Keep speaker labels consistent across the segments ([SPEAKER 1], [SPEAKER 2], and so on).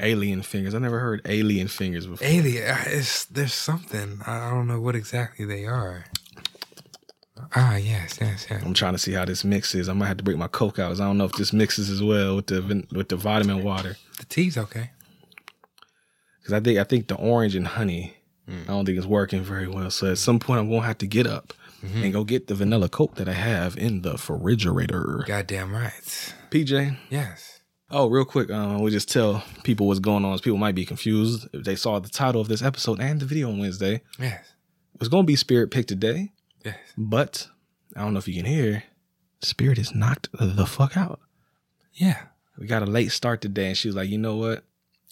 [SPEAKER 1] Alien fingers. I never heard alien fingers before.
[SPEAKER 2] Alien, I- it's, there's something. I I don't know what exactly they are. Ah, yes, yes, yes.
[SPEAKER 1] I'm trying to see how this mixes. I might have to break my coke out. 'cause I don't know if this mixes as well with the vin- with the vitamin water.
[SPEAKER 2] The tea's okay.
[SPEAKER 1] Because I think I think the orange and honey. I don't think it's working very well. So at some point, I'm gonna have to get up and go get the vanilla coke that I have in the refrigerator.
[SPEAKER 2] Goddamn right.
[SPEAKER 1] PJ.
[SPEAKER 2] Yes.
[SPEAKER 1] Oh, real quick, um, we just tell people what's going on. 'cause People might be confused if they saw the title of this episode and the video on Wednesday.
[SPEAKER 2] Yes.
[SPEAKER 1] It's gonna be Spirit Pick today,
[SPEAKER 2] Yes.
[SPEAKER 1] but I don't know if you can hear. Spirit is knocked the fuck out.
[SPEAKER 2] Yeah.
[SPEAKER 1] we got a late start today. And she was like, you know what?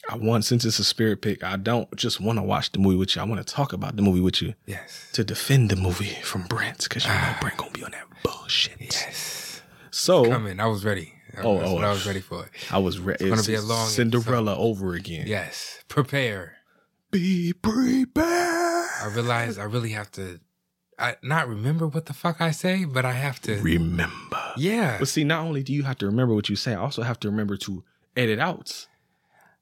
[SPEAKER 1] I want, since it's a spirit pick, I don't just want to watch the movie with you. I want to talk about the movie with you
[SPEAKER 2] Yes.
[SPEAKER 1] to defend the movie from Brent because you
[SPEAKER 2] Ah.
[SPEAKER 1] know Brent going to be on that bullshit.
[SPEAKER 2] Yes.
[SPEAKER 1] So
[SPEAKER 2] Coming. I was ready.
[SPEAKER 1] Oh,
[SPEAKER 2] Oh, That's
[SPEAKER 1] oh.
[SPEAKER 2] what I was ready for.
[SPEAKER 1] I was ready.
[SPEAKER 2] gonna
[SPEAKER 1] It's,
[SPEAKER 2] be a long
[SPEAKER 1] Cinderella over again.
[SPEAKER 2] Yes. Prepare.
[SPEAKER 1] Be
[SPEAKER 2] I
[SPEAKER 1] prepared.
[SPEAKER 2] realize I really have to I not remember what the fuck I say, but I have to
[SPEAKER 1] Remember.
[SPEAKER 2] Yeah.
[SPEAKER 1] But see, not only do you have to remember what you say, I also have to remember to edit out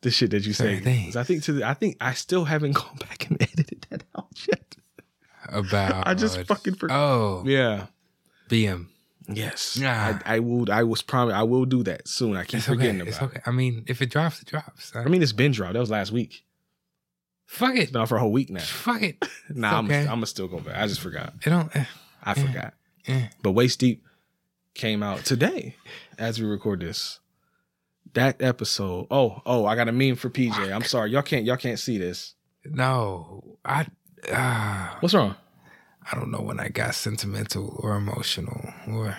[SPEAKER 1] the shit that you say.
[SPEAKER 2] Certain things.
[SPEAKER 1] 'Cause I think to the, I think I still haven't gone back and edited that out yet.
[SPEAKER 2] About
[SPEAKER 1] I just fucking forgot.
[SPEAKER 2] Oh
[SPEAKER 1] Yeah.
[SPEAKER 2] BM.
[SPEAKER 1] Yes.
[SPEAKER 2] Ah.
[SPEAKER 1] I, I will. I was promise. I will do that soon. I keep
[SPEAKER 2] It's okay.
[SPEAKER 1] forgetting
[SPEAKER 2] It's
[SPEAKER 1] about. it.
[SPEAKER 2] okay. I mean, if it drops, it drops. I,
[SPEAKER 1] I mean, it's been dropped. That was last week.
[SPEAKER 2] fuck
[SPEAKER 1] It's
[SPEAKER 2] it.
[SPEAKER 1] been out for a whole week now.
[SPEAKER 2] Fuck it.
[SPEAKER 1] Nah, I'm.
[SPEAKER 2] okay.
[SPEAKER 1] I'm gonna still go back. I just forgot.
[SPEAKER 2] It don't eh,
[SPEAKER 1] I
[SPEAKER 2] Yeah.
[SPEAKER 1] forgot.
[SPEAKER 2] Yeah.
[SPEAKER 1] But waist deep came out today as we record this. That episode. Oh, oh, I got a meme for PJ. I'm sorry, y'all can't. Y'all can't see this.
[SPEAKER 2] no. I ah,
[SPEAKER 1] What's wrong?
[SPEAKER 2] I don't know when I got sentimental or emotional or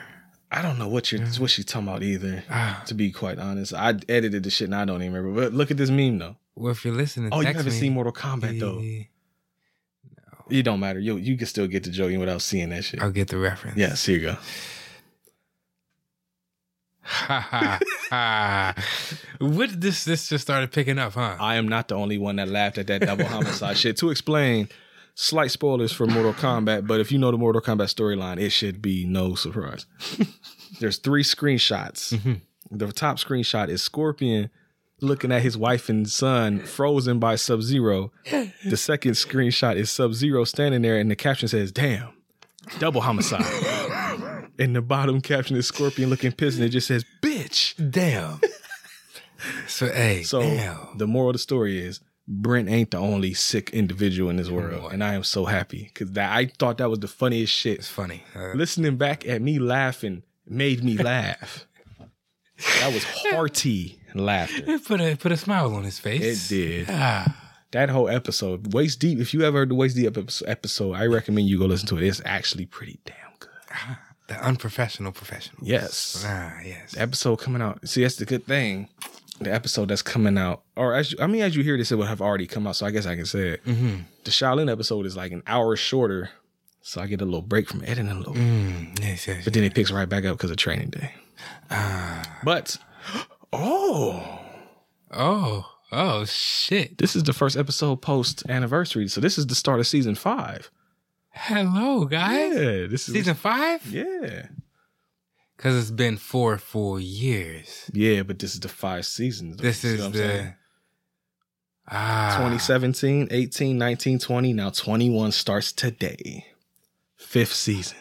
[SPEAKER 1] I don't know what you're. What she's talking about either.
[SPEAKER 2] ah.
[SPEAKER 1] To be quite honest, I edited the shit and I don't even remember. But look at this meme though.
[SPEAKER 2] Well, if you're listening,
[SPEAKER 1] Oh, you
[SPEAKER 2] text
[SPEAKER 1] haven't
[SPEAKER 2] me.
[SPEAKER 1] seen Mortal Kombat though.
[SPEAKER 2] Eh,
[SPEAKER 1] It don't matter. You you can still get the joke in without seeing that shit.
[SPEAKER 2] I'll get the reference.
[SPEAKER 1] Yes, here you go.
[SPEAKER 2] Ha ha ha. What this this just started picking up, huh?
[SPEAKER 1] I am not the only one that laughed at that double homicide shit. To explain, slight spoilers for Mortal Kombat, but if you know the Mortal Kombat storyline, it should be no surprise. There's three screenshots.
[SPEAKER 2] Mhm.
[SPEAKER 1] The top screenshot is Scorpion looking at his wife and son frozen by Sub Zero. The second screenshot is Sub Zero standing there, and the caption says, Damn, double homicide. and the bottom caption is Scorpion looking pissed, and it just says, Bitch.
[SPEAKER 2] Damn. so hey,
[SPEAKER 1] So
[SPEAKER 2] damn.
[SPEAKER 1] the moral of the story is Brent ain't the only sick individual in this world,
[SPEAKER 2] Boy.
[SPEAKER 1] and I am so happy because that I thought that was the funniest shit.
[SPEAKER 2] it's funny. Uh,
[SPEAKER 1] Listening back at me laughing made me laugh. that was hearty laughter.
[SPEAKER 2] it put a it put a smile on his
[SPEAKER 1] It
[SPEAKER 2] face.
[SPEAKER 1] did
[SPEAKER 2] Ah,
[SPEAKER 1] that whole episode. Waist deep. If you ever heard the waist deep epi- episode, I recommend you go listen to it. It's actually pretty damn good.
[SPEAKER 2] the unprofessional professional.
[SPEAKER 1] Yes.
[SPEAKER 2] Ah, yes.
[SPEAKER 1] The episode coming out. See, that's the good thing. The episode that's coming out, or as you, I mean, as you hear this, it would have already come out. So I guess I can say it.
[SPEAKER 2] hmm
[SPEAKER 1] the Shaolin episode is like an hour shorter, so I get a little break from editing a little.
[SPEAKER 2] Mm, yes, yes.
[SPEAKER 1] But then it picks right back up because of training day.
[SPEAKER 2] Ah.
[SPEAKER 1] But oh,
[SPEAKER 2] oh, oh shit.
[SPEAKER 1] this is the first episode post anniversary, so this is the start of season five.
[SPEAKER 2] Hello, guys.
[SPEAKER 1] Yeah, this is
[SPEAKER 2] Season five?
[SPEAKER 1] Yeah,
[SPEAKER 2] Cause it's been four full years.
[SPEAKER 1] yeah, but this is the five seasons. though.
[SPEAKER 2] This
[SPEAKER 1] You see
[SPEAKER 2] is
[SPEAKER 1] what I'm
[SPEAKER 2] the
[SPEAKER 1] saying?
[SPEAKER 2] ah
[SPEAKER 1] 2017, 18, 19, 20. Now 21 starts today. Fifth season,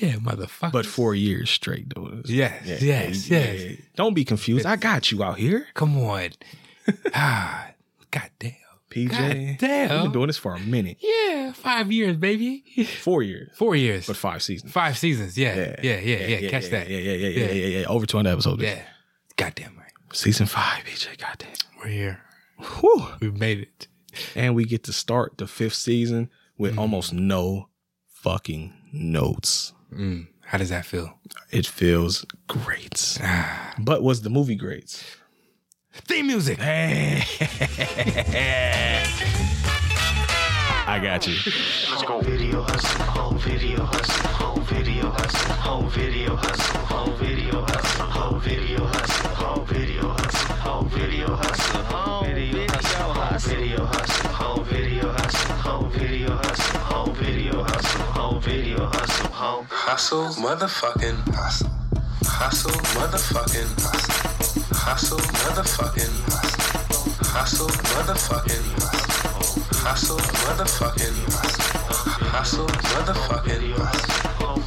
[SPEAKER 2] Yeah, motherfucker.
[SPEAKER 1] but four years straight, though.
[SPEAKER 2] Oh, Yes,
[SPEAKER 1] Yeah,
[SPEAKER 2] yes,
[SPEAKER 1] yeah,
[SPEAKER 2] yes.
[SPEAKER 1] yeah. Don't be confused. I got you out here.
[SPEAKER 2] Come on. ah, goddamn.
[SPEAKER 1] PJ. We've been
[SPEAKER 2] Goddamn.
[SPEAKER 1] doing this for a minute.
[SPEAKER 2] Yeah, five years, baby.
[SPEAKER 1] Four years,
[SPEAKER 2] Four years.
[SPEAKER 1] but five seasons.
[SPEAKER 2] Five seasons. Yeah. Yeah, yeah, yeah. Catch
[SPEAKER 1] yeah,
[SPEAKER 2] that.
[SPEAKER 1] Yeah,
[SPEAKER 2] Yeah.
[SPEAKER 1] yeah, yeah, yeah, yeah, yeah, yeah. Over 200 episodes.
[SPEAKER 2] Goddamn right.
[SPEAKER 1] Season five, BJ. Goddamn.
[SPEAKER 2] We're here.
[SPEAKER 1] Whew.
[SPEAKER 2] We made it.
[SPEAKER 1] And we get to start the fifth season
[SPEAKER 2] Mm.
[SPEAKER 1] with almost no fucking notes.
[SPEAKER 2] Mm. How does that feel?
[SPEAKER 1] It feels great.
[SPEAKER 2] Ah.
[SPEAKER 1] But was the movie great?
[SPEAKER 2] Theme music.
[SPEAKER 1] I got you.
[SPEAKER 3] Video hustle, whole video hustle, whole video hustle, whole video hustle, whole video hustle, whole video hustle, whole video hustle, whole video hustle, whole video hustle, video hustle, whole video hustle, whole video hustle, whole video hustle, whole video hustle, whole
[SPEAKER 4] Hustle, motherfucking hustle. Hustle, motherfucking hustle. Hustle, motherfucking hustle. Hustle, motherfucking hustle, motherfucking hustle, motherfucking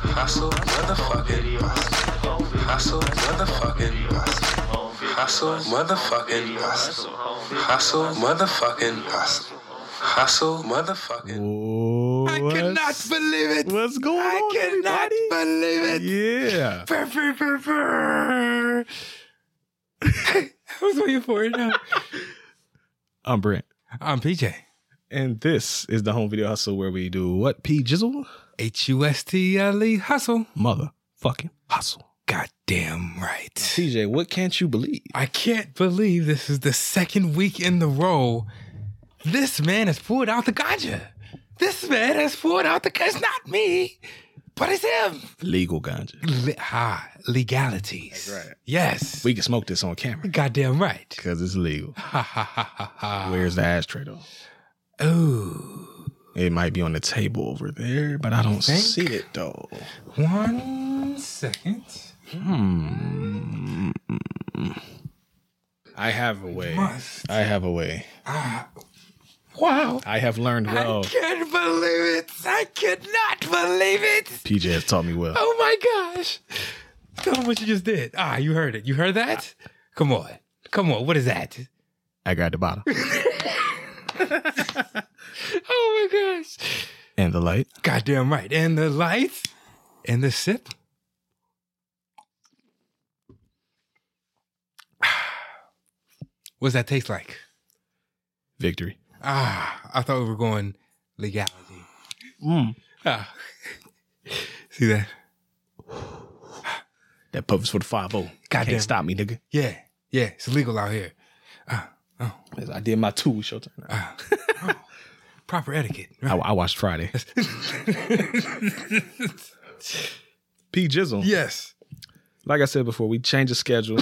[SPEAKER 4] hustle, motherfucking hustle, motherfucking hustle, motherfucking hustle, motherfucking hustle, motherfucking.
[SPEAKER 1] What?
[SPEAKER 2] I cannot believe it.
[SPEAKER 1] What's going
[SPEAKER 2] I
[SPEAKER 1] on,
[SPEAKER 2] cannot
[SPEAKER 1] everybody?
[SPEAKER 2] believe it.
[SPEAKER 1] Yeah.
[SPEAKER 2] Brr, brr, brr, brr. I was waiting for it. Now.
[SPEAKER 1] I'm Brent.
[SPEAKER 2] I'm PJ.
[SPEAKER 1] And this is the home video hustle where we do what P jizzle?
[SPEAKER 2] H U S T L E hustle.
[SPEAKER 1] Motherfucking hustle.
[SPEAKER 2] Goddamn right.
[SPEAKER 1] TJ, what can't you believe?
[SPEAKER 2] I can't believe this is the second week in the row. This man has pulled out the ganja. This man has pulled out the. It's not me, but it's him.
[SPEAKER 1] Legal ganja.
[SPEAKER 2] Le- ah, legalities.
[SPEAKER 1] That's right.
[SPEAKER 2] Yes.
[SPEAKER 1] We can smoke this on camera Ah.
[SPEAKER 2] Goddamn right.
[SPEAKER 1] because it's legal.
[SPEAKER 2] Ha ha ha ha ha. Oh,
[SPEAKER 1] Where's the ashtray though?
[SPEAKER 2] Ooh.
[SPEAKER 1] It might be on the table over there, but I don't
[SPEAKER 2] think?
[SPEAKER 1] see it though.
[SPEAKER 2] One second.
[SPEAKER 1] Hmm. I have a way.
[SPEAKER 2] Must.
[SPEAKER 1] I have a way.
[SPEAKER 2] Ah. Wow.
[SPEAKER 1] I have learned well.
[SPEAKER 2] I can't believe it. I cannot believe it.
[SPEAKER 1] PJ has taught me well.
[SPEAKER 2] Oh my gosh. Tell them what you just did. Ah, you heard it. You heard that? Come on. Come on. What is that?
[SPEAKER 1] I got the bottle
[SPEAKER 2] Oh my gosh.
[SPEAKER 1] and the light.
[SPEAKER 2] Goddamn right. And the lights and the sip. What's that taste like?
[SPEAKER 1] Victory.
[SPEAKER 2] Ah, I thought we were going legality.
[SPEAKER 1] Mm.
[SPEAKER 2] Ah. See that?
[SPEAKER 1] That puff is for the five zero. Can't
[SPEAKER 2] Goddamn.
[SPEAKER 1] stop me, nigga.
[SPEAKER 2] Yeah, yeah, it's illegal out here.
[SPEAKER 1] I did my two showtime.
[SPEAKER 2] Proper etiquette.
[SPEAKER 1] I, I watched Friday. P Jizzle.
[SPEAKER 2] Yes.
[SPEAKER 1] Like I said before, we changed the schedule.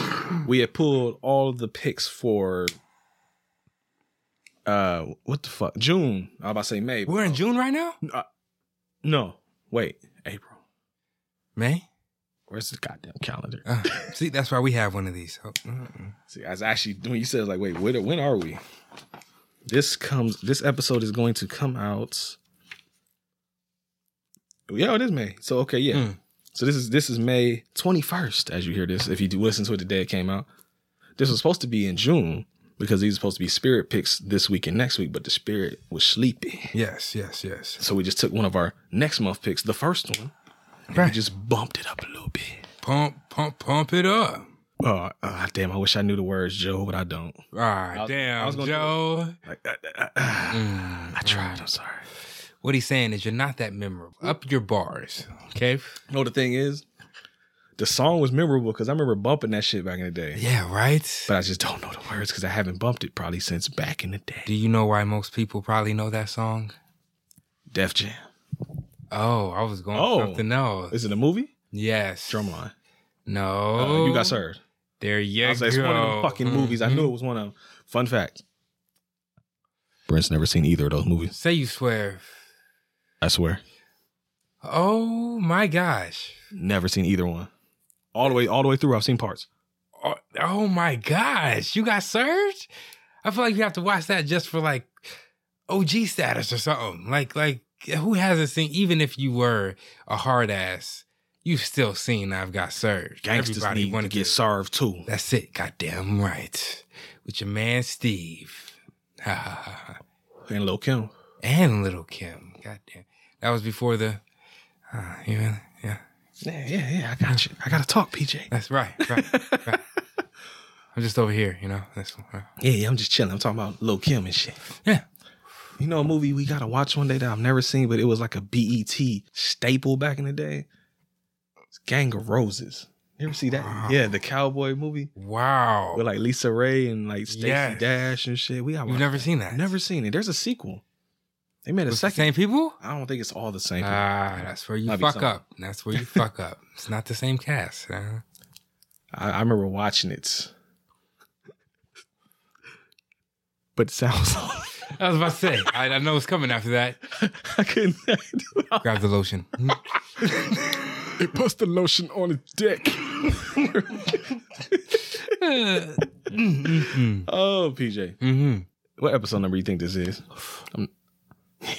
[SPEAKER 1] we had pulled all of the picks for uh what the fuck? June. I was about to say May.
[SPEAKER 2] We're in June right now?
[SPEAKER 1] No. Wait. April.
[SPEAKER 2] May?
[SPEAKER 1] Where's the goddamn calendar?
[SPEAKER 2] Uh, see, that's why we have one of these. Oh, mm-mm.
[SPEAKER 1] See, I was actually when you said it, I was like, wait, where, when are we? This comes. This episode is going to come out. Yeah, it is May. So okay, yeah.
[SPEAKER 2] Mm.
[SPEAKER 1] So this is this is May twenty first. As you hear this, if you do listen to it the day it came out, this was supposed to be in June because these are supposed to be spirit picks this week and next week, but the spirit was sleepy.
[SPEAKER 2] Yes, yes, yes.
[SPEAKER 1] So we just took one of our next month picks, the first one, and
[SPEAKER 2] Right.
[SPEAKER 1] we just bumped it up a little bit.
[SPEAKER 2] Pump, pump, pump it up.
[SPEAKER 1] Oh, ah, damn! I wish I knew the words, Joe, but I don't.
[SPEAKER 2] Ah,
[SPEAKER 1] was-
[SPEAKER 2] damn,
[SPEAKER 1] I was gonna do
[SPEAKER 2] Joe.
[SPEAKER 1] Like, ah, ah, ah. I tried. I'm sorry.
[SPEAKER 2] What he's saying is you're not that memorable. Up your bars, okay?
[SPEAKER 1] No, the thing is, the song was memorable because I remember bumping that shit back in the day.
[SPEAKER 2] Yeah, right?
[SPEAKER 1] But I just don't know the words because I haven't bumped it probably since back in the day.
[SPEAKER 2] Do you know why most people probably know that song?
[SPEAKER 1] Def Jam.
[SPEAKER 2] Oh, I was going
[SPEAKER 1] Oh.
[SPEAKER 2] for something else.
[SPEAKER 1] Is it a movie?
[SPEAKER 2] Yes.
[SPEAKER 1] Drumline.
[SPEAKER 2] No.
[SPEAKER 1] Oh, you got served.
[SPEAKER 2] There you
[SPEAKER 1] I was like, it's
[SPEAKER 2] go. Mm-hmm.
[SPEAKER 1] one of them fucking movies. I knew it was one of them. Fun fact. Brent's never seen either of those movies.
[SPEAKER 2] Say you swear.
[SPEAKER 1] I swear.
[SPEAKER 2] Oh my gosh.
[SPEAKER 1] Never seen either one. All the way, all the way through. I've seen parts.
[SPEAKER 2] Oh, oh my gosh. You got served? I feel like you have to watch that just for like OG status or something. Like, like who hasn't seen, even if you were a hard ass, you've still seen I've got served.
[SPEAKER 1] Gangsters need
[SPEAKER 2] wanna
[SPEAKER 1] to get served too.
[SPEAKER 2] That's it. Goddamn right. With your man Steve. Ha ha ha ha.
[SPEAKER 1] And Lil Kim.
[SPEAKER 2] And little Kim. Goddamn. That was before the. Uh, you really? Yeah.
[SPEAKER 1] Yeah, yeah, yeah. I got you. I gotta talk, PJ.
[SPEAKER 2] That's right. Right. right. I'm just over here, you know. That's
[SPEAKER 1] Yeah, yeah, I'm just chilling. I'm talking about Lil Kim and shit.
[SPEAKER 2] Yeah.
[SPEAKER 1] You know a movie we gotta watch one day that I've never seen, but it was like a BET staple back in the day. It's Gang of Roses. You ever see that?
[SPEAKER 2] Wow.
[SPEAKER 1] Yeah, the cowboy movie
[SPEAKER 2] wow.
[SPEAKER 1] with like Lisa Ray and like Stacey
[SPEAKER 2] Yes.
[SPEAKER 1] Dash and shit. We got
[SPEAKER 2] You've never seen that?
[SPEAKER 1] never seen it. There's a sequel. They made a
[SPEAKER 2] With the
[SPEAKER 1] second.
[SPEAKER 2] same people?
[SPEAKER 1] I don't think it's all the same.
[SPEAKER 2] Ah, that's where you
[SPEAKER 1] Might be
[SPEAKER 2] fuck
[SPEAKER 1] something.
[SPEAKER 2] up. That's where you fuck up. It's not the same cast. Huh?
[SPEAKER 1] I, I remember watching it. But it sounds
[SPEAKER 2] I was about to say. I, I know what's coming after that.
[SPEAKER 1] I couldn't
[SPEAKER 2] Grab the lotion.
[SPEAKER 1] It puts the lotion on his dick.
[SPEAKER 2] Mm. Mm-hmm.
[SPEAKER 1] Oh, PJ. What episode number you think this is? Um,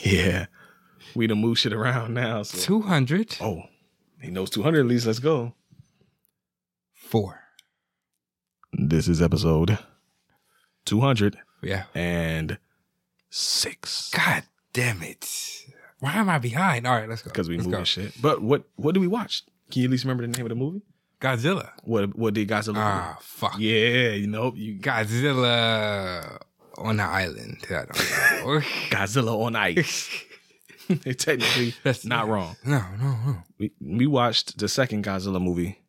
[SPEAKER 1] yeah. We done move shit around now. So.
[SPEAKER 2] 204.
[SPEAKER 1] Oh, he knows 200 at least. Let's go. This is episode 206.
[SPEAKER 2] Yeah. God damn it. Why am I behind? All right, let's go.
[SPEAKER 1] Because we
[SPEAKER 2] Let's
[SPEAKER 1] moving
[SPEAKER 2] go.
[SPEAKER 1] shit. But what what do we watch? Can you at least remember the name of the movie?
[SPEAKER 2] Godzilla.
[SPEAKER 1] What what did guys look like?
[SPEAKER 2] Ah, fuck.
[SPEAKER 1] Yeah, you know, you got
[SPEAKER 2] Godzilla uh, on the island. I don't know.
[SPEAKER 1] Godzilla on ice. Technically,
[SPEAKER 2] That's
[SPEAKER 1] not wrong.
[SPEAKER 2] No, no, no.
[SPEAKER 1] We, we watched the second Godzilla movie,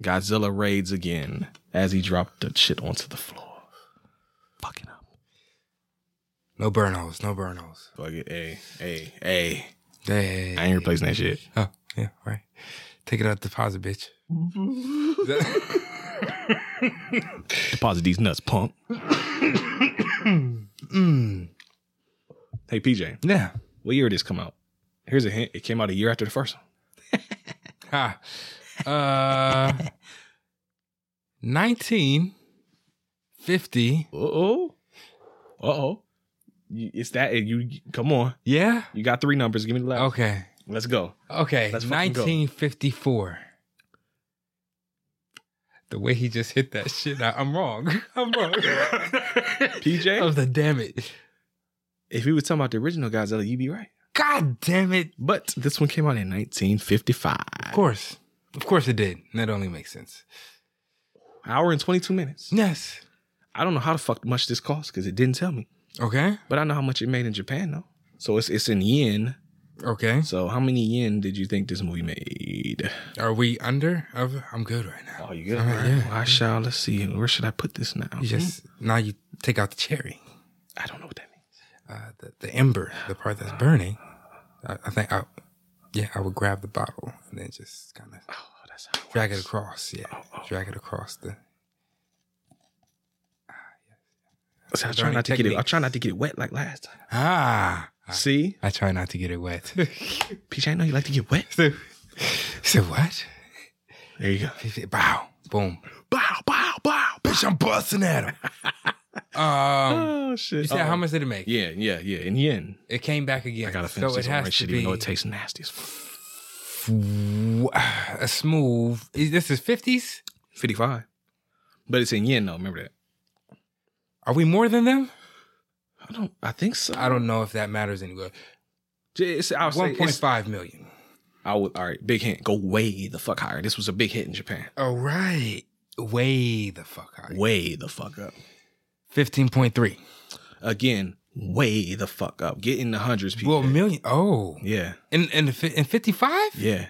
[SPEAKER 1] Godzilla Raids Again, as he dropped the shit onto the floor. Fucking up.
[SPEAKER 2] No burnos. No burnos.
[SPEAKER 1] Fuck it. Hey, hey, hey.
[SPEAKER 2] Hey.
[SPEAKER 1] I ain't replacing that shit.
[SPEAKER 2] Oh, yeah, right. Take it out the deposit, bitch. Is that-
[SPEAKER 1] Deposit these nuts, punk.
[SPEAKER 2] mm,
[SPEAKER 1] Hey, PJ,
[SPEAKER 2] yeah.
[SPEAKER 1] what year did this come out? Here's a hint. It came out a year after the first one.
[SPEAKER 2] Ha. Uh, 1950.
[SPEAKER 1] Uh oh. Uh oh. It's that. You Come on.
[SPEAKER 2] Yeah.
[SPEAKER 1] You got three numbers. Give me the last.
[SPEAKER 2] Okay.
[SPEAKER 1] Let's go.
[SPEAKER 2] Okay.
[SPEAKER 1] Let's fucking go.
[SPEAKER 2] 1954. The way he just hit that shit, I, I'm wrong. I'm wrong.
[SPEAKER 1] PJ?
[SPEAKER 2] Of the damn it.
[SPEAKER 1] If we was talking about the original Godzilla, you'd be right.
[SPEAKER 2] God damn it.
[SPEAKER 1] But this one came out in 1955.
[SPEAKER 2] Of course. Of course it did. That only makes sense.
[SPEAKER 1] Hour and 22 minutes.
[SPEAKER 2] Yes.
[SPEAKER 1] I don't know how the fuck much this cost because it didn't tell me.
[SPEAKER 2] Okay.
[SPEAKER 1] But I know how much it made in Japan though. So it's it's in yen.
[SPEAKER 2] Okay.
[SPEAKER 1] So how many yen did you think this movie made?
[SPEAKER 2] Are we under? Of I'm good right now.
[SPEAKER 1] Oh, you good?
[SPEAKER 2] All right, yeah.
[SPEAKER 1] Well, I shall. Let's see. Where should I put this now?
[SPEAKER 2] You just now you take out the cherry,
[SPEAKER 1] Hmm, I don't know what that means.
[SPEAKER 2] uh, the, the ember, the part that's burning. I, I think I, yeah, I would grab the bottle and then just kind of
[SPEAKER 1] Oh, that's how.
[SPEAKER 2] drag it across. Yeah, drag it across the.
[SPEAKER 1] See, I try not to get it. I try not to get it wet like last time.
[SPEAKER 2] Ah, I,
[SPEAKER 1] See,
[SPEAKER 2] I try not to get it wet.
[SPEAKER 1] PJ, I know you like to get wet.
[SPEAKER 2] so, so what?
[SPEAKER 1] There you go.
[SPEAKER 2] Bow, boom,
[SPEAKER 1] Bow, bow, bow.
[SPEAKER 2] bitch! I'm busting at him. um,
[SPEAKER 1] Oh shit.
[SPEAKER 2] you said
[SPEAKER 1] Uh-oh.
[SPEAKER 2] how much did it make?
[SPEAKER 1] Yeah, yeah, yeah. In yen,
[SPEAKER 2] It came back again.
[SPEAKER 1] I gotta
[SPEAKER 2] so
[SPEAKER 1] finish
[SPEAKER 2] it
[SPEAKER 1] this one
[SPEAKER 2] has
[SPEAKER 1] right
[SPEAKER 2] to
[SPEAKER 1] shit,
[SPEAKER 2] be
[SPEAKER 1] even though it tastes nasty as fuck.
[SPEAKER 2] a smooth. is- This is fifties.
[SPEAKER 1] 55. But it's in yen though. Remember that.
[SPEAKER 2] Are we more than them?
[SPEAKER 1] I don't. I think so.
[SPEAKER 2] I don't know if that matters anyway.
[SPEAKER 1] It's, I would say
[SPEAKER 2] One
[SPEAKER 1] it's-
[SPEAKER 2] point five million.
[SPEAKER 1] I would. All right. Big hint. Go way the fuck higher. This was a big hit in Japan.
[SPEAKER 2] All right, way the fuck high.
[SPEAKER 1] Way the fuck up.
[SPEAKER 2] Fifteen point three.
[SPEAKER 1] Again, way the fuck up. Get in the hundreds, people.
[SPEAKER 2] Well, million. Oh,
[SPEAKER 1] yeah,
[SPEAKER 2] and and the fi- and fifty five.
[SPEAKER 1] yeah.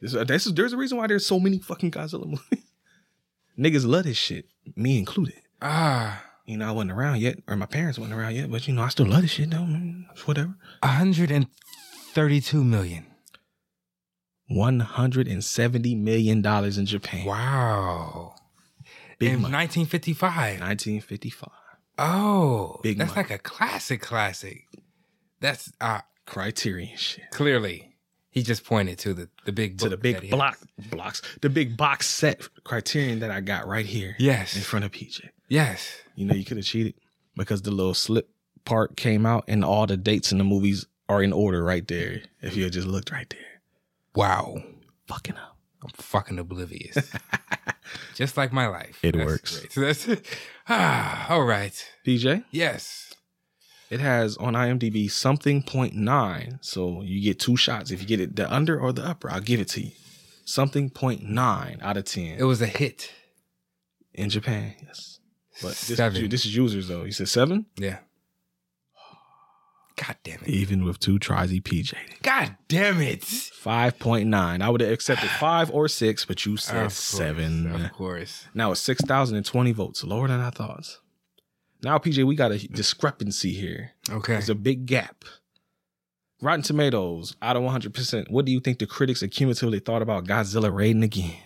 [SPEAKER 1] This, uh, this is, there's a reason why there's so many fucking Godzilla movies. Niggas love this shit, me included.
[SPEAKER 2] Ah,
[SPEAKER 1] You know, I wasn't around yet, or my parents wasn't around yet, but you know, I still love this shit though. Man. It's Whatever.
[SPEAKER 2] one hundred and thirty two million.
[SPEAKER 1] One hundred and seventy million dollars in Japan.
[SPEAKER 2] Wow.
[SPEAKER 1] Big
[SPEAKER 2] in
[SPEAKER 1] money.
[SPEAKER 2] nineteen fifty five.
[SPEAKER 1] Nineteen fifty five.
[SPEAKER 2] Oh,
[SPEAKER 1] Big
[SPEAKER 2] that's
[SPEAKER 1] money.
[SPEAKER 2] like a classic. Classic. That's uh,
[SPEAKER 1] Criterion shit.
[SPEAKER 2] clearly he just pointed to the the big
[SPEAKER 1] to the
[SPEAKER 2] book that
[SPEAKER 1] big
[SPEAKER 2] he
[SPEAKER 1] block blocks, the big box set criterion that I got right here
[SPEAKER 2] Yes.
[SPEAKER 1] in front of PJ.
[SPEAKER 2] Yes.
[SPEAKER 1] You know, you could have cheated because the little slip part came out and all the dates in the movies are in order right there. If you had just looked right there,
[SPEAKER 2] Wow.
[SPEAKER 1] fucking up.
[SPEAKER 2] I'm fucking oblivious. Just like my life.
[SPEAKER 1] It works.
[SPEAKER 2] great. That's ah, all right.
[SPEAKER 1] PJ,
[SPEAKER 2] Yes.
[SPEAKER 1] it has on IMDb something point nine, so you get two shots if you get it the under or the upper. I'll give it to you. Something point nine out of ten
[SPEAKER 2] It was a hit.
[SPEAKER 1] in Japan. Yes, but this, is
[SPEAKER 2] Seven.
[SPEAKER 1] you- this is users though. You said seven,
[SPEAKER 2] Yeah. God damn it.
[SPEAKER 1] even with two tries, he PJ. 'd it.
[SPEAKER 2] God damn it.
[SPEAKER 1] Five point nine. I would have accepted five or six, but you
[SPEAKER 2] Of
[SPEAKER 1] said
[SPEAKER 2] course,
[SPEAKER 1] seven.
[SPEAKER 2] Of course.
[SPEAKER 1] Now it's six thousand and twenty votes, lower than I thought. Now, PJ, we got a
[SPEAKER 2] Hmm.
[SPEAKER 1] discrepancy here.
[SPEAKER 2] Okay.
[SPEAKER 1] There's a big gap. Rotten Tomatoes, out of one hundred percent. What do you think the critics accumulatively thought about Godzilla raiding again?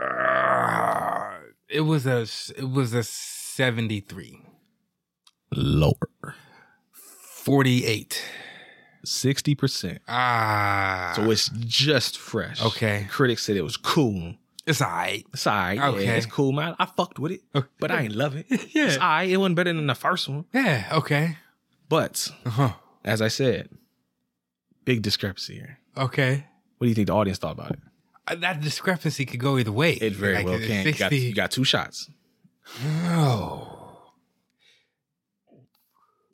[SPEAKER 2] Ah, It was a it was a 73.
[SPEAKER 1] Lower,
[SPEAKER 2] 48.
[SPEAKER 1] sixty percent.
[SPEAKER 2] Ah.
[SPEAKER 1] So it's just fresh.
[SPEAKER 2] Okay.
[SPEAKER 1] Critics said it was cool.
[SPEAKER 2] It's all right.
[SPEAKER 1] It's all right. Yeah,
[SPEAKER 2] Okay.
[SPEAKER 1] it's cool, man. I fucked with it,
[SPEAKER 2] Okay.
[SPEAKER 1] but I ain't love it.
[SPEAKER 2] Yeah.
[SPEAKER 1] It's all right. It wasn't better than the first one.
[SPEAKER 2] Yeah, okay.
[SPEAKER 1] But
[SPEAKER 2] Uh-huh.
[SPEAKER 1] as I said, big discrepancy here.
[SPEAKER 2] Okay.
[SPEAKER 1] What do you think the audience thought about it?
[SPEAKER 2] Uh, That discrepancy could go either way.
[SPEAKER 1] It very
[SPEAKER 2] Like, uh,
[SPEAKER 1] well
[SPEAKER 2] it's
[SPEAKER 1] can. You got,
[SPEAKER 2] 60
[SPEAKER 1] you got two shots.
[SPEAKER 2] No.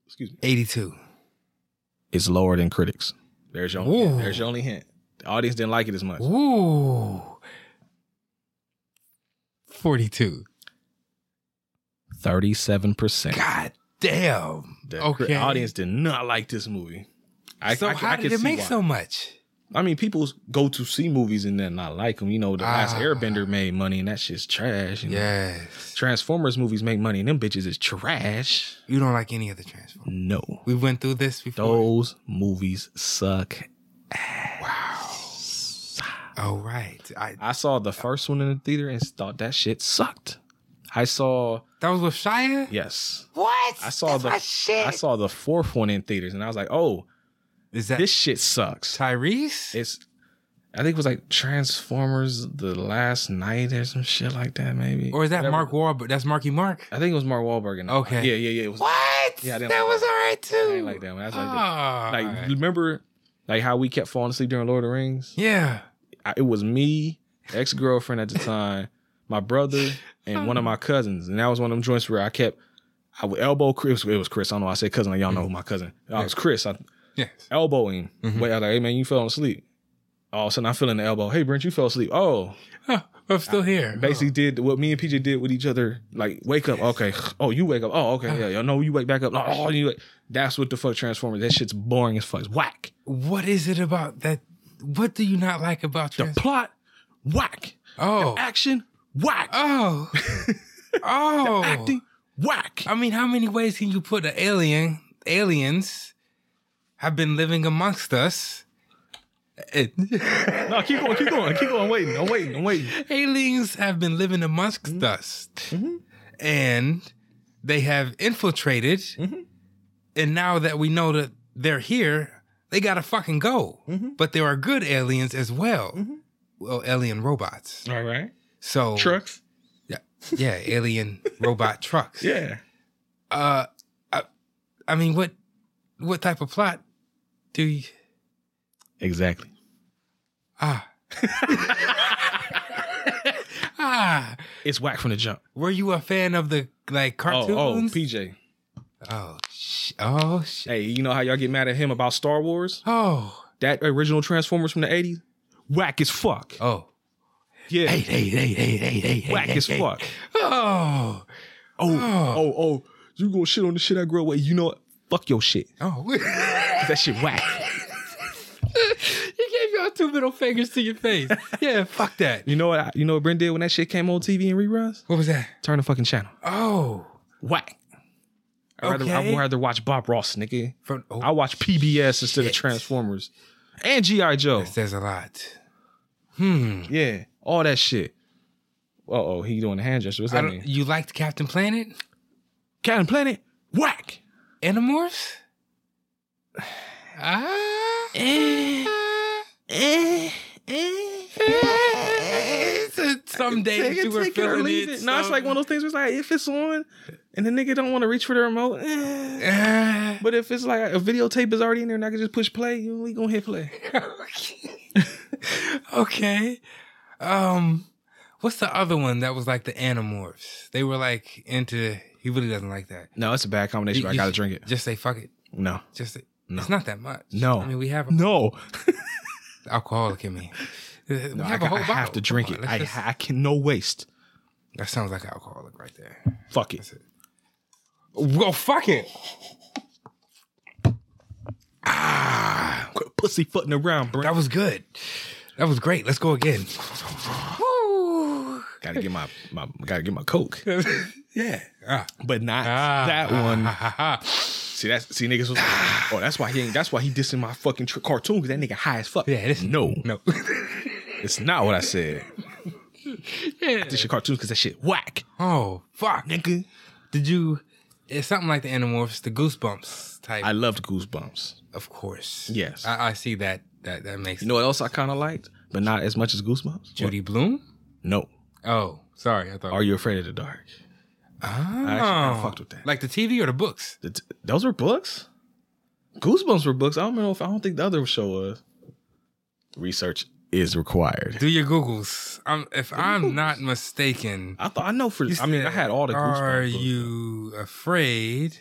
[SPEAKER 1] Excuse me.
[SPEAKER 2] 82.
[SPEAKER 1] It's lower than critics. There's your only,
[SPEAKER 2] Ooh.
[SPEAKER 1] hint. there's your only hint. The audience didn't like it as much.
[SPEAKER 2] Ooh. 42.
[SPEAKER 1] Thirty-seven percent.
[SPEAKER 2] God damn.
[SPEAKER 1] The cri-
[SPEAKER 2] okay.
[SPEAKER 1] audience did not like this movie. I,
[SPEAKER 2] so
[SPEAKER 1] I,
[SPEAKER 2] how
[SPEAKER 1] I
[SPEAKER 2] did
[SPEAKER 1] can
[SPEAKER 2] it
[SPEAKER 1] see
[SPEAKER 2] make
[SPEAKER 1] why.
[SPEAKER 2] so much?
[SPEAKER 1] I mean, people go to see movies and then not like them. You know, the last
[SPEAKER 2] Ah.
[SPEAKER 1] Airbender made money and that shit's trash. And
[SPEAKER 2] Yes.
[SPEAKER 1] Transformers movies make money and them bitches is trash.
[SPEAKER 2] You don't like any of the Transformers.
[SPEAKER 1] No,
[SPEAKER 2] We went through this before.
[SPEAKER 1] those movies suck.
[SPEAKER 2] Oh, right. I,
[SPEAKER 1] I saw the first one in the theater and thought that shit sucked. I saw
[SPEAKER 2] that was with Shia?
[SPEAKER 1] yes,
[SPEAKER 2] What?
[SPEAKER 1] I saw
[SPEAKER 2] That's
[SPEAKER 1] the
[SPEAKER 2] my shit.
[SPEAKER 1] I saw the fourth one in theaters and I was like, oh,
[SPEAKER 2] Is that
[SPEAKER 1] this shit sucks.
[SPEAKER 2] Tyrese?
[SPEAKER 1] it's I think it was like Transformers the last night or some shit like that, maybe.
[SPEAKER 2] or is that
[SPEAKER 1] Whatever.
[SPEAKER 2] Mark Wahlberg? That's Marky Mark?
[SPEAKER 1] I think it was Mark Wahlberg. And
[SPEAKER 2] Okay.
[SPEAKER 1] Yeah, yeah, yeah. It was
[SPEAKER 2] What?
[SPEAKER 1] Yeah, I didn't
[SPEAKER 2] that
[SPEAKER 1] like
[SPEAKER 2] was
[SPEAKER 1] that.
[SPEAKER 2] all right too.
[SPEAKER 1] I ain't like that one. That's like,
[SPEAKER 2] Ah.
[SPEAKER 1] like remember like how we kept falling asleep during Lord of the Rings?
[SPEAKER 2] yeah.
[SPEAKER 1] I, it was me, ex girlfriend at the time, my brother, and one of my cousins, and that was one of them joints where I kept. I would elbow Chris. It was Chris. I don't know. why I said cousin. Like, y'all know who my cousin. I was Chris. I
[SPEAKER 2] Yes.
[SPEAKER 1] elbowing.
[SPEAKER 2] Mhm.
[SPEAKER 1] Wait, I was like, hey man, you fell asleep. All of a sudden, I'm feeling the elbow. Hey, Brent, you fell asleep. Oh,
[SPEAKER 2] Huh, I'm still here.
[SPEAKER 1] basically did what me and PJ did with each other. Like wake up, okay. Oh, you wake up. Oh, okay. Yeah, yeah. No, you wake back up. Oh, you. Wake. That's what the fuck Transformers. That shit's boring as fuck. It's whack.
[SPEAKER 2] What is it about that? What do you not like about
[SPEAKER 1] The
[SPEAKER 2] Transformers?
[SPEAKER 1] plot, whack.
[SPEAKER 2] oh,
[SPEAKER 1] Action, whack.
[SPEAKER 2] oh, oh!
[SPEAKER 1] Acting, whack.
[SPEAKER 2] I mean, how many ways can you put an alien? Aliens have been living amongst us. It-
[SPEAKER 1] No, keep going, keep going, keep going. I'm waiting, I'm waiting, I'm waiting.
[SPEAKER 2] aliens have been living amongst us, and they have infiltrated. And now that we know that they're here, they gotta fucking go. But there are good aliens as well. Well, alien robots.
[SPEAKER 1] All right. Oh.
[SPEAKER 2] So
[SPEAKER 1] Trucks.
[SPEAKER 2] Yeah, alien robot trucks.
[SPEAKER 1] Yeah.
[SPEAKER 2] Uh, I, I mean, what what type of plot do you?
[SPEAKER 1] Exactly.
[SPEAKER 2] Ah. ah.
[SPEAKER 1] It's whack from the jump.
[SPEAKER 2] Were you a fan of the like
[SPEAKER 1] Oh, oh,
[SPEAKER 2] cartoons?
[SPEAKER 1] PJ.
[SPEAKER 2] oh, sh- oh, sh-
[SPEAKER 1] Hey, you know how y'all get mad at him about Star Wars?
[SPEAKER 2] oh,
[SPEAKER 1] That original Transformers from the 80s? Whack as fuck.
[SPEAKER 2] oh.
[SPEAKER 1] Yeah.
[SPEAKER 2] Hey, hey, hey, hey, hey, hey, hey,
[SPEAKER 1] whack
[SPEAKER 2] hey,
[SPEAKER 1] as
[SPEAKER 2] hey.
[SPEAKER 1] fuck.
[SPEAKER 2] Oh,
[SPEAKER 1] Oh,
[SPEAKER 2] Oh.
[SPEAKER 1] oh, oh, you gonna shit on the shit I grew up with. You know what? Fuck your shit.
[SPEAKER 2] oh.
[SPEAKER 1] That shit whack.
[SPEAKER 2] he gave y'all two middle fingers to your face. yeah, fuck that.
[SPEAKER 1] You know what? I, you know what Brent did when that shit came on TV and reruns?
[SPEAKER 2] What was that?
[SPEAKER 1] Turn the fucking channel.
[SPEAKER 2] Oh,
[SPEAKER 1] Whack. I'd rather,
[SPEAKER 2] Okay.
[SPEAKER 1] I'd rather watch Bob Ross, nigga.
[SPEAKER 2] from oh,
[SPEAKER 1] I watch PBS instead of
[SPEAKER 2] Shit.
[SPEAKER 1] Transformers. And G.I. Joe.
[SPEAKER 2] That says a lot. Hmm.
[SPEAKER 1] Yeah. All that shit. Uh oh, he doing the hand gesture. What's
[SPEAKER 2] I
[SPEAKER 1] that
[SPEAKER 2] don't,
[SPEAKER 1] mean?
[SPEAKER 2] you liked Captain Planet?
[SPEAKER 1] Captain Planet? Whack.
[SPEAKER 2] Animorphs? Ah.
[SPEAKER 1] Eh.
[SPEAKER 2] Some days you were feeling it.
[SPEAKER 1] No, it's like one of those things where it's like, if it's on and the nigga don't want to reach for the remote, eh.
[SPEAKER 2] Ah.
[SPEAKER 1] But if it's like a videotape is already in there and I can just push play, you- we gonna hit play.
[SPEAKER 2] okay. Um, what's the other one that was like the Animorphs? They were like into. He really doesn't like that.
[SPEAKER 1] No, it's a bad combination,
[SPEAKER 2] You-
[SPEAKER 1] but I
[SPEAKER 2] you
[SPEAKER 1] gotta
[SPEAKER 2] should
[SPEAKER 1] drink it.
[SPEAKER 2] Just say fuck it.
[SPEAKER 1] No.
[SPEAKER 2] Just say,
[SPEAKER 1] No.
[SPEAKER 2] it's not that much.
[SPEAKER 1] No.
[SPEAKER 2] I mean we have
[SPEAKER 1] No.
[SPEAKER 2] alcoholic in me. We
[SPEAKER 1] No, I,
[SPEAKER 2] have
[SPEAKER 1] ca-
[SPEAKER 2] a whole
[SPEAKER 1] I
[SPEAKER 2] bottle.
[SPEAKER 1] have to drink
[SPEAKER 2] Come
[SPEAKER 1] it.
[SPEAKER 2] on, let's
[SPEAKER 1] I,
[SPEAKER 2] just-
[SPEAKER 1] I can no waste.
[SPEAKER 2] That sounds like alcoholic right there.
[SPEAKER 1] Fuck it.
[SPEAKER 2] Well, fuck it. Ah,
[SPEAKER 1] Quit pussy footing around, bro.
[SPEAKER 2] that was good. That was great. Let's go again. Woo.
[SPEAKER 1] Gotta get my, my gotta get my coke.
[SPEAKER 2] yeah. Ah,
[SPEAKER 1] But not
[SPEAKER 2] ah,
[SPEAKER 1] that
[SPEAKER 2] ah,
[SPEAKER 1] one.
[SPEAKER 2] ah, ah, ah.
[SPEAKER 1] See that's see niggas was oh that's why he ain't that's why he dissing my fucking tr- cartoon because that nigga high as fuck.
[SPEAKER 2] Yeah, this-
[SPEAKER 1] no,
[SPEAKER 2] No.
[SPEAKER 1] it's not what I said. yeah. This your cartoon because that shit whack,
[SPEAKER 2] oh, fuck.
[SPEAKER 1] nigga.
[SPEAKER 2] Did you? It's something like the Animorphs, the Goosebumps type.
[SPEAKER 1] I loved Goosebumps.
[SPEAKER 2] of course.
[SPEAKER 1] Yes.
[SPEAKER 2] I, I see that. That that makes
[SPEAKER 1] You know what else I kind of liked, but not as much as Goosebumps?
[SPEAKER 2] Judy Bloom.
[SPEAKER 1] No.
[SPEAKER 2] Oh, sorry. I thought.
[SPEAKER 1] Are you afraid of the dark? I actually kinda
[SPEAKER 2] oh,
[SPEAKER 1] fucked with that.
[SPEAKER 2] like the TV or the books?
[SPEAKER 1] The t- those were books. Goosebumps were books. I don't know if I don't think the other show was. Research is required.
[SPEAKER 2] Do your Googles. I'm, if I'm not mistaken,
[SPEAKER 1] I thought I know for.
[SPEAKER 2] you
[SPEAKER 1] I mean, I
[SPEAKER 2] said,
[SPEAKER 1] had all the. Goosebumps
[SPEAKER 2] Are
[SPEAKER 1] books,
[SPEAKER 2] you afraid?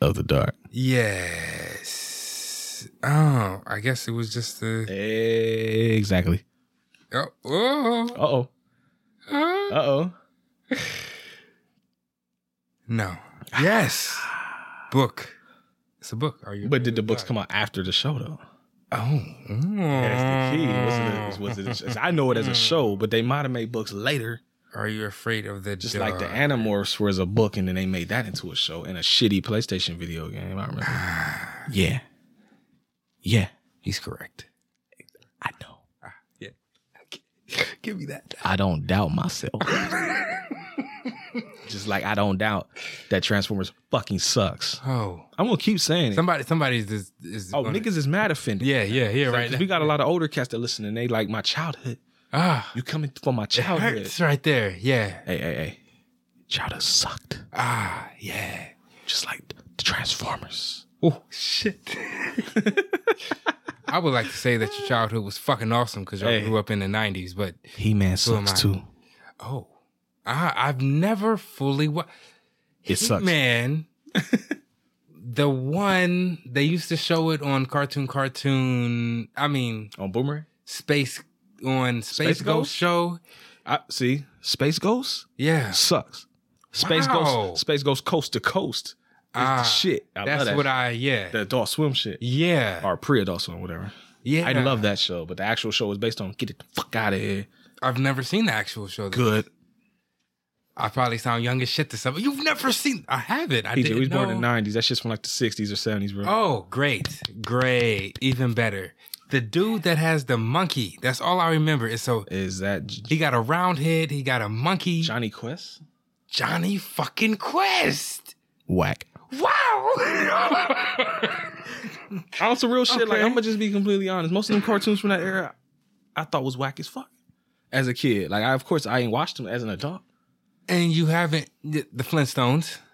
[SPEAKER 1] though. of the dark?
[SPEAKER 2] Yes. Oh, I guess it was just the.
[SPEAKER 1] Exactly.
[SPEAKER 2] Oh, oh,
[SPEAKER 1] Uh oh.
[SPEAKER 2] oh.
[SPEAKER 1] Uh oh.
[SPEAKER 2] no. Yes. book. It's a book. Are you?
[SPEAKER 1] But did the books come out after the show though?
[SPEAKER 2] Oh,
[SPEAKER 1] That's the key. Was it, was it, I know it as a show, but they might have made books later.
[SPEAKER 2] Mm. Are you afraid of the
[SPEAKER 1] Just like the
[SPEAKER 2] dark?
[SPEAKER 1] Animorphs was a book, and then they made that into a show and a shitty PlayStation video game. I remember. yeah. Yeah.
[SPEAKER 2] He's correct. Ah,
[SPEAKER 1] I know.
[SPEAKER 2] Give me that.
[SPEAKER 1] I don't doubt myself. Just like I don't doubt that Transformers fucking sucks.
[SPEAKER 2] Oh,
[SPEAKER 1] I'm gonna keep saying it.
[SPEAKER 2] somebody, somebody is. is
[SPEAKER 1] oh,
[SPEAKER 2] gonna-
[SPEAKER 1] niggas is mad offended.
[SPEAKER 2] Yeah, yeah, yeah.
[SPEAKER 1] It's like,
[SPEAKER 2] Right.
[SPEAKER 1] 'cause We got a lot of older cats that listen, and they like my childhood.
[SPEAKER 2] ah,
[SPEAKER 1] You coming for my
[SPEAKER 2] it
[SPEAKER 1] childhood?
[SPEAKER 2] hurts right there. Yeah.
[SPEAKER 1] Hey, hey, hey! Childhood sucked,
[SPEAKER 2] Ah, yeah.
[SPEAKER 1] just like the Transformers.
[SPEAKER 2] Oh shit. I would like to say that your childhood was fucking awesome because y'all
[SPEAKER 1] Hey.
[SPEAKER 2] grew up in the '90s, but
[SPEAKER 1] He Man
[SPEAKER 2] am
[SPEAKER 1] sucks
[SPEAKER 2] I?
[SPEAKER 1] too.
[SPEAKER 2] oh, I, I've never fully wa-
[SPEAKER 1] It sucks.
[SPEAKER 2] Man, the one they used to show it on Cartoon Cartoon. I mean,
[SPEAKER 1] On Boomerang,
[SPEAKER 2] Space on Space,
[SPEAKER 1] Space
[SPEAKER 2] Ghost
[SPEAKER 1] Ghost?
[SPEAKER 2] show.
[SPEAKER 1] I see Space Ghost
[SPEAKER 2] Yeah,
[SPEAKER 1] sucks. Space
[SPEAKER 2] Wow.
[SPEAKER 1] Ghost, Space Ghost, coast to coast. It's
[SPEAKER 2] Ah,
[SPEAKER 1] the shit. I
[SPEAKER 2] that's
[SPEAKER 1] love that
[SPEAKER 2] what
[SPEAKER 1] shit.
[SPEAKER 2] I. Yeah,
[SPEAKER 1] the Adult Swim shit.
[SPEAKER 2] yeah,
[SPEAKER 1] or pre-adult swim, whatever.
[SPEAKER 2] yeah.
[SPEAKER 1] I love that show, but the actual show was based on get the fuck out of here.
[SPEAKER 2] I've never seen the actual show.
[SPEAKER 1] Good.
[SPEAKER 2] I probably sound young as shit to somebody. You've never seen. I haven't. I
[SPEAKER 1] PJ,
[SPEAKER 2] didn't
[SPEAKER 1] we was
[SPEAKER 2] know.
[SPEAKER 1] born in the '90s. That shit's from like the '60s or '70s, bro.
[SPEAKER 2] Oh, great, great, even better. The dude that has the monkey. That's all I remember. Is so
[SPEAKER 1] Is that J-
[SPEAKER 2] he got a round head. He got a monkey.
[SPEAKER 1] Johnny Quest?
[SPEAKER 2] Johnny fucking Quest.
[SPEAKER 1] Whack.
[SPEAKER 2] Wow.
[SPEAKER 1] On some real shit, like
[SPEAKER 2] Okay.
[SPEAKER 1] I'm gonna just be completely honest. Most of them cartoons from that era, I thought was whack as fuck. As a kid, like I of course I ain't watched them as an adult.
[SPEAKER 2] and you haven't the the Flintstones.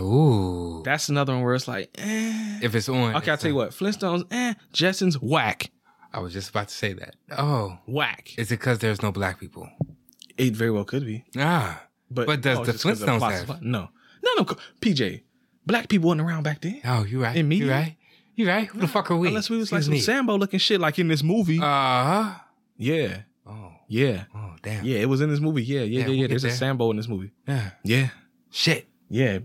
[SPEAKER 2] Ooh.
[SPEAKER 1] That's another one where it's like, eh.
[SPEAKER 2] if it's on.
[SPEAKER 1] Okay, I'll tell you what. Flintstones, eh. Jetsons, whack,
[SPEAKER 2] I was just about to say that. Oh.
[SPEAKER 1] whack.
[SPEAKER 2] Is it because there's no black people?
[SPEAKER 1] It very well could be.
[SPEAKER 2] Ah.
[SPEAKER 1] But, oh,
[SPEAKER 2] But does
[SPEAKER 1] it's
[SPEAKER 2] the
[SPEAKER 1] just 'cause
[SPEAKER 2] Flintstones
[SPEAKER 1] plot's
[SPEAKER 2] have-
[SPEAKER 1] fun. No. No, no. co- PJ, black people weren't around back then.
[SPEAKER 2] Oh, you right.
[SPEAKER 1] In
[SPEAKER 2] You
[SPEAKER 1] media?
[SPEAKER 2] right. You right. Who the fuck are we?
[SPEAKER 1] Unless we was like
[SPEAKER 2] Excuse
[SPEAKER 1] some Sambo looking shit like in this movie.
[SPEAKER 2] me. Uh huh.
[SPEAKER 1] yeah.
[SPEAKER 2] Oh.
[SPEAKER 1] Yeah.
[SPEAKER 2] Oh damn.
[SPEAKER 1] Yeah, it was in this movie. Yeah, yeah,
[SPEAKER 2] Yeah,
[SPEAKER 1] yeah,
[SPEAKER 2] we'll
[SPEAKER 1] yeah.
[SPEAKER 2] get
[SPEAKER 1] There's
[SPEAKER 2] there.
[SPEAKER 1] a Sambo in this movie.
[SPEAKER 2] Yeah. Uh,
[SPEAKER 1] Yeah.
[SPEAKER 2] Shit.
[SPEAKER 1] Yeah.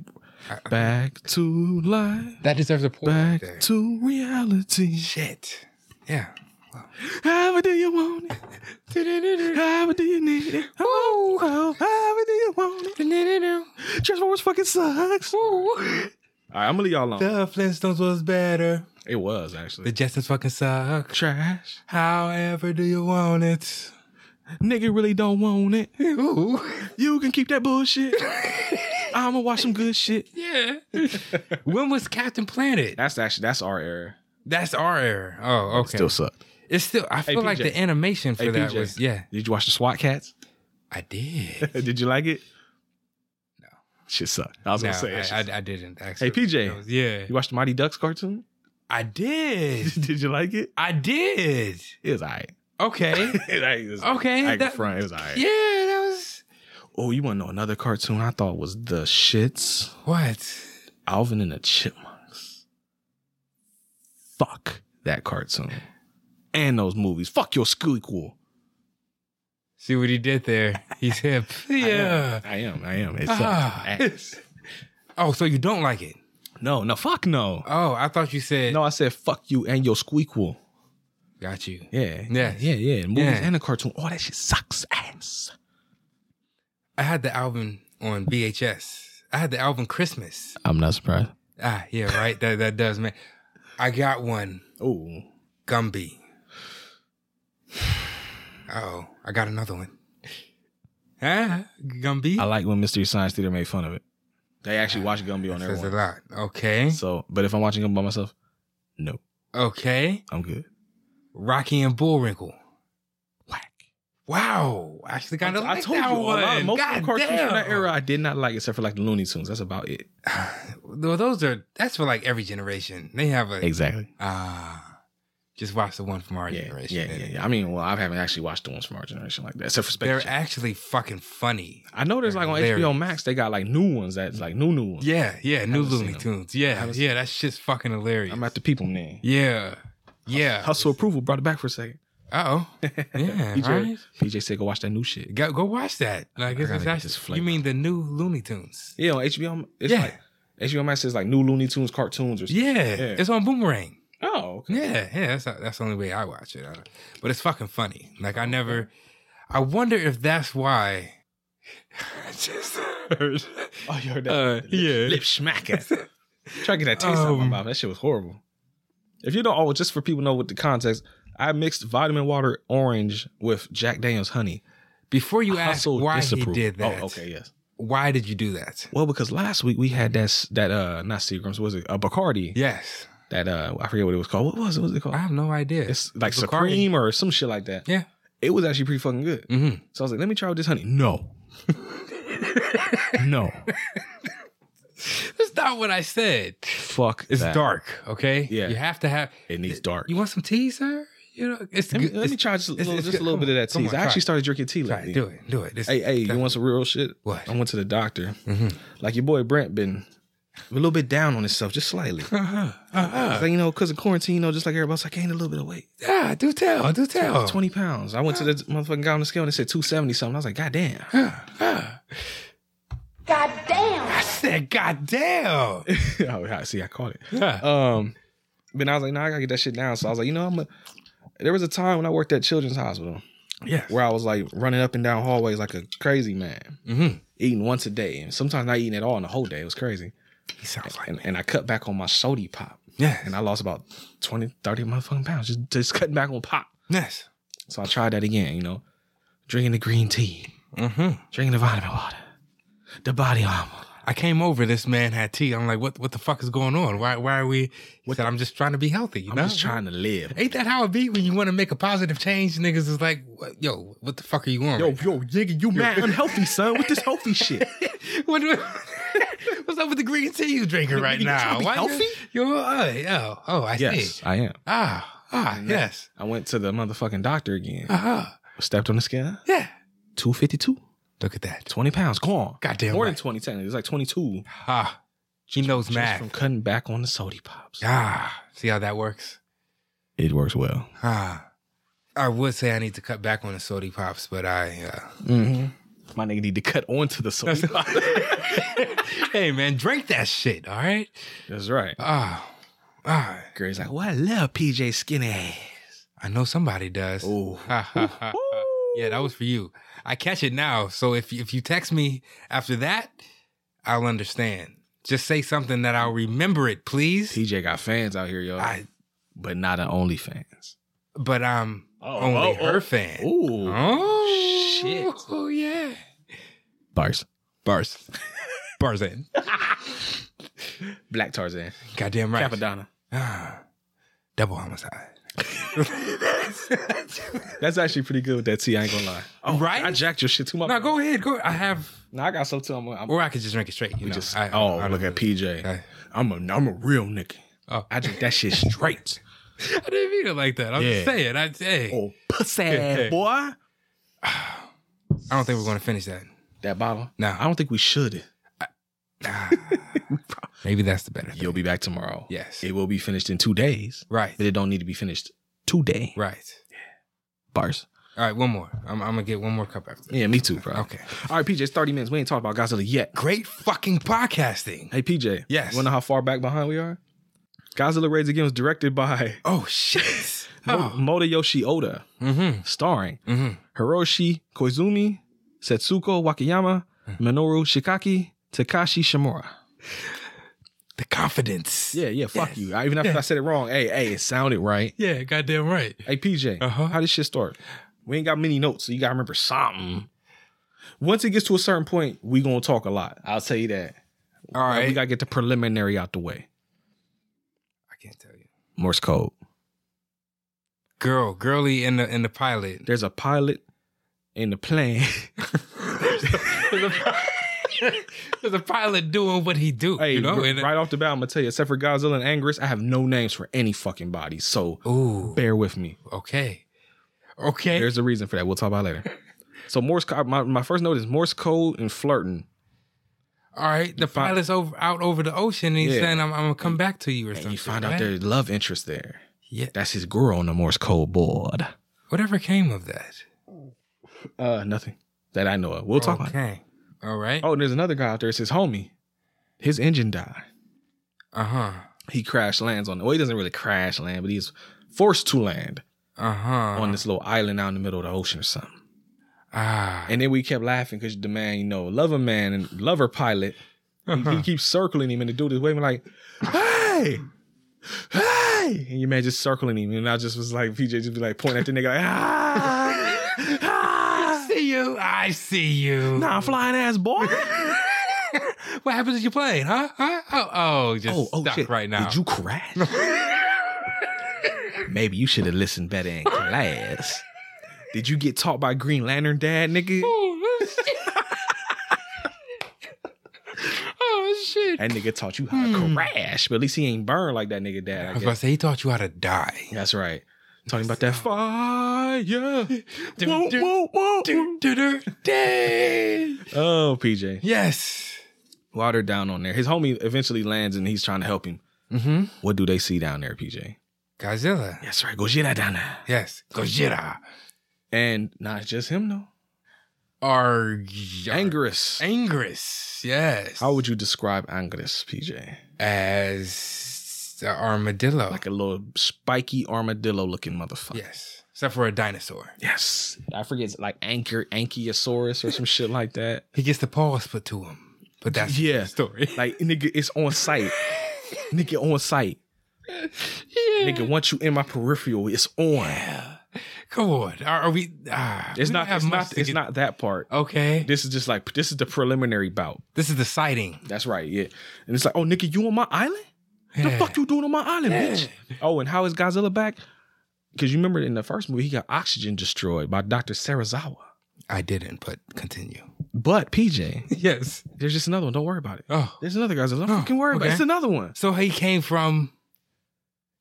[SPEAKER 1] Back to life.
[SPEAKER 2] That deserves a point.
[SPEAKER 1] Back
[SPEAKER 2] there.
[SPEAKER 1] to reality.
[SPEAKER 2] Shit. Yeah.
[SPEAKER 1] However do you want it? However do you need it? Oh, oh, however do you want it? Transformers fucking sucks. All right, I'm gonna leave y'all alone.
[SPEAKER 2] The Flintstones was better.
[SPEAKER 1] It was
[SPEAKER 2] The
[SPEAKER 1] actually
[SPEAKER 2] Jetsons fucking suck.
[SPEAKER 1] trash.
[SPEAKER 2] However, do you want it?
[SPEAKER 1] Nigga really don't want it.
[SPEAKER 2] Ooh.
[SPEAKER 1] You can keep that bullshit. I'ma watch some good shit.
[SPEAKER 2] Yeah. when was Captain Planet?
[SPEAKER 1] That's actually that's our era.
[SPEAKER 2] That's our era. Oh, okay.
[SPEAKER 1] sucked.
[SPEAKER 2] it's still. I feel like
[SPEAKER 1] PJ.
[SPEAKER 2] the animation for
[SPEAKER 1] Hey,
[SPEAKER 2] that
[SPEAKER 1] PJ.
[SPEAKER 2] was. Yeah,
[SPEAKER 1] Did you watch the SWAT Cats?
[SPEAKER 2] I did.
[SPEAKER 1] Did you like it? No. Shit sucked. I was
[SPEAKER 2] no,
[SPEAKER 1] gonna say. that shit
[SPEAKER 2] I,
[SPEAKER 1] sucked.
[SPEAKER 2] I, I didn't. Actually.
[SPEAKER 1] PJ.
[SPEAKER 2] That was- yeah,
[SPEAKER 1] you watched the Mighty Ducks cartoon?
[SPEAKER 2] I did.
[SPEAKER 1] Did you like it?
[SPEAKER 2] I did.
[SPEAKER 1] It was alright.
[SPEAKER 2] Okay.
[SPEAKER 1] it ain't- it was,
[SPEAKER 2] Okay,
[SPEAKER 1] I ain't
[SPEAKER 2] Oh, that-
[SPEAKER 1] front. It was alright.
[SPEAKER 2] yeah, that was
[SPEAKER 1] Oh, you wanna know another cartoon I thought was the shits?
[SPEAKER 2] what.
[SPEAKER 1] Alvin and the Chipmunks. Fuck that cartoon. And those movies. Fuck your squeakquel.
[SPEAKER 2] See what he did there. He's hip. yeah.
[SPEAKER 1] I am. I am. It's
[SPEAKER 2] Ah. Oh, so you don't like it?
[SPEAKER 1] No, no, fuck no.
[SPEAKER 2] Oh, I thought you said.
[SPEAKER 1] No, I said fuck you and your squeakquel.
[SPEAKER 2] Got you.
[SPEAKER 1] Yeah.
[SPEAKER 2] Yeah.
[SPEAKER 1] Yeah, yeah. Movies
[SPEAKER 2] Yeah.
[SPEAKER 1] and a cartoon. Oh, that shit sucks ass.
[SPEAKER 2] I had the album on VHS. I had the album Christmas.
[SPEAKER 1] I'm not surprised.
[SPEAKER 2] Ah, yeah, right. that that does, man. I got one
[SPEAKER 1] Oh.
[SPEAKER 2] Gumby. Oh, I got another one. Huh? Gumby.
[SPEAKER 1] I like when Mystery Science Theater made fun of it. They actually watch Gumby on their
[SPEAKER 2] Says a
[SPEAKER 1] one.
[SPEAKER 2] lot. Okay.
[SPEAKER 1] So, but if I'm watching Gumby by myself, no,
[SPEAKER 2] Okay.
[SPEAKER 1] I'm good.
[SPEAKER 2] Rocky and Bullwinkle.
[SPEAKER 1] Whack.
[SPEAKER 2] Wow, I actually kind of
[SPEAKER 1] I
[SPEAKER 2] like
[SPEAKER 1] told
[SPEAKER 2] that
[SPEAKER 1] you
[SPEAKER 2] one.
[SPEAKER 1] a lot, most of
[SPEAKER 2] God
[SPEAKER 1] the cartoons
[SPEAKER 2] damn.
[SPEAKER 1] from that era I did not like except for like the Looney Tunes. That's about it.
[SPEAKER 2] Well, those are that's for like every generation. They have a
[SPEAKER 1] Exactly.
[SPEAKER 2] ah. just watch the one from our
[SPEAKER 1] Yeah,
[SPEAKER 2] generation.
[SPEAKER 1] yeah, yeah, yeah. I mean, well, I haven't actually watched the ones from our generation like that, except for Space
[SPEAKER 2] They're
[SPEAKER 1] Jam.
[SPEAKER 2] actually fucking funny.
[SPEAKER 1] I know there's
[SPEAKER 2] they're
[SPEAKER 1] like on HBO
[SPEAKER 2] hilarious.
[SPEAKER 1] Max they got like new ones that's like new new ones.
[SPEAKER 2] Yeah, yeah, new
[SPEAKER 1] haven't seen
[SPEAKER 2] Looney
[SPEAKER 1] them.
[SPEAKER 2] Tunes. Yeah,
[SPEAKER 1] haven't
[SPEAKER 2] yeah, that shit's fucking hilarious.
[SPEAKER 1] I'm at the people man.
[SPEAKER 2] yeah, yeah.
[SPEAKER 1] Hustle approval brought it back for a second.
[SPEAKER 2] Uh oh. Yeah,
[SPEAKER 1] PJ,
[SPEAKER 2] right.
[SPEAKER 1] PJ said go watch that new shit.
[SPEAKER 2] Go, go watch that. Like,
[SPEAKER 1] I
[SPEAKER 2] it's,
[SPEAKER 1] gotta
[SPEAKER 2] it's
[SPEAKER 1] get
[SPEAKER 2] actually-
[SPEAKER 1] this
[SPEAKER 2] you
[SPEAKER 1] flavor.
[SPEAKER 2] mean the new Looney Tunes?
[SPEAKER 1] Yeah, on HBO, it's
[SPEAKER 2] Yeah.
[SPEAKER 1] like HBO Max says like new Looney Tunes cartoons or something.
[SPEAKER 2] Yeah, it's on Boomerang.
[SPEAKER 1] Oh, okay.
[SPEAKER 2] Yeah, yeah. That's that's the only way I watch it. I don't- But it's fucking funny. Like I never. I wonder if that's why. I just heard.
[SPEAKER 1] Oh, you heard that?
[SPEAKER 2] Uh, yeah.
[SPEAKER 1] Lip smacking. Try to get that taste out of my
[SPEAKER 2] Um,
[SPEAKER 1] mouth. That shit was horrible. If you don't, oh, just for people to know what the context, I mixed vitamin water orange with Jack Daniels honey.
[SPEAKER 2] Before you ask
[SPEAKER 1] Hustle
[SPEAKER 2] why
[SPEAKER 1] disapprove.
[SPEAKER 2] he did that,
[SPEAKER 1] Oh, okay, yes.
[SPEAKER 2] Why did you do that?
[SPEAKER 1] Well, because last week we had that s- that uh not Seagrams, was it a Bacardi?
[SPEAKER 2] Yes,
[SPEAKER 1] That uh I forget what it was called. What was it? What was it called?
[SPEAKER 2] I have no idea.
[SPEAKER 1] It's like
[SPEAKER 2] Bacardi.
[SPEAKER 1] Supreme or some shit like that.
[SPEAKER 2] Yeah.
[SPEAKER 1] It was actually pretty fucking good.
[SPEAKER 2] hmm
[SPEAKER 1] So I was like, let me try with this honey. No. no.
[SPEAKER 2] That's not what I said.
[SPEAKER 1] Fuck.
[SPEAKER 2] It's
[SPEAKER 1] that.
[SPEAKER 2] dark. Okay.
[SPEAKER 1] Yeah.
[SPEAKER 2] You have to have.
[SPEAKER 1] It needs dark.
[SPEAKER 2] You want some tea, sir? You know, it's
[SPEAKER 1] Let me,
[SPEAKER 2] good.
[SPEAKER 1] let
[SPEAKER 2] it's-
[SPEAKER 1] me try just a
[SPEAKER 2] it's-
[SPEAKER 1] little,
[SPEAKER 2] it's
[SPEAKER 1] just
[SPEAKER 2] good.
[SPEAKER 1] a little
[SPEAKER 2] Come
[SPEAKER 1] bit of that
[SPEAKER 2] on,
[SPEAKER 1] tea.
[SPEAKER 2] come
[SPEAKER 1] I
[SPEAKER 2] on,
[SPEAKER 1] actually
[SPEAKER 2] try
[SPEAKER 1] started drinking tea
[SPEAKER 2] Try it.
[SPEAKER 1] lately.
[SPEAKER 2] Do it. Do it. It's-
[SPEAKER 1] Hey, hey, you want some real shit?
[SPEAKER 2] What?
[SPEAKER 1] I went to the doctor.
[SPEAKER 2] Mhm.
[SPEAKER 1] Like your boy Brent been a little bit down on himself, just slightly.
[SPEAKER 2] Uh-huh. Uh-huh.
[SPEAKER 1] It's like, you know, because of quarantine, you know, just like everybody else, I gained a little bit of weight.
[SPEAKER 2] yeah, do tell. Do tell.
[SPEAKER 1] 20 pounds. I went to the motherfucking guy on the scale and it said 270 something. I was like, Oh, God damn.
[SPEAKER 5] God damn.
[SPEAKER 2] Uh-huh. I said, God damn.
[SPEAKER 1] oh, I see, I caught it.
[SPEAKER 2] Yeah.
[SPEAKER 1] Um, but I was like, no, nah, I gotta get that shit down. So I was like, you know, I'm. A, there was a time when I worked at Children's Hospital
[SPEAKER 2] Yes.
[SPEAKER 1] where I was like running up and down hallways like a crazy man,
[SPEAKER 2] Mhm.
[SPEAKER 1] eating once a day, and sometimes not eating at all in the whole day. It was crazy.
[SPEAKER 2] He sounds like
[SPEAKER 1] And, and I cut back on my sody pop,
[SPEAKER 2] Yes.
[SPEAKER 1] and I lost about 20, 30 motherfucking pounds just, just cutting back on pop.
[SPEAKER 2] Yes.
[SPEAKER 1] So I tried that again, you know, drinking the green tea,
[SPEAKER 2] Mm-hmm.
[SPEAKER 1] drinking the vitamin water, the body armor.
[SPEAKER 2] I came over. This man had tea. I'm like, what? What the fuck is going on? Why? Why are we? He said, I'm just trying to be healthy. You
[SPEAKER 1] I'm
[SPEAKER 2] know?
[SPEAKER 1] just trying to live.
[SPEAKER 2] Ain't that how it be when you want to make a positive change? Niggas is like, what, yo, what the fuck are you on?
[SPEAKER 1] Yo,
[SPEAKER 2] right
[SPEAKER 1] yo, nigga, you mad unhealthy, son? With this healthy shit?
[SPEAKER 2] now? What do- what's up with the green tea you drinking right
[SPEAKER 1] you trying to
[SPEAKER 2] now?
[SPEAKER 1] be healthy?
[SPEAKER 2] Yo, oh, yeah. oh, I
[SPEAKER 1] Yes,
[SPEAKER 2] see.
[SPEAKER 1] I am.
[SPEAKER 2] Ah, ah, yes.
[SPEAKER 1] I went to the motherfucking doctor again.
[SPEAKER 2] Uh-huh.
[SPEAKER 1] Stepped on the scale.
[SPEAKER 2] Yeah.
[SPEAKER 1] 252.
[SPEAKER 2] Look at that.
[SPEAKER 1] 20 pounds. Gone.
[SPEAKER 2] Goddamn
[SPEAKER 1] More
[SPEAKER 2] right.
[SPEAKER 1] than 20 technically. It's like 22.
[SPEAKER 2] Ha. He knows
[SPEAKER 1] Just from
[SPEAKER 2] math.
[SPEAKER 1] cutting back on the sody pops.
[SPEAKER 2] Ah, see how that works?
[SPEAKER 1] It works well.
[SPEAKER 2] Ah. I would say I need to cut back on the sody pops, but I. Uh,
[SPEAKER 1] Mm-hmm. My nigga need to cut onto the sody pops.
[SPEAKER 2] hey, man, drink that shit, all right?
[SPEAKER 1] That's right.
[SPEAKER 2] Ah, ah.
[SPEAKER 1] Gray's like, well, I love PJ skinny ass.
[SPEAKER 2] I know somebody does.
[SPEAKER 1] Ooh.
[SPEAKER 2] Ha, ha, ha, ha. yeah, that was for you. I catch it now. So if if you text me after that, I'll understand. Just say something that I'll remember it, please.
[SPEAKER 1] PJ got fans out here, yo.
[SPEAKER 2] I,
[SPEAKER 1] but not an OnlyFans.
[SPEAKER 2] but I'm
[SPEAKER 1] Oh,
[SPEAKER 2] only
[SPEAKER 1] oh,
[SPEAKER 2] her
[SPEAKER 1] oh.
[SPEAKER 2] fan.
[SPEAKER 1] Ooh.
[SPEAKER 2] Oh
[SPEAKER 1] Shit.
[SPEAKER 2] Oh yeah.
[SPEAKER 1] Bars.
[SPEAKER 2] Bars. Bars in.
[SPEAKER 1] Black Tarzan.
[SPEAKER 2] Goddamn right.
[SPEAKER 1] Capadonna.
[SPEAKER 2] Ah, double homicide.
[SPEAKER 1] That's actually pretty good with that tea. I ain't gonna lie. Oh,
[SPEAKER 2] Right?
[SPEAKER 1] I jacked your shit too much.
[SPEAKER 2] no, go ahead. Go. I have,
[SPEAKER 1] No, I got some too. I'm, I'm
[SPEAKER 2] or I could just drink it straight. You
[SPEAKER 1] We
[SPEAKER 2] know.
[SPEAKER 1] just
[SPEAKER 2] I,
[SPEAKER 1] oh
[SPEAKER 2] I don't
[SPEAKER 1] look at PJ.
[SPEAKER 2] Okay.
[SPEAKER 1] I'm a I'm a real nigga.
[SPEAKER 2] Oh.
[SPEAKER 1] I drink that shit straight.
[SPEAKER 2] I didn't mean it like that. I'm
[SPEAKER 1] Yeah.
[SPEAKER 2] just saying. I, hey,
[SPEAKER 1] oh pussy
[SPEAKER 2] Yeah.
[SPEAKER 1] boy.
[SPEAKER 2] I don't think we're going to finish that.
[SPEAKER 1] That bottle.
[SPEAKER 2] No.
[SPEAKER 1] I don't think we should.
[SPEAKER 2] Ah, maybe that's the better thing.
[SPEAKER 1] You'll be back tomorrow.
[SPEAKER 2] Yes.
[SPEAKER 1] It will be finished in two days,
[SPEAKER 2] Right.
[SPEAKER 1] but it don't need to be finished today.
[SPEAKER 2] Right.
[SPEAKER 1] Bars.
[SPEAKER 2] All right. One more. I'm, I'm gonna get one more cup after. This.
[SPEAKER 1] Yeah, me too, bro.
[SPEAKER 2] Okay.
[SPEAKER 1] All right, PJ. It's thirty minutes. We ain't talked about Godzilla yet.
[SPEAKER 2] Great fucking podcasting.
[SPEAKER 1] Hey, PJ.
[SPEAKER 2] Yes.
[SPEAKER 1] You wanna know how far back behind we are? Godzilla Raids Again was directed by
[SPEAKER 2] Oh shit.
[SPEAKER 1] Mo-
[SPEAKER 2] Oh.
[SPEAKER 1] Motoyoshi Oda,
[SPEAKER 2] Mm-hmm.
[SPEAKER 1] starring
[SPEAKER 2] Mm-hmm.
[SPEAKER 1] Hiroshi Koizumi, Setsuko Wakayama, Minoru Shikaki, Takashi Shimura.
[SPEAKER 2] The confidence.
[SPEAKER 1] Yeah, yeah, fuck
[SPEAKER 2] Yes.
[SPEAKER 1] you. I, even if I said it wrong, hey, hey, it sounded right.
[SPEAKER 2] Yeah. Goddamn right.
[SPEAKER 1] Hey, PJ,
[SPEAKER 2] Uh-huh.
[SPEAKER 1] how this shit start? We ain't got many notes, so you gotta remember something. Once it gets to a certain point, we gonna talk a lot. I'll tell you that.
[SPEAKER 2] All right.
[SPEAKER 1] Uh, We gotta get the preliminary out the way.
[SPEAKER 2] I can't tell you.
[SPEAKER 1] Morse code.
[SPEAKER 2] Girl, girly in the in the pilot.
[SPEAKER 1] There's a pilot in the plane.
[SPEAKER 2] There's a pilot doing what he do,
[SPEAKER 1] hey,
[SPEAKER 2] you know?
[SPEAKER 1] r-
[SPEAKER 2] and-
[SPEAKER 1] right off the bat, I'm gonna tell you, except for Godzilla and Angus, I have no names for any fucking body. So
[SPEAKER 2] Ooh,
[SPEAKER 1] bear with me.
[SPEAKER 2] okay. Okay.
[SPEAKER 1] There's a reason for that. We'll talk about it later. So Morse code. My, my first note is Morse code and flirting.
[SPEAKER 2] All right. The
[SPEAKER 1] fi-
[SPEAKER 2] pilot's over out over the ocean and he's
[SPEAKER 1] Yeah.
[SPEAKER 2] saying, I'm, I'm going to come back to you or
[SPEAKER 1] And
[SPEAKER 2] something.
[SPEAKER 1] you find out
[SPEAKER 2] right?
[SPEAKER 1] there's love interest there.
[SPEAKER 2] Yeah.
[SPEAKER 1] That's his girl on the Morse code board.
[SPEAKER 2] Whatever came of that.
[SPEAKER 1] Uh, nothing that I know of. We'll talk about it.
[SPEAKER 2] Okay. All right.
[SPEAKER 1] Oh, and there's another guy out there. It's his homie. His engine died.
[SPEAKER 2] Uh huh.
[SPEAKER 1] He crash lands on. Well, he doesn't really crash land, but he's forced to land
[SPEAKER 2] Uh huh.
[SPEAKER 1] on this little island out in the middle of the ocean or something.
[SPEAKER 2] Ah.
[SPEAKER 1] And then we kept laughing because the man, you know, lover man and lover pilot, he, he keeps circling him, and the dude is waving like, "Hey, hey!" And your man just circling him, and I just was like, PJ just be like pointing at the nigga like, "Ah, ah,
[SPEAKER 2] see you. I see you.
[SPEAKER 1] nah, flying ass boy."
[SPEAKER 2] What happens to your plane, huh? Huh? Oh, oh just
[SPEAKER 1] oh, oh
[SPEAKER 2] stuck
[SPEAKER 1] shit!
[SPEAKER 2] right now.
[SPEAKER 1] Did you crash? Maybe you should have listened better in class. Did you get taught by Green Lantern Dad, nigga?
[SPEAKER 2] oh, shit. oh, shit. Hmm.
[SPEAKER 1] That nigga taught you how to crash, but at least he ain't burned like that nigga dad.
[SPEAKER 2] I
[SPEAKER 1] I
[SPEAKER 2] was
[SPEAKER 1] guess.
[SPEAKER 2] about to say, he taught you how to die.
[SPEAKER 1] That's right. Talking about that fire. Whoa,
[SPEAKER 2] do-
[SPEAKER 1] whoa, whoa.
[SPEAKER 2] Day.
[SPEAKER 1] Oh, PJ.
[SPEAKER 2] Yes.
[SPEAKER 1] Water down on there. His homie eventually lands and he's trying to help him.
[SPEAKER 2] Mm-hmm.
[SPEAKER 1] What do they see down there, PJ?
[SPEAKER 2] Godzilla.
[SPEAKER 1] That's right. Gojira down there.
[SPEAKER 2] Yes. Gojira.
[SPEAKER 1] And not just him, though.
[SPEAKER 2] Arg.
[SPEAKER 1] Angerus.
[SPEAKER 2] Angrus. Yes.
[SPEAKER 1] How would you describe Angerus, PJ?
[SPEAKER 2] As the armadillo.
[SPEAKER 1] Like a little spiky armadillo looking motherfucker.
[SPEAKER 2] yes. Except for a dinosaur.
[SPEAKER 1] Yes. I forget, it's like Anchor, Ankylosaurus or some shit like that.
[SPEAKER 2] He gets the paws put to him. But that's
[SPEAKER 1] Yeah.
[SPEAKER 2] the story.
[SPEAKER 1] Like, nigga, it's on site. nigga, on site.
[SPEAKER 2] yeah.
[SPEAKER 1] Nigga, once you in my peripheral, it's on.
[SPEAKER 2] Come on. Are, are we? Ah,
[SPEAKER 1] It's
[SPEAKER 2] we
[SPEAKER 1] not.
[SPEAKER 2] don't have
[SPEAKER 1] It's
[SPEAKER 2] much
[SPEAKER 1] not.
[SPEAKER 2] to
[SPEAKER 1] It's
[SPEAKER 2] get-
[SPEAKER 1] not that part.
[SPEAKER 2] Okay.
[SPEAKER 1] This is just like this is the preliminary bout.
[SPEAKER 2] This is the sighting.
[SPEAKER 1] That's right. Yeah. And it's like, oh, nigga, you on my island? The
[SPEAKER 2] Yeah.
[SPEAKER 1] fuck you doing on my island,
[SPEAKER 2] Yeah.
[SPEAKER 1] bitch? Oh, and how is Godzilla back? Because you remember in the first movie, he got oxygen destroyed by Doctor Sarazawa.
[SPEAKER 2] I didn't, but continue.
[SPEAKER 1] But PJ,
[SPEAKER 2] Yes.
[SPEAKER 1] there's just another one. Don't worry about it.
[SPEAKER 2] Oh.
[SPEAKER 1] There's another Godzilla. Don't
[SPEAKER 2] Oh,
[SPEAKER 1] fucking worry about it.
[SPEAKER 2] okay.
[SPEAKER 1] It's another one.
[SPEAKER 2] So he came from.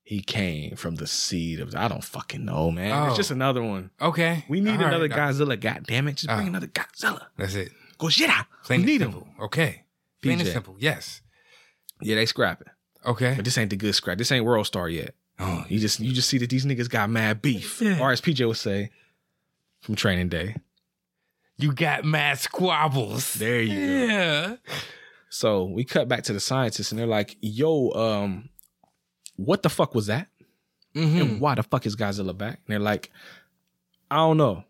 [SPEAKER 1] He came from the seed of. I don't fucking know, man.
[SPEAKER 2] Oh.
[SPEAKER 1] It's just another one.
[SPEAKER 2] Okay.
[SPEAKER 1] We need
[SPEAKER 2] All right.
[SPEAKER 1] another
[SPEAKER 2] Uh,
[SPEAKER 1] Godzilla. God damn it! Just bring
[SPEAKER 2] Oh.
[SPEAKER 1] another Godzilla.
[SPEAKER 2] That's it.
[SPEAKER 1] Gojira.
[SPEAKER 2] Plain
[SPEAKER 1] We
[SPEAKER 2] and
[SPEAKER 1] need him.
[SPEAKER 2] simple. Okay. Plain and
[SPEAKER 1] PJ.
[SPEAKER 2] simple. Yes.
[SPEAKER 1] Yeah, they scrapping.
[SPEAKER 2] Okay.
[SPEAKER 1] But this ain't the good scrap. This ain't World Star yet.
[SPEAKER 2] Oh,
[SPEAKER 1] You just you just see that these niggas got mad beef.
[SPEAKER 2] Yeah.
[SPEAKER 1] Or as PJ would say from training day.
[SPEAKER 2] you got mad squabbles.
[SPEAKER 1] There you go.
[SPEAKER 2] Yeah.
[SPEAKER 1] So we cut back to the scientists and they're like, yo, um, what the fuck was that? And
[SPEAKER 2] Mhm.
[SPEAKER 1] why the fuck is Godzilla back? And they're like, I don't know.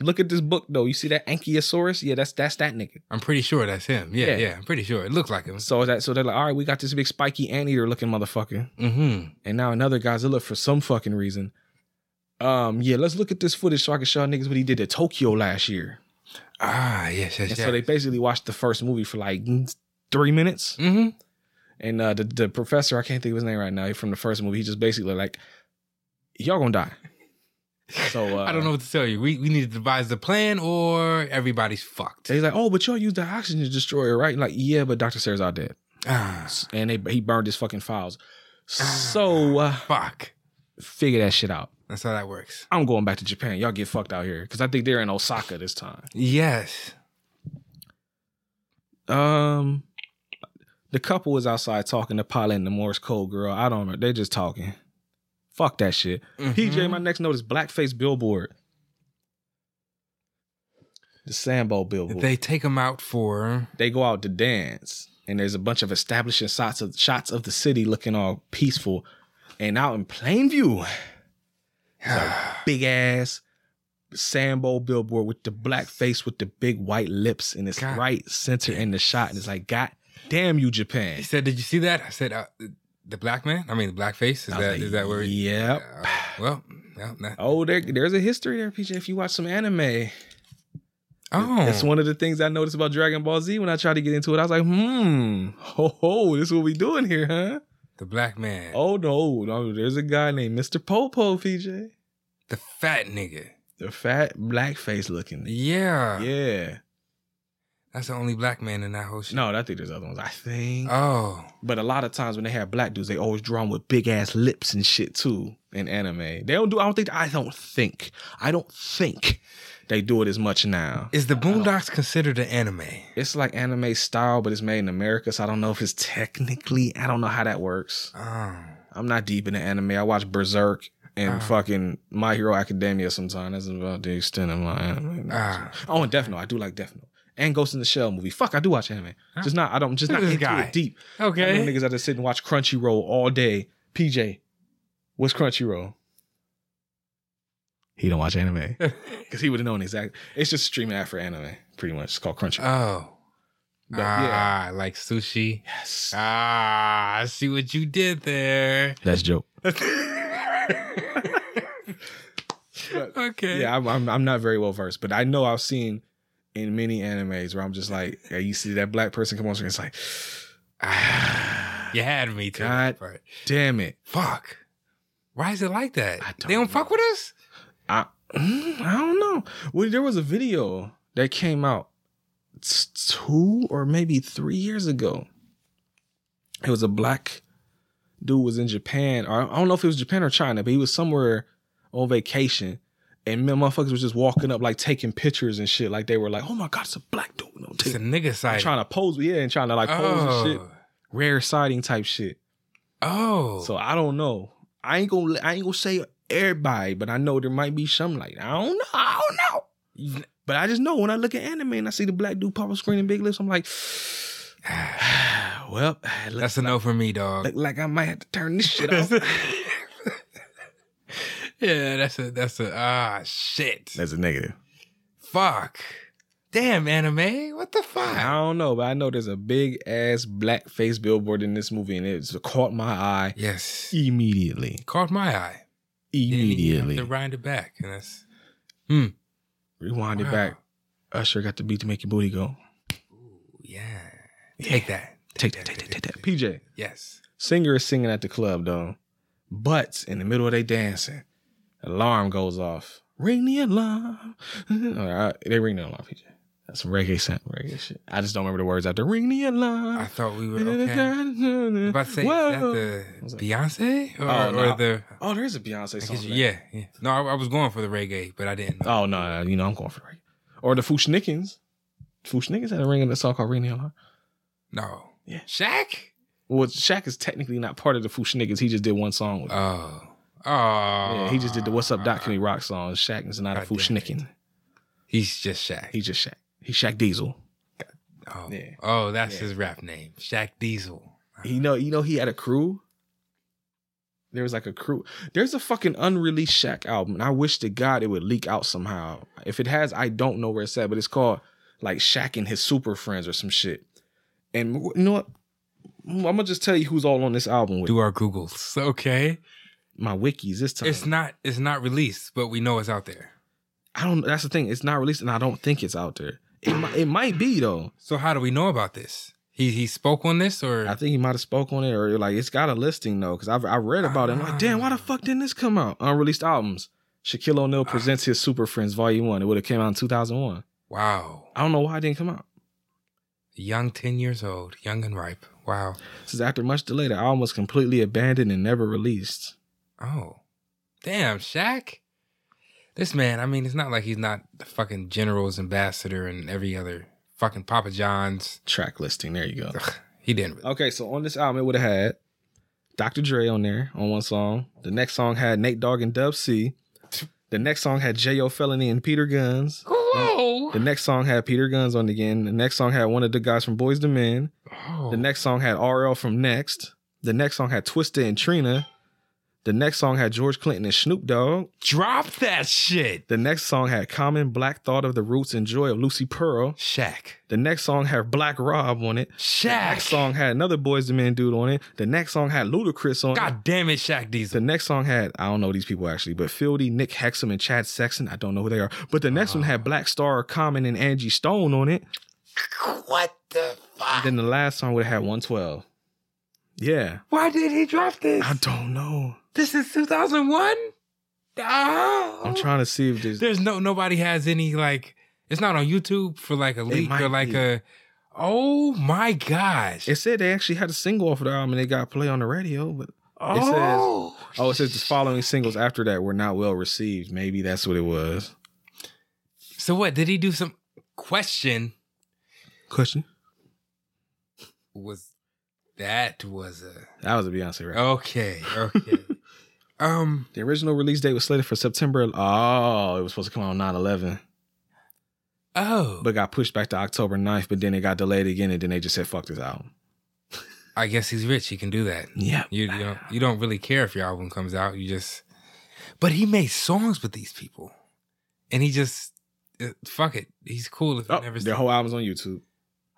[SPEAKER 1] Look at this book though. You see that Ankylosaurus? Yeah, that's that's that nigga.
[SPEAKER 2] I'm pretty sure that's him. Yeah,
[SPEAKER 1] Yeah.
[SPEAKER 2] yeah. I'm pretty sure. It looked like him.
[SPEAKER 1] So that so they're like, all right, we got this big spiky anteater looking motherfucker.
[SPEAKER 2] Mm-hmm.
[SPEAKER 1] and now another Godzilla for some fucking reason. Um, yeah, let's look at this footage so I can show niggas what he did to Tokyo last year.
[SPEAKER 2] Ah, yes, yes,
[SPEAKER 1] And
[SPEAKER 2] yes.
[SPEAKER 1] so they basically watched the first movie for like three minutes.
[SPEAKER 2] mm-hmm.
[SPEAKER 1] And uh, the, the professor, I can't think of his name right now, he from the first movie, he just basically like, y'all gonna die. So uh,
[SPEAKER 2] I don't know what to tell you. We we need to devise the plan, or everybody's fucked.
[SPEAKER 1] so he's like, oh, but y'all used the oxygen destroyer, right? Like, yeah, but Dr. Sarah's out dead.
[SPEAKER 2] Ah,
[SPEAKER 1] And they, he burned his fucking files. So uh,
[SPEAKER 2] fuck.
[SPEAKER 1] figure that shit out.
[SPEAKER 2] That's how that works.
[SPEAKER 1] I'm going back to Japan. Y'all get fucked out here. Cause I think they're in Osaka this time.
[SPEAKER 2] Yes.
[SPEAKER 1] Um, the couple was outside talking to Paula and the Morse code girl. I don't know. They just talking. Fuck that shit. PJ, my next note is blackface billboard. The Sambo billboard. They,
[SPEAKER 2] They take him out for
[SPEAKER 1] go out to dance, and there's a bunch of establishing shots of shots of the city looking all peaceful, and out in plain view, big ass Sambo billboard with the black face with the big white lips, and it's
[SPEAKER 2] God.
[SPEAKER 1] right center in the shot, and it's like, God damn you, Japan.
[SPEAKER 2] He said, "Did you see that?" I said, uh, "The black man." I mean, the black face. Is
[SPEAKER 1] I was
[SPEAKER 2] that is
[SPEAKER 1] like,
[SPEAKER 2] that where? He,
[SPEAKER 1] Yep.
[SPEAKER 2] uh, well, no, not,
[SPEAKER 1] Oh, there, there's a history there, PJ. If you watch some anime,
[SPEAKER 2] oh,
[SPEAKER 1] that's Uh, one of the things I noticed about Dragon Ball Z when I tried to get into it. I was like, hmm, ho, ho this is what we doing here, huh?
[SPEAKER 2] the black man,
[SPEAKER 1] Oh no, no, there's a guy named Mr. Popo, PJ.
[SPEAKER 2] the fat nigga.
[SPEAKER 1] The fat black face looking.
[SPEAKER 2] Yeah.
[SPEAKER 1] Yeah.
[SPEAKER 2] That's the only black man in that whole shit.
[SPEAKER 1] No, I think there's other ones. I think.
[SPEAKER 2] Oh.
[SPEAKER 1] But a lot of times when they have black dudes, they always draw 'em with big ass lips and shit too in anime. They don't do. I don't think. I don't think. I don't think they do it as much now.
[SPEAKER 2] Is the Boondocks considered an anime?
[SPEAKER 1] It's like anime style, but it's made in America, so I don't know if it's technically. I don't know how that works.
[SPEAKER 2] Oh.
[SPEAKER 1] I'm not deep into anime. I watch Berserk and
[SPEAKER 2] Uh.
[SPEAKER 1] fucking My Hero Academia sometimes. That's about the extent of my anime. knowledge.
[SPEAKER 2] Ah.
[SPEAKER 1] Oh, and Death Note. I do like Death Note. And Ghost in the Shell movie. Fuck, I do watch anime. Just not. I don't. Just
[SPEAKER 2] Look
[SPEAKER 1] not
[SPEAKER 2] at this
[SPEAKER 1] into
[SPEAKER 2] guy.
[SPEAKER 1] it deep. I know
[SPEAKER 2] Okay.
[SPEAKER 1] niggas out there sit and watch Crunchyroll all day. PJ, what's Crunchyroll? He don't watch anime because he would have known exactly. It's just a streaming app for anime, pretty much. It's called Crunchyroll.
[SPEAKER 2] Oh.
[SPEAKER 1] But yeah,
[SPEAKER 2] Ah, like sushi.
[SPEAKER 1] yes,
[SPEAKER 2] Ah, I see what you did there.
[SPEAKER 1] that's joke.
[SPEAKER 2] okay.
[SPEAKER 1] Yeah, I'm, I'm I'm not very well versed, but I know I've seen in many animes where I'm just like, yeah, you see that black person come on screen, it's like,
[SPEAKER 2] Ah, you had me too.
[SPEAKER 1] God.
[SPEAKER 2] But
[SPEAKER 1] damn it,
[SPEAKER 2] fuck. Why is it like that?
[SPEAKER 1] I don't
[SPEAKER 2] they don't
[SPEAKER 1] know.
[SPEAKER 2] fuck with us?
[SPEAKER 1] I mm, I don't know. Well, there was a video that came out t- two or maybe three years ago. It was a black dude was in Japan, or I don't know if it was Japan or China, but he was somewhere on vacation, and me motherfuckers was just walking up like taking pictures and shit. Like they were like, "Oh my god, it's a black dude!" No,
[SPEAKER 2] It's a
[SPEAKER 1] take-
[SPEAKER 2] nigga site.
[SPEAKER 1] trying to pose, yeah, and trying to like pose and shit.
[SPEAKER 2] oh.
[SPEAKER 1] Rare sighting type shit.
[SPEAKER 2] Oh.
[SPEAKER 1] So I don't know. I ain't gonna I ain't gonna say everybody, but I know there might be some like I don't know. I don't know.
[SPEAKER 2] You-
[SPEAKER 1] But I just know when I look at anime and I see the black dude pop up screen and big lips, I'm like, well, it looks
[SPEAKER 2] That's a no for me, dog.
[SPEAKER 1] look like I might have to turn this shit off.
[SPEAKER 2] yeah, that's a that's a ah shit.
[SPEAKER 1] That's a negative.
[SPEAKER 2] Fuck. Damn anime. What the
[SPEAKER 1] I
[SPEAKER 2] fuck?
[SPEAKER 1] don't know, but I know there's a big ass black face billboard in this movie, and it's caught my eye
[SPEAKER 2] Yes.
[SPEAKER 1] immediately.
[SPEAKER 2] Caught my eye.
[SPEAKER 1] Immediately.
[SPEAKER 2] To round it back. And that's
[SPEAKER 1] Rewind
[SPEAKER 2] wow.
[SPEAKER 1] it back. Usher got the beat to make your booty go.
[SPEAKER 2] Yeah. Take that.
[SPEAKER 1] Take that, take that, take that. PJ.
[SPEAKER 2] Yes.
[SPEAKER 1] Singer is singing at the club though, but in the middle of they dancing, alarm goes off. Ring the alarm. All right, they ring the alarm. PJ. That's some reggae sound, reggae shit. I just don't remember the words after. Ring the
[SPEAKER 2] I
[SPEAKER 1] alarm.
[SPEAKER 2] thought we were okay. I'm about to say,
[SPEAKER 1] Whoa.
[SPEAKER 2] is
[SPEAKER 1] What's that?
[SPEAKER 2] that the Beyonce or,
[SPEAKER 1] Oh,
[SPEAKER 2] or
[SPEAKER 1] no.
[SPEAKER 2] the?
[SPEAKER 1] oh, there's a Beyonce
[SPEAKER 2] I
[SPEAKER 1] song.
[SPEAKER 2] guess,
[SPEAKER 1] for that.
[SPEAKER 2] yeah, yeah. No, I, I was going for the reggae, but I didn't.
[SPEAKER 1] Oh no, no, you know I'm going for the reggae. Or the Fushnikins. Fushnikins had a ring in the song called Ring the Alarm.
[SPEAKER 2] no.
[SPEAKER 1] Yeah.
[SPEAKER 2] Shaq.
[SPEAKER 1] Well, Shaq is technically not part of the Fushnikins. He just did one song with.
[SPEAKER 2] Oh. Oh.
[SPEAKER 1] yeah, he just did the What's Up Doc Can We Rock song. Shaq is not a
[SPEAKER 2] uh, God damn it.
[SPEAKER 1] Fushnikin.
[SPEAKER 2] He's just Shaq.
[SPEAKER 1] He just Shaq. He Shaq Diesel.
[SPEAKER 2] oh.
[SPEAKER 1] Yeah.
[SPEAKER 2] Oh, that's
[SPEAKER 1] Yeah.
[SPEAKER 2] his rap name, Shaq Diesel.
[SPEAKER 1] You know, you know, he had a crew. There was like a crew. There's a fucking unreleased Shaq album, and I wish to God it would leak out somehow. If it has, I don't know where it's at, but it's called like Shaq and his super friends or some shit. And you know what? I'm gonna just tell you who's all on this album with
[SPEAKER 2] Do our Googles, okay?
[SPEAKER 1] my wikis this time.
[SPEAKER 2] It's not. It's not released, but we know it's out there.
[SPEAKER 1] I don't. That's the thing. It's not released, and I don't think it's out there. It might, it might be though.
[SPEAKER 2] So how do we know about this? He he spoke on this, or
[SPEAKER 1] I think he might have spoke on it, or like it's got a listing though, because I've I read about it. I'm like, damn, why the fuck didn't this come out? Unreleased albums. Shaquille O'Neal presents his Super Friends Volume One. It would have came out in 2001.
[SPEAKER 2] wow,
[SPEAKER 1] I don't know why it didn't come out.
[SPEAKER 2] young, ten years old, young and ripe. Wow.
[SPEAKER 1] This is after much delay. The album was completely abandoned and never released.
[SPEAKER 2] Oh, damn, Shaq. This man. I mean, it's not like he's not the fucking general's ambassador and every other fucking Papa John's.
[SPEAKER 1] Track listing. There you go.
[SPEAKER 2] He didn't. Really.
[SPEAKER 1] Okay, so on this album, it would have had Dr. Dre on there on one song. The next song had Nate Dogg and Dub C. The next song had J.O. Felony and Peter Guns.
[SPEAKER 2] Whoa.
[SPEAKER 1] The next song had Peter Guns on again. The next song had one of the guys from Boys to Men.
[SPEAKER 2] Oh.
[SPEAKER 1] The next song had RL from Next. The next song had Twista and Trina. The next song had George Clinton and Snoop Dogg.
[SPEAKER 2] Drop that shit,
[SPEAKER 1] The next song had Common, Black Thought of the Roots, and Joy of Lucy Pearl.
[SPEAKER 2] Shaq.
[SPEAKER 1] The next song had Black Rob on it. The
[SPEAKER 2] Shaq.
[SPEAKER 1] next song had another Boys the Men dude on it. The next song had Ludacris on it.
[SPEAKER 2] God damn it, Shaq Diesel.
[SPEAKER 1] The next song had, I don't know these people actually, but Fieldy, Nick Hexum, and Chad Sexton. I don't know who they are. But the next one
[SPEAKER 2] Uh-huh.
[SPEAKER 1] had Black Star, Common, and Angie Stone on it.
[SPEAKER 2] What the fuck?
[SPEAKER 1] Then the last song would have had 112. Yeah.
[SPEAKER 2] Why did he drop this?
[SPEAKER 1] I don't know.
[SPEAKER 2] This is 2001? Ah!
[SPEAKER 1] I'm trying to see if there's.
[SPEAKER 2] There's no nobody has any like it's not on YouTube for like a leak
[SPEAKER 1] might
[SPEAKER 2] or like
[SPEAKER 1] be.
[SPEAKER 2] a oh my gosh.
[SPEAKER 1] It said they actually had a single off of the album and it got play on the radio, but
[SPEAKER 2] oh.
[SPEAKER 1] oh, it says the following singles after that were not well received. Maybe that's what it was.
[SPEAKER 2] so what did he do some question
[SPEAKER 1] Question.
[SPEAKER 2] was that was a
[SPEAKER 1] That was a Beyonce
[SPEAKER 2] Oh.
[SPEAKER 1] record.
[SPEAKER 2] okay okay um
[SPEAKER 1] The original release date was slated for September. Oh, it was supposed to come out on 9 11,
[SPEAKER 2] oh
[SPEAKER 1] but got pushed back to October 9th, but then it got delayed again, and then they just said, fuck this album.
[SPEAKER 2] I guess he's rich he can do that
[SPEAKER 1] Yeah.
[SPEAKER 2] you, you don't you don't really care if your album comes out you just but he made songs with these people and he just uh, fuck it he's cool if
[SPEAKER 1] Oh,
[SPEAKER 2] you never
[SPEAKER 1] their
[SPEAKER 2] see
[SPEAKER 1] whole album's on YouTube,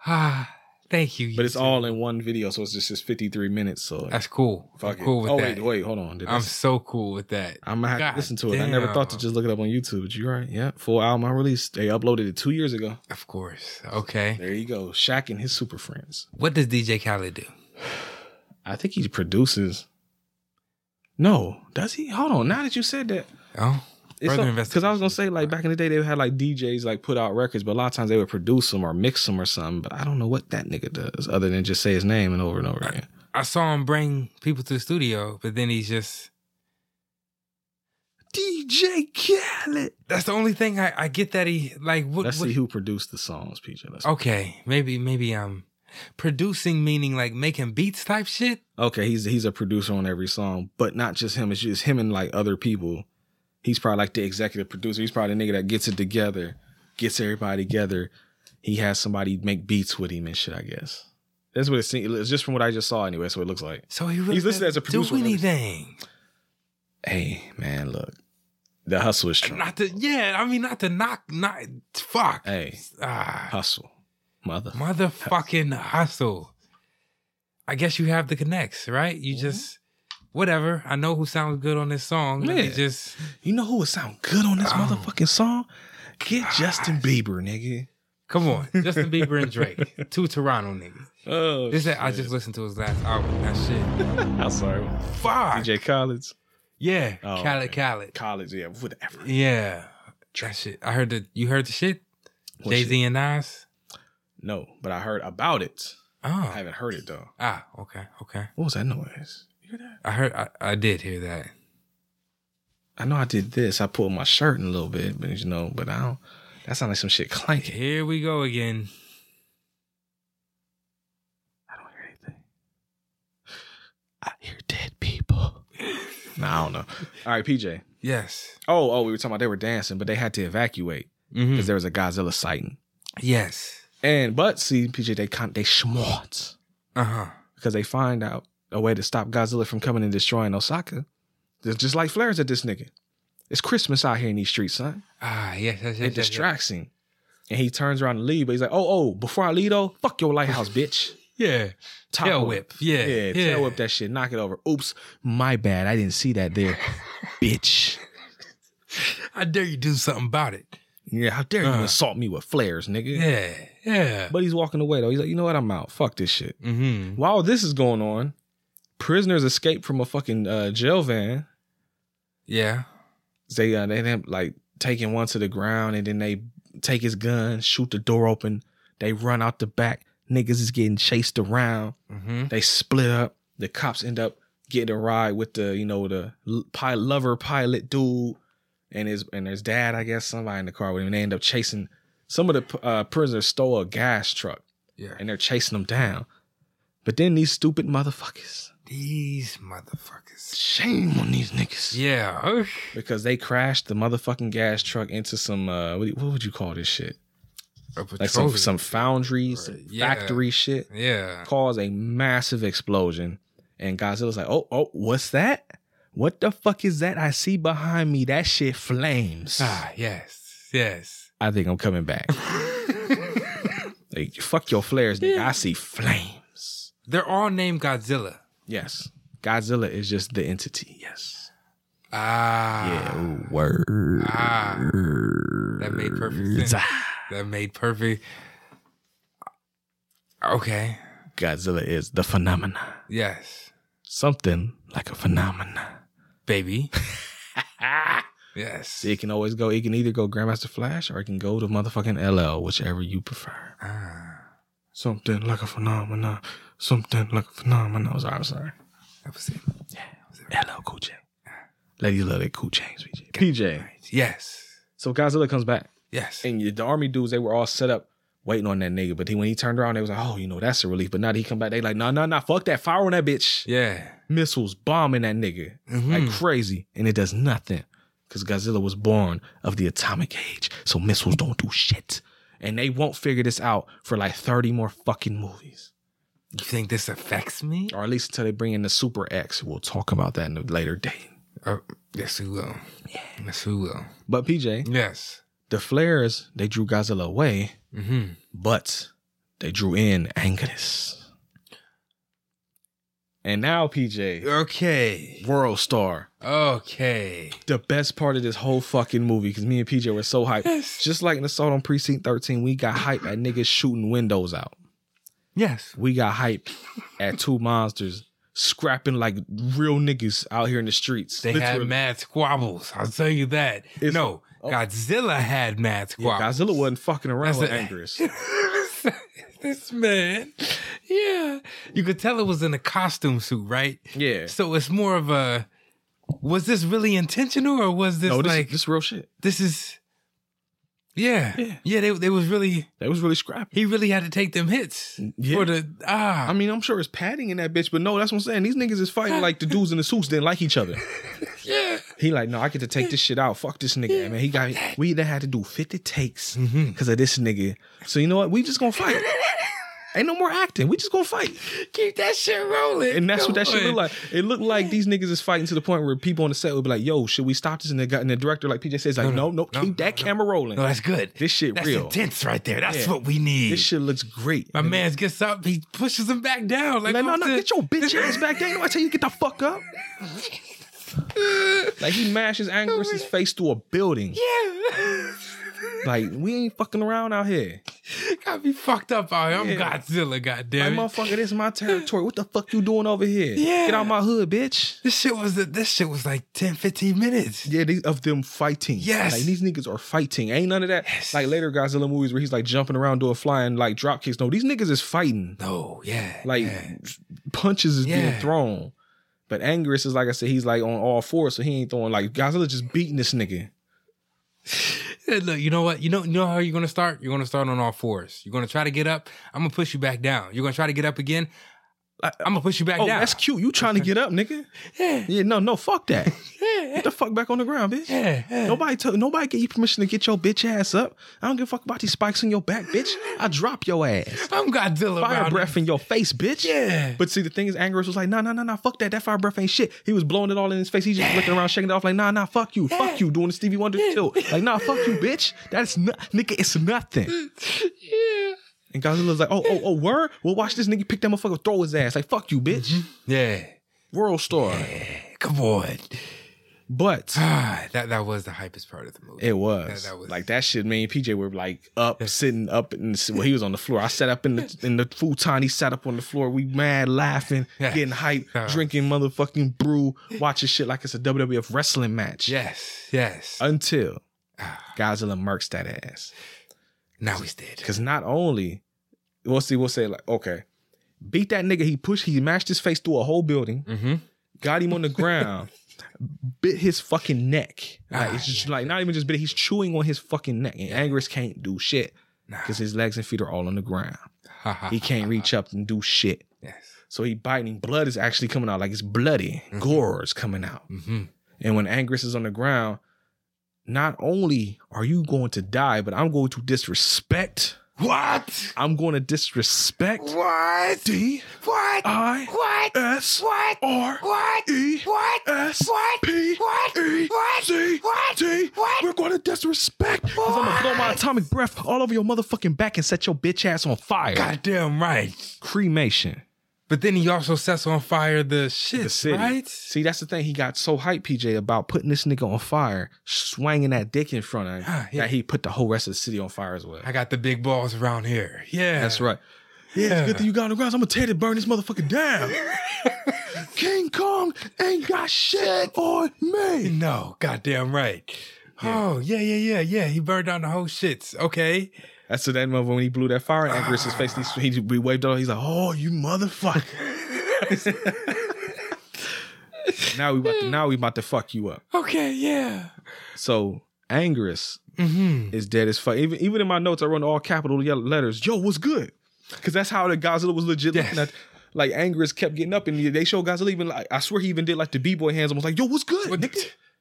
[SPEAKER 2] ah thank you
[SPEAKER 1] but it's
[SPEAKER 2] YouTube.
[SPEAKER 1] all in one video, so it's just, just 53 minutes. So
[SPEAKER 2] That's cool.
[SPEAKER 1] fuck
[SPEAKER 2] I'm
[SPEAKER 1] it.
[SPEAKER 2] cool with
[SPEAKER 1] oh,
[SPEAKER 2] that.
[SPEAKER 1] wait, wait, hold on. Did Uh,
[SPEAKER 2] I'm
[SPEAKER 1] this-
[SPEAKER 2] so cool with that.
[SPEAKER 1] I'm gonna have
[SPEAKER 2] God
[SPEAKER 1] to listen to it. I never thought to
[SPEAKER 2] damn.
[SPEAKER 1] just look it up on YouTube, but you're right. Yeah, full album I released. They uploaded it two years ago.
[SPEAKER 2] Of course. Okay.
[SPEAKER 1] There you go. Shaq and his super friends.
[SPEAKER 2] What does DJ Khaled do?
[SPEAKER 1] I think he produces. No, does he? Hold on. Now that you said that,
[SPEAKER 2] Oh, Further
[SPEAKER 1] because I was gonna say
[SPEAKER 2] investigation.
[SPEAKER 1] like back in the day they had like DJs like put out records, but a lot of times they would produce them or mix them or something. But I don't know what that nigga does other than just say his name and over and over again.
[SPEAKER 2] I saw him bring people to the studio, but then he's just.
[SPEAKER 1] DJ Khaled.
[SPEAKER 2] That's the only thing I, I get that he like. What,
[SPEAKER 1] Let's
[SPEAKER 2] what-
[SPEAKER 1] see who produced the songs, PJ. Let's
[SPEAKER 2] Okay, maybe maybe um, producing meaning like making beats type shit.
[SPEAKER 1] okay, he's he's a producer on every song, but not just him. It's just him and like other people. He's probably like the executive producer. He's probably the nigga that gets it together, gets everybody together. He has somebody make beats with him and shit. I guess that's what it seems. It's just from what I just saw anyway. That's what it looks like.
[SPEAKER 2] So he really
[SPEAKER 1] He's listed as a
[SPEAKER 2] doesn't
[SPEAKER 1] producer on
[SPEAKER 2] Do
[SPEAKER 1] every-
[SPEAKER 2] anything?
[SPEAKER 1] Hey man, look, the hustle is strong.
[SPEAKER 2] Not to yeah. I mean, not to knock. Not fuck.
[SPEAKER 1] Hey.
[SPEAKER 2] Ah,
[SPEAKER 1] Hustle, mother.
[SPEAKER 2] motherfucking hustle. I guess you have the connects, right? You
[SPEAKER 1] Mm-hmm.
[SPEAKER 2] just whatever. I know who sounds good on this song. Let me
[SPEAKER 1] Yeah.
[SPEAKER 2] just
[SPEAKER 1] You know who would sound good on this
[SPEAKER 2] Oh.
[SPEAKER 1] motherfucking song? Get Justin Bieber, nigga.
[SPEAKER 2] come on, Justin Bieber and Drake, two Toronto niggas.
[SPEAKER 1] Oh,
[SPEAKER 2] This that I just listened to his last album. That shit.
[SPEAKER 1] I'm sorry.
[SPEAKER 2] Fuck.
[SPEAKER 1] DJ Collins.
[SPEAKER 2] Yeah,
[SPEAKER 1] Oh,
[SPEAKER 2] Khaled,
[SPEAKER 1] okay.
[SPEAKER 2] Khaled.
[SPEAKER 1] Collins, yeah, whatever.
[SPEAKER 2] Yeah, that shit. I heard the you heard the shit.
[SPEAKER 1] What
[SPEAKER 2] Jay Z and Nas.
[SPEAKER 1] No, but I heard about it. I
[SPEAKER 2] Oh,
[SPEAKER 1] haven't heard it though.
[SPEAKER 2] ah, okay, okay.
[SPEAKER 1] What was that noise? You hear that?
[SPEAKER 2] I heard. I, I did hear that.
[SPEAKER 1] I know I did this. I pulled my shirt in a little bit, but you know, but I don't. That sounded like some shit clanking.
[SPEAKER 2] Here we go again.
[SPEAKER 1] I don't hear anything. I hear dead people. nah, I don't know. All right, PJ.
[SPEAKER 2] Yes.
[SPEAKER 1] Oh, oh, we were talking about they were dancing, but they had to evacuate
[SPEAKER 2] Mhm.
[SPEAKER 1] because there was a Godzilla sighting.
[SPEAKER 2] Yes.
[SPEAKER 1] And but see, PJ, they con- they schmort
[SPEAKER 2] Uh huh.
[SPEAKER 1] because they find out a way to stop Godzilla from coming and destroying Osaka. They're just like flares at this nigga. It's Christmas out here in these streets, son.
[SPEAKER 2] Ah, yes, yes, yes. yes,
[SPEAKER 1] it distracts him. And he turns around and leave, but he's like, "Oh, oh! Before I leave, though, fuck your lighthouse, bitch.
[SPEAKER 2] Yes. Yeah.
[SPEAKER 1] Top
[SPEAKER 2] Tail whip. Yeah.
[SPEAKER 1] yeah, tail whip that shit, knock it over. Oops, my bad. I didn't see that there, bitch.
[SPEAKER 2] I dare you do something about it.
[SPEAKER 1] Yeah, how dare
[SPEAKER 2] Uh.
[SPEAKER 1] you insult me with flares, nigga?
[SPEAKER 2] Yeah. Yeah.
[SPEAKER 1] But he's walking away though. He's like, you know what? I'm out. Fuck this shit.
[SPEAKER 2] Mm-hmm.
[SPEAKER 1] While this is going on, prisoners escape from a fucking uh, jail van.
[SPEAKER 2] Yeah.
[SPEAKER 1] They uh, they end up like taking one to the ground, and then they take his gun, shoot the door open. They run out the back. Niggas is getting chased around.
[SPEAKER 2] Mm-hmm.
[SPEAKER 1] They split up. The cops end up getting a ride with the you know the l- pi- lover pilot dude and his and his dad. I guess somebody in the car with him. And they end up chasing. Some of the p- uh, prisoners stole a gas truck
[SPEAKER 2] Yeah.
[SPEAKER 1] and they're chasing them down. But then these stupid motherfuckers.
[SPEAKER 2] These motherfuckers.
[SPEAKER 1] Shame on these niggas.
[SPEAKER 2] Yeah. Ugh.
[SPEAKER 1] Because they crashed the motherfucking gas truck into some uh what, do you- what would you call this shit?
[SPEAKER 2] A
[SPEAKER 1] Like some
[SPEAKER 2] petroleum.
[SPEAKER 1] some foundry, some
[SPEAKER 2] Right. Yeah.
[SPEAKER 1] factory shit.
[SPEAKER 2] Yeah.
[SPEAKER 1] cause a massive explosion. And Godzilla's like, oh, oh, what's that? What the fuck is that I see behind me? That shit flames.
[SPEAKER 2] Ah, yes. Yes.
[SPEAKER 1] I think I'm coming back. like, fuck your flares, nigga. I see flames.
[SPEAKER 2] They're all named Godzilla.
[SPEAKER 1] Yes. Godzilla is just the entity. Yes.
[SPEAKER 2] Ah.
[SPEAKER 1] Yeah. ooh, Word.
[SPEAKER 2] Ah. That made perfect sense. That made perfect. Okay.
[SPEAKER 1] Godzilla is the phenomena.
[SPEAKER 2] Yes.
[SPEAKER 1] Something like a phenomena.
[SPEAKER 2] Baby.
[SPEAKER 1] Ah.
[SPEAKER 2] Yes.
[SPEAKER 1] It can always go. It can either go Grandmaster Flash or it can go to motherfucking LL, whichever you prefer.
[SPEAKER 2] Ah,
[SPEAKER 1] Something like a phenomenon. Something like a phenomenon. Sorry, I'm sorry.
[SPEAKER 2] that was it. Yeah, that was it.
[SPEAKER 1] LL Cool J. Ladies love that cool chains, PJ. PJ.
[SPEAKER 2] Yes.
[SPEAKER 1] So Godzilla comes back,
[SPEAKER 2] Yes.
[SPEAKER 1] and the army dudes they were all set up waiting on that nigga. But he, when he turned around, they was like, "Oh, you know that's a relief." But now that he come back, they like, "No, no, no, fuck that fire on that bitch."
[SPEAKER 2] Yeah.
[SPEAKER 1] Missiles bombing that nigga. like
[SPEAKER 2] Mhm.
[SPEAKER 1] crazy, and it does nothing because Godzilla was born of the atomic age, so missiles don't do shit. And they won't figure this out for like 30 more fucking movies.
[SPEAKER 2] you think this affects me?
[SPEAKER 1] Or at least until they bring in the Super X. We'll talk about that in a later date.
[SPEAKER 2] Yes, we will. Yeah. Yes, we will.
[SPEAKER 1] But PJ,
[SPEAKER 2] Yes.
[SPEAKER 1] the flares, they drew Godzilla away,
[SPEAKER 2] Mm-hmm.
[SPEAKER 1] but they drew in Angus. And now, PJ,
[SPEAKER 2] Okay.
[SPEAKER 1] World Star,
[SPEAKER 2] Okay.
[SPEAKER 1] the best part of this whole fucking movie, because me and PJ were so hyped.
[SPEAKER 2] Yes.
[SPEAKER 1] Just like in Assault on Precinct 13, we got hype at niggas shooting windows out.
[SPEAKER 2] Yes.
[SPEAKER 1] We got hype at two monsters scrapping like real niggas out here in the streets.
[SPEAKER 2] They
[SPEAKER 1] Literally.
[SPEAKER 2] had mad squabbles. I'll tell you that.
[SPEAKER 1] It's-
[SPEAKER 2] no,
[SPEAKER 1] oh.
[SPEAKER 2] Godzilla had mad
[SPEAKER 1] Yeah,
[SPEAKER 2] squabbles.
[SPEAKER 1] Godzilla wasn't fucking around
[SPEAKER 2] That's
[SPEAKER 1] with
[SPEAKER 2] it.
[SPEAKER 1] Angus.
[SPEAKER 2] this man. Yeah. You could tell it was in a costume suit, right?
[SPEAKER 1] Yeah.
[SPEAKER 2] So it's more of a was this really intentional or was this
[SPEAKER 1] no, this,
[SPEAKER 2] like
[SPEAKER 1] this real shit.
[SPEAKER 2] this is yeah.
[SPEAKER 1] Yeah.
[SPEAKER 2] Yeah, they they was really
[SPEAKER 1] That was really scrappy.
[SPEAKER 2] he really had to take them hits
[SPEAKER 1] Yeah.
[SPEAKER 2] for the ah
[SPEAKER 1] I mean, I'm sure it's padding in that bitch, but no, that's what I'm saying. These niggas is fighting like the dudes in the suits didn't like each other.
[SPEAKER 2] yeah.
[SPEAKER 1] He like, no, I get to take this shit out. Fuck this nigga, man. He got we done had to do 50 takes
[SPEAKER 2] Mhm.
[SPEAKER 1] because of this nigga. So you know what? We just gonna fight. Ain't no more acting. We just gonna fight.
[SPEAKER 2] Keep that shit rolling.
[SPEAKER 1] And that's
[SPEAKER 2] Come
[SPEAKER 1] what that shit
[SPEAKER 2] on.
[SPEAKER 1] looked like. It looked like these niggas is fighting to the point where people on the set would be like, yo, should we stop this? And the, guy, and the director, like PJ says, like, no,
[SPEAKER 2] No, no,
[SPEAKER 1] no,
[SPEAKER 2] no,
[SPEAKER 1] keep that
[SPEAKER 2] no, no.
[SPEAKER 1] camera rolling.
[SPEAKER 2] No, Oh, that's good.
[SPEAKER 1] This shit
[SPEAKER 2] that's
[SPEAKER 1] real.
[SPEAKER 2] intense right there. That's
[SPEAKER 1] Yeah.
[SPEAKER 2] what we need.
[SPEAKER 1] This shit looks great.
[SPEAKER 2] My
[SPEAKER 1] And
[SPEAKER 2] man gets up, he pushes him back down. Like,
[SPEAKER 1] Like, no,
[SPEAKER 2] off
[SPEAKER 1] no,
[SPEAKER 2] the-
[SPEAKER 1] get your bitch ass back there. You know I tell you, to get the fuck up. like he mashes Angus's face through a building.
[SPEAKER 2] Yeah.
[SPEAKER 1] Like we ain't fucking around out here.
[SPEAKER 2] Got me fucked up out here. I'm
[SPEAKER 1] Yeah.
[SPEAKER 2] Godzilla, goddamn
[SPEAKER 1] Like
[SPEAKER 2] it.
[SPEAKER 1] motherfucker, this is my territory. What the fuck you doing over here?
[SPEAKER 2] Yeah.
[SPEAKER 1] Get out my hood, bitch.
[SPEAKER 2] This shit was this shit was like 10, 15 minutes.
[SPEAKER 1] Yeah, they, of them fighting.
[SPEAKER 2] Yes.
[SPEAKER 1] Like these niggas are fighting. Ain't none of that.
[SPEAKER 2] Yes.
[SPEAKER 1] Like later Godzilla movies where he's like jumping around doing flying like drop kicks. No, these niggas is fighting.
[SPEAKER 2] No, yeah.
[SPEAKER 1] Like
[SPEAKER 2] yeah.
[SPEAKER 1] punches is being
[SPEAKER 2] Yeah.
[SPEAKER 1] thrown. But Angerus is like I said, he's like on all fours, so he ain't throwing like Godzilla just beating this nigga.
[SPEAKER 2] Yeah, look, you know what? You know, you know how you're gonna start? You're gonna start on all fours. You're gonna try to get up. I'm gonna push you back down. You're gonna try to get up again. I- I'm gonna push you back
[SPEAKER 1] Oh,
[SPEAKER 2] down.
[SPEAKER 1] that's cute. You trying to get up, nigga?
[SPEAKER 2] Yeah.
[SPEAKER 1] Yeah, no, no, fuck that.
[SPEAKER 2] Yeah.
[SPEAKER 1] Get the fuck back on the ground, bitch.
[SPEAKER 2] Yeah. yeah.
[SPEAKER 1] Nobody tell nobody give you permission to get your bitch ass up. I don't give a fuck about these spikes on your back, bitch. I drop your ass.
[SPEAKER 2] I'm Godzilla.
[SPEAKER 1] Fire
[SPEAKER 2] around
[SPEAKER 1] breath in your face, bitch.
[SPEAKER 2] Yeah.
[SPEAKER 1] But see, the thing is, Angerus was like, nah, nah, nah, nah, fuck that. That fire breath ain't shit. He was blowing it all in his face. He just looking around, shaking it off, like, nah, nah, fuck you, fuck you, doing the Stevie Wonder tilt. Like, nah, fuck you, bitch. That's not, nigga, it's nothing.
[SPEAKER 2] Yeah.
[SPEAKER 1] And Godzilla's like, oh, oh, oh, word? Well, watch this nigga pick that motherfucker, throw his ass. Like, fuck you, bitch.
[SPEAKER 2] Mm-hmm. Yeah.
[SPEAKER 1] World star.
[SPEAKER 2] Come on.
[SPEAKER 1] But
[SPEAKER 2] Ah, that that was the hypest part of the movie.
[SPEAKER 1] it was.
[SPEAKER 2] That- that was-
[SPEAKER 1] like, that shit, me and PJ were like up, sitting up, and well, he was on the floor. I sat up in the, in the futon. He sat up on the floor. We mad, laughing,
[SPEAKER 2] Yeah.
[SPEAKER 1] getting hype,
[SPEAKER 2] Yeah.
[SPEAKER 1] drinking motherfucking brew, watching shit like it's a WWF wrestling match.
[SPEAKER 2] yes. Yes. Ah,
[SPEAKER 1] until Godzilla murks that ass.
[SPEAKER 2] now he's dead.
[SPEAKER 1] Because not only, we'll see, we'll say like, okay, beat that nigga. He pushed, he mashed his face through a whole building,
[SPEAKER 2] Mm-hmm.
[SPEAKER 1] got him on the ground, bit his fucking neck. Like, it's just like not even just bit, he's chewing on his fucking neck. And Angus can't do shit
[SPEAKER 2] Nah.
[SPEAKER 1] because his legs and feet are all on the ground. He can't reach up and do shit.
[SPEAKER 2] Yes.
[SPEAKER 1] So he biting, blood is actually coming out. Like it's bloody. Gore is coming out.
[SPEAKER 2] Mm-hmm.
[SPEAKER 1] And when Angus is on the ground, not only are you going to die, but I'm going to disrespect.
[SPEAKER 2] What?
[SPEAKER 1] I'm going to disrespect
[SPEAKER 2] What?
[SPEAKER 1] D
[SPEAKER 2] What?
[SPEAKER 1] I
[SPEAKER 2] what?
[SPEAKER 1] S
[SPEAKER 2] what?
[SPEAKER 1] R
[SPEAKER 2] What?
[SPEAKER 1] E
[SPEAKER 2] What?
[SPEAKER 1] S
[SPEAKER 2] What?
[SPEAKER 1] P
[SPEAKER 2] What?
[SPEAKER 1] E
[SPEAKER 2] What?
[SPEAKER 1] C
[SPEAKER 2] What?
[SPEAKER 1] T.
[SPEAKER 2] What?
[SPEAKER 1] We're going to disrespect because I'm going to blow my atomic breath all over your motherfucking back and set your bitch ass on fire.
[SPEAKER 2] Goddamn right.
[SPEAKER 1] Cremation.
[SPEAKER 2] But then he also sets on fire the shit,
[SPEAKER 1] The city.
[SPEAKER 2] right?
[SPEAKER 1] See, that's the thing. He got so hyped, PJ, about putting this nigga on fire, swinging that dick in front of him,
[SPEAKER 2] Ah, yeah.
[SPEAKER 1] that he put the whole rest of the city on fire as well.
[SPEAKER 2] I got the big balls around here. Yeah.
[SPEAKER 1] That's right. Yeah,
[SPEAKER 2] Yeah.
[SPEAKER 1] it's good that you got on the grounds. I'm gonna tear to burn this motherfucker down. King Kong ain't got shit on me.
[SPEAKER 2] No, goddamn right. Oh, yeah, yeah, yeah, yeah. He burned down the whole shits. Okay.
[SPEAKER 1] That's the name of when he blew that fire and Anchor's his face. He, he, he waved off. He's like, "Oh, you motherfucker!" now we about to, now we about to fuck you up.
[SPEAKER 2] Okay, yeah.
[SPEAKER 1] So Angerus
[SPEAKER 2] Mm-hmm.
[SPEAKER 1] is dead as fuck. Even even in my notes, I run all capital yellow letters. Yo, what's good? Because that's how the Godzilla was legit.
[SPEAKER 2] Yes.
[SPEAKER 1] Looking at, like Angerus kept getting up, and they showed Godzilla even like I swear he even did like the b boy hands. almost like, yo, what's good?
[SPEAKER 2] What the,
[SPEAKER 1] nigga?"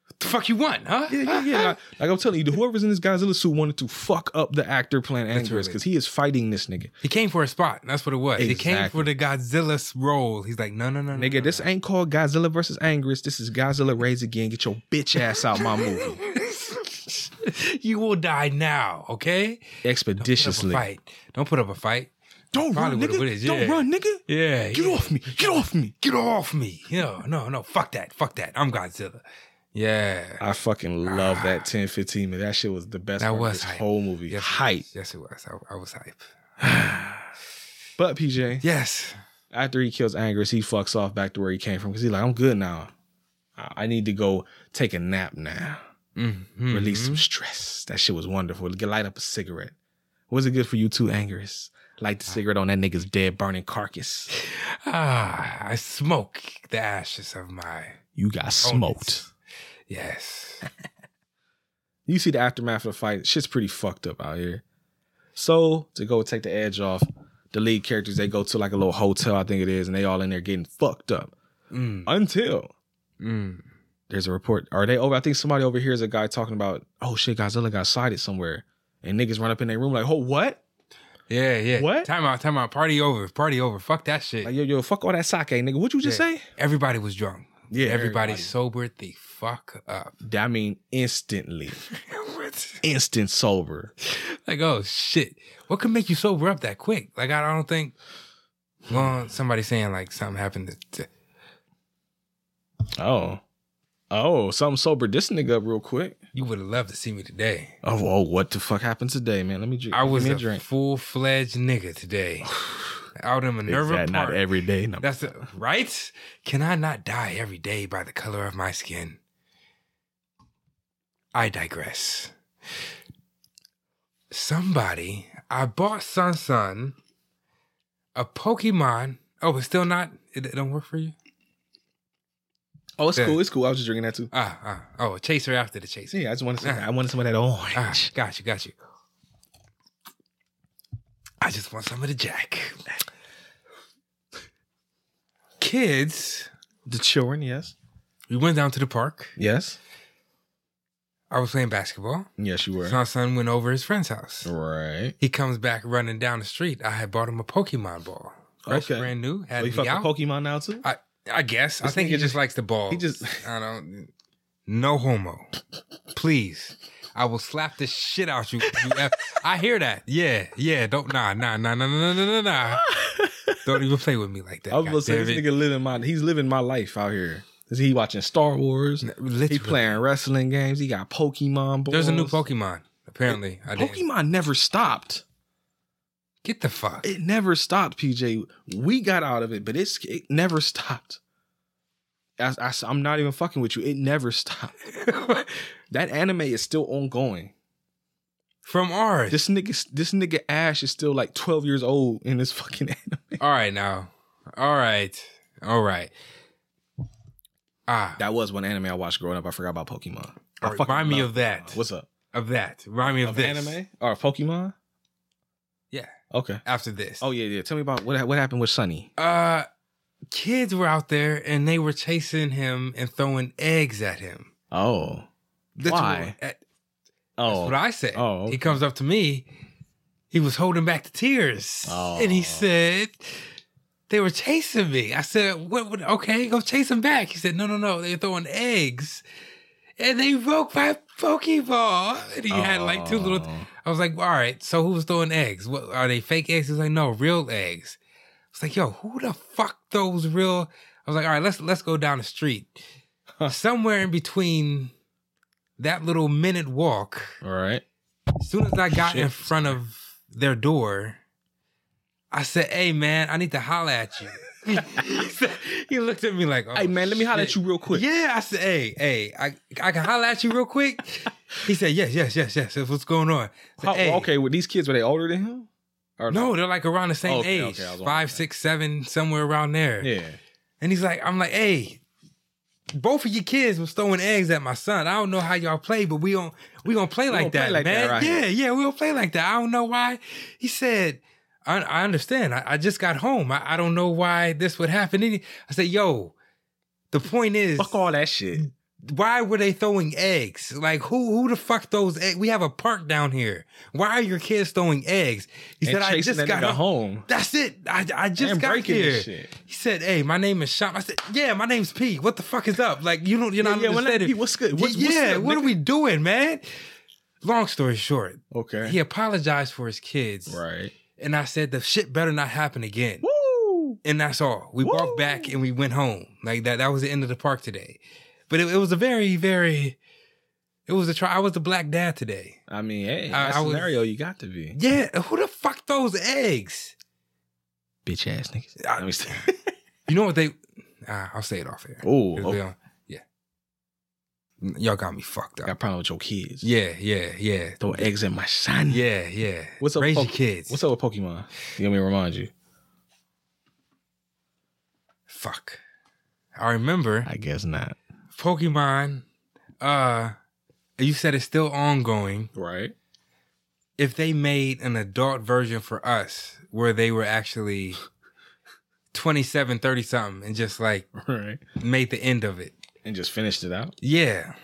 [SPEAKER 2] what the fuck you want, huh?
[SPEAKER 1] Yeah, yeah, yeah. like, like I'm telling you, whoever's in this Godzilla suit wanted to fuck up the actor playing Angerus
[SPEAKER 2] Literally.
[SPEAKER 1] because he is fighting this nigga.
[SPEAKER 2] He came for a spot. That's what it was. He came
[SPEAKER 1] Exactly.
[SPEAKER 2] for the Godzilla's role. He's like, no, no, no, no. no,
[SPEAKER 1] Nigga, this ain't called Godzilla versus Angerus. This is Godzilla Raise Again. Get your bitch ass out my movie.
[SPEAKER 2] you will die now, okay?
[SPEAKER 1] Expeditiously.
[SPEAKER 2] Fight. Don't put up a fight.
[SPEAKER 1] Don't
[SPEAKER 2] Probably
[SPEAKER 1] run,
[SPEAKER 2] would've
[SPEAKER 1] nigga.
[SPEAKER 2] would've- yeah.
[SPEAKER 1] Don't run, nigga.
[SPEAKER 2] Yeah.
[SPEAKER 1] Get
[SPEAKER 2] yeah.
[SPEAKER 1] off me. Get off me.
[SPEAKER 2] Get off me. No, no, no. Fuck that. Fuck that. I'm Godzilla. Yeah.
[SPEAKER 1] I fucking love that 10 15 minute. That shit was the best
[SPEAKER 2] Ah. That
[SPEAKER 1] part of
[SPEAKER 2] was
[SPEAKER 1] this
[SPEAKER 2] hype.
[SPEAKER 1] whole movie.
[SPEAKER 2] Yes, it
[SPEAKER 1] Hype.
[SPEAKER 2] was. Yes, it was. I, I was hype.
[SPEAKER 1] But PJ,
[SPEAKER 2] Yes.
[SPEAKER 1] after he kills Angerus, he fucks off back to where he came from because he's like, I'm good now. I I need to go take a nap now.
[SPEAKER 2] Mm-hmm.
[SPEAKER 1] Release some stress. That shit was wonderful. Get light up a cigarette. Was it good for you too, Angerus? Light the cigarette on that nigga's dead burning carcass.
[SPEAKER 2] Ah, I smoke the ashes of my.
[SPEAKER 1] You got smoked.
[SPEAKER 2] Yes.
[SPEAKER 1] You see the aftermath of the fight. Shit's pretty fucked up out here. So to go take the edge off, the lead characters they go to like a little hotel, I think it is, and they all in there getting fucked up.
[SPEAKER 2] Mm,
[SPEAKER 1] Until
[SPEAKER 2] mm.
[SPEAKER 1] there's a report. Are they over? I think somebody over here is a guy talking about, oh shit, Godzilla got sighted somewhere, and niggas run up in their room like, oh what?
[SPEAKER 2] Yeah, yeah.
[SPEAKER 1] What?
[SPEAKER 2] Time out, time out. Party over, party over. Fuck that shit.
[SPEAKER 1] Like yo yo, fuck all that sake, nigga. What you just
[SPEAKER 2] Yeah.
[SPEAKER 1] say?
[SPEAKER 2] everybody was drunk.
[SPEAKER 1] Yeah,
[SPEAKER 2] everybody, sobered the fuck up.
[SPEAKER 1] everybody. I mean, instantly,
[SPEAKER 2] What?
[SPEAKER 1] instant sober.
[SPEAKER 2] Like, oh shit. What could make you sober up that quick? Like, I don't think. Well, somebody saying like something happened to. to
[SPEAKER 1] Oh, oh, something sobered this nigga up real quick.
[SPEAKER 2] you would have loved to see me today.
[SPEAKER 1] Oh, oh, what the fuck happened today, man? Let me drink.
[SPEAKER 2] I was
[SPEAKER 1] Give me a
[SPEAKER 2] a
[SPEAKER 1] drink.
[SPEAKER 2] full fledged nigga today. Out in
[SPEAKER 1] Is
[SPEAKER 2] Minerva
[SPEAKER 1] that
[SPEAKER 2] Park.
[SPEAKER 1] not every day? No.
[SPEAKER 2] That's the, right. Can I not die every day by the color of my skin? I digress. Somebody, I bought Sun Sun a Pokemon. Oh, it's still not. It, it don't work for you.
[SPEAKER 1] Oh, it's
[SPEAKER 2] Yeah.
[SPEAKER 1] cool. It's cool. I was just drinking that too.
[SPEAKER 2] Ah, ah. Oh, a chaser after the chaser.
[SPEAKER 1] See, I just wanted some,
[SPEAKER 2] Ah.
[SPEAKER 1] I wanted oh, some of that orange.
[SPEAKER 2] Ah, got you, got you. I just want some of the Jack. Kids,
[SPEAKER 1] The children, yes,
[SPEAKER 2] we went down to the park.
[SPEAKER 1] yes,
[SPEAKER 2] I was playing basketball.
[SPEAKER 1] yes. You were
[SPEAKER 2] So my son went over his friend's house.
[SPEAKER 1] right.
[SPEAKER 2] He comes back running down the street. I had bought him a Pokemon ball. Fresh,
[SPEAKER 1] Okay.
[SPEAKER 2] brand new.
[SPEAKER 1] Oh,
[SPEAKER 2] Had
[SPEAKER 1] you
[SPEAKER 2] me
[SPEAKER 1] fuck
[SPEAKER 2] out.
[SPEAKER 1] with Pokemon now too.
[SPEAKER 2] I, I guess. I
[SPEAKER 1] This
[SPEAKER 2] think he
[SPEAKER 1] nigga
[SPEAKER 2] just
[SPEAKER 1] just-
[SPEAKER 2] likes the ball.
[SPEAKER 1] he just-
[SPEAKER 2] I don't. No homo. Please. I will slap the shit out you. you F- I hear that. Yeah, yeah. Don't nah nah nah nah nah nah nah nah. Don't even play with me like that.
[SPEAKER 1] I was gonna say
[SPEAKER 2] goddammit.
[SPEAKER 1] this nigga living my he's living my life out here. Is he watching Star Wars?
[SPEAKER 2] N-
[SPEAKER 1] He
[SPEAKER 2] literally.
[SPEAKER 1] playing wrestling games. He got Pokemon. Balls.
[SPEAKER 2] There's a new Pokemon. Apparently, I didn't.
[SPEAKER 1] Pokemon never stopped.
[SPEAKER 2] Get the fuck.
[SPEAKER 1] It never stopped, PJ. We got out of it, but it's it never stopped. I, I, I'm not even fucking with you. It never stopped. That anime is still ongoing.
[SPEAKER 2] From ours.
[SPEAKER 1] This nigga, this nigga Ash is still like 12 years old in this fucking anime.
[SPEAKER 2] All right now. All right. All right. Ah,
[SPEAKER 1] That was one anime I watched growing up. I forgot about Pokemon. I
[SPEAKER 2] all right, remind me
[SPEAKER 1] love
[SPEAKER 2] of that.
[SPEAKER 1] Pokemon. What's up?
[SPEAKER 2] of that? Remind me of,
[SPEAKER 1] Of
[SPEAKER 2] this.
[SPEAKER 1] anime or Oh, Pokemon?
[SPEAKER 2] Yeah.
[SPEAKER 1] Okay.
[SPEAKER 2] After this.
[SPEAKER 1] Oh yeah, yeah. Tell me about what ha- what happened with Sunny.
[SPEAKER 2] Uh, kids were out there and they were chasing him and throwing eggs at him.
[SPEAKER 1] Oh.
[SPEAKER 2] Literal-
[SPEAKER 1] Why?
[SPEAKER 2] at- That's
[SPEAKER 1] Oh.
[SPEAKER 2] what I said.
[SPEAKER 1] Oh,
[SPEAKER 2] He
[SPEAKER 1] okay.
[SPEAKER 2] comes up to me. He was holding back the tears.
[SPEAKER 1] Oh.
[SPEAKER 2] And he said, They were chasing me. I said, what, what, Okay, go chase them back. He said, No, no, no. They're throwing eggs. And they broke my Pokeball. And he had like two little.
[SPEAKER 1] Oh.
[SPEAKER 2] I was like, All right, so who was throwing eggs? What Are they fake eggs? He was like, No, real eggs. I was like, Yo, who the fuck those real. I was like, All right, let's, let's go down the street. Somewhere in between that little minute walk.
[SPEAKER 1] All right.
[SPEAKER 2] As soon as I got in
[SPEAKER 1] Shit.
[SPEAKER 2] front of their door, I said, "Hey man, I need to holler at you." He said- he looked at me like, oh,
[SPEAKER 1] Hey man, let me holler at
[SPEAKER 2] shit.
[SPEAKER 1] you real quick.
[SPEAKER 2] Yeah, I said, hey, hey, I, I can holler at you real quick. He said, yes, yes, yes, yes. That's What's going on? I said,
[SPEAKER 1] How-
[SPEAKER 2] "Hey."
[SPEAKER 1] Okay, were these kids were they older than him? Or
[SPEAKER 2] No, they're like around the same
[SPEAKER 1] Okay,
[SPEAKER 2] age,
[SPEAKER 1] okay, I was wondering
[SPEAKER 2] five,
[SPEAKER 1] that.
[SPEAKER 2] six, seven, somewhere around there.
[SPEAKER 1] Yeah.
[SPEAKER 2] And he's like, I'm like, hey, both of your kids was throwing eggs at my son. I don't know how y'all play, but we don't we gonna play like
[SPEAKER 1] don't play
[SPEAKER 2] that,
[SPEAKER 1] like that
[SPEAKER 2] man.
[SPEAKER 1] right
[SPEAKER 2] yeah,
[SPEAKER 1] here."
[SPEAKER 2] yeah, we don't play like that. I don't know why. He said, I, I understand. I, I just got home. I, I don't know why this would happen. And he- I said, yo, the point is,
[SPEAKER 1] Fuck all that shit.
[SPEAKER 2] why were they throwing eggs? Like who who the fuck throws eggs? We have a park down here. Why are your kids throwing eggs? He
[SPEAKER 1] and
[SPEAKER 2] said, I
[SPEAKER 1] chasing
[SPEAKER 2] just
[SPEAKER 1] that
[SPEAKER 2] got
[SPEAKER 1] nigga
[SPEAKER 2] home.
[SPEAKER 1] home.
[SPEAKER 2] That's it. I, I just
[SPEAKER 1] and
[SPEAKER 2] got
[SPEAKER 1] breaking
[SPEAKER 2] here.
[SPEAKER 1] this shit.
[SPEAKER 2] He said, "Hey, my name is Shop." I said, "Yeah, my name's P. What the fuck is up? Like you don't, you're
[SPEAKER 1] Yeah,
[SPEAKER 2] not
[SPEAKER 1] yeah, when I-
[SPEAKER 2] understanding.
[SPEAKER 1] P, what's good? What's-
[SPEAKER 2] yeah,
[SPEAKER 1] what's up,
[SPEAKER 2] what are
[SPEAKER 1] nigga?"
[SPEAKER 2] we doing, man?" Long story short,
[SPEAKER 1] Okay.
[SPEAKER 2] he apologized for his kids,
[SPEAKER 1] Right.
[SPEAKER 2] and I said, "The shit better not happen again."
[SPEAKER 1] Woo!
[SPEAKER 2] And that's all. We
[SPEAKER 1] Woo!
[SPEAKER 2] walked back and we went home. Like that. That was the end of the park today. But it, it was a very, very. It was a try. I was the black dad today.
[SPEAKER 1] I mean, hey,
[SPEAKER 2] I-
[SPEAKER 1] that
[SPEAKER 2] I was-
[SPEAKER 1] scenario you got to be.
[SPEAKER 2] Yeah, who the fuck throws eggs?
[SPEAKER 1] Bitch ass niggas.
[SPEAKER 2] I-
[SPEAKER 1] Let me see.
[SPEAKER 2] You know what they? Ah, I'll say it off here.
[SPEAKER 1] Oh,
[SPEAKER 2] If
[SPEAKER 1] okay.
[SPEAKER 2] they don't- Yeah. Y'all got me fucked up.
[SPEAKER 1] got a problem with your kids.
[SPEAKER 2] Yeah, yeah, yeah.
[SPEAKER 1] Throw eggs in my shiny.
[SPEAKER 2] Yeah, yeah.
[SPEAKER 1] What's up,
[SPEAKER 2] Raise your
[SPEAKER 1] Poke-
[SPEAKER 2] kids.
[SPEAKER 1] What's up with Pokemon? You want me to remind you?
[SPEAKER 2] Fuck. I remember
[SPEAKER 1] I guess not.
[SPEAKER 2] Pokemon, uh, you said it's still ongoing.
[SPEAKER 1] Right.
[SPEAKER 2] If they made an adult version for us where they were actually 27, 30 something and just like
[SPEAKER 1] Right.
[SPEAKER 2] made the end of it.
[SPEAKER 1] And just finished it out.
[SPEAKER 2] Yeah.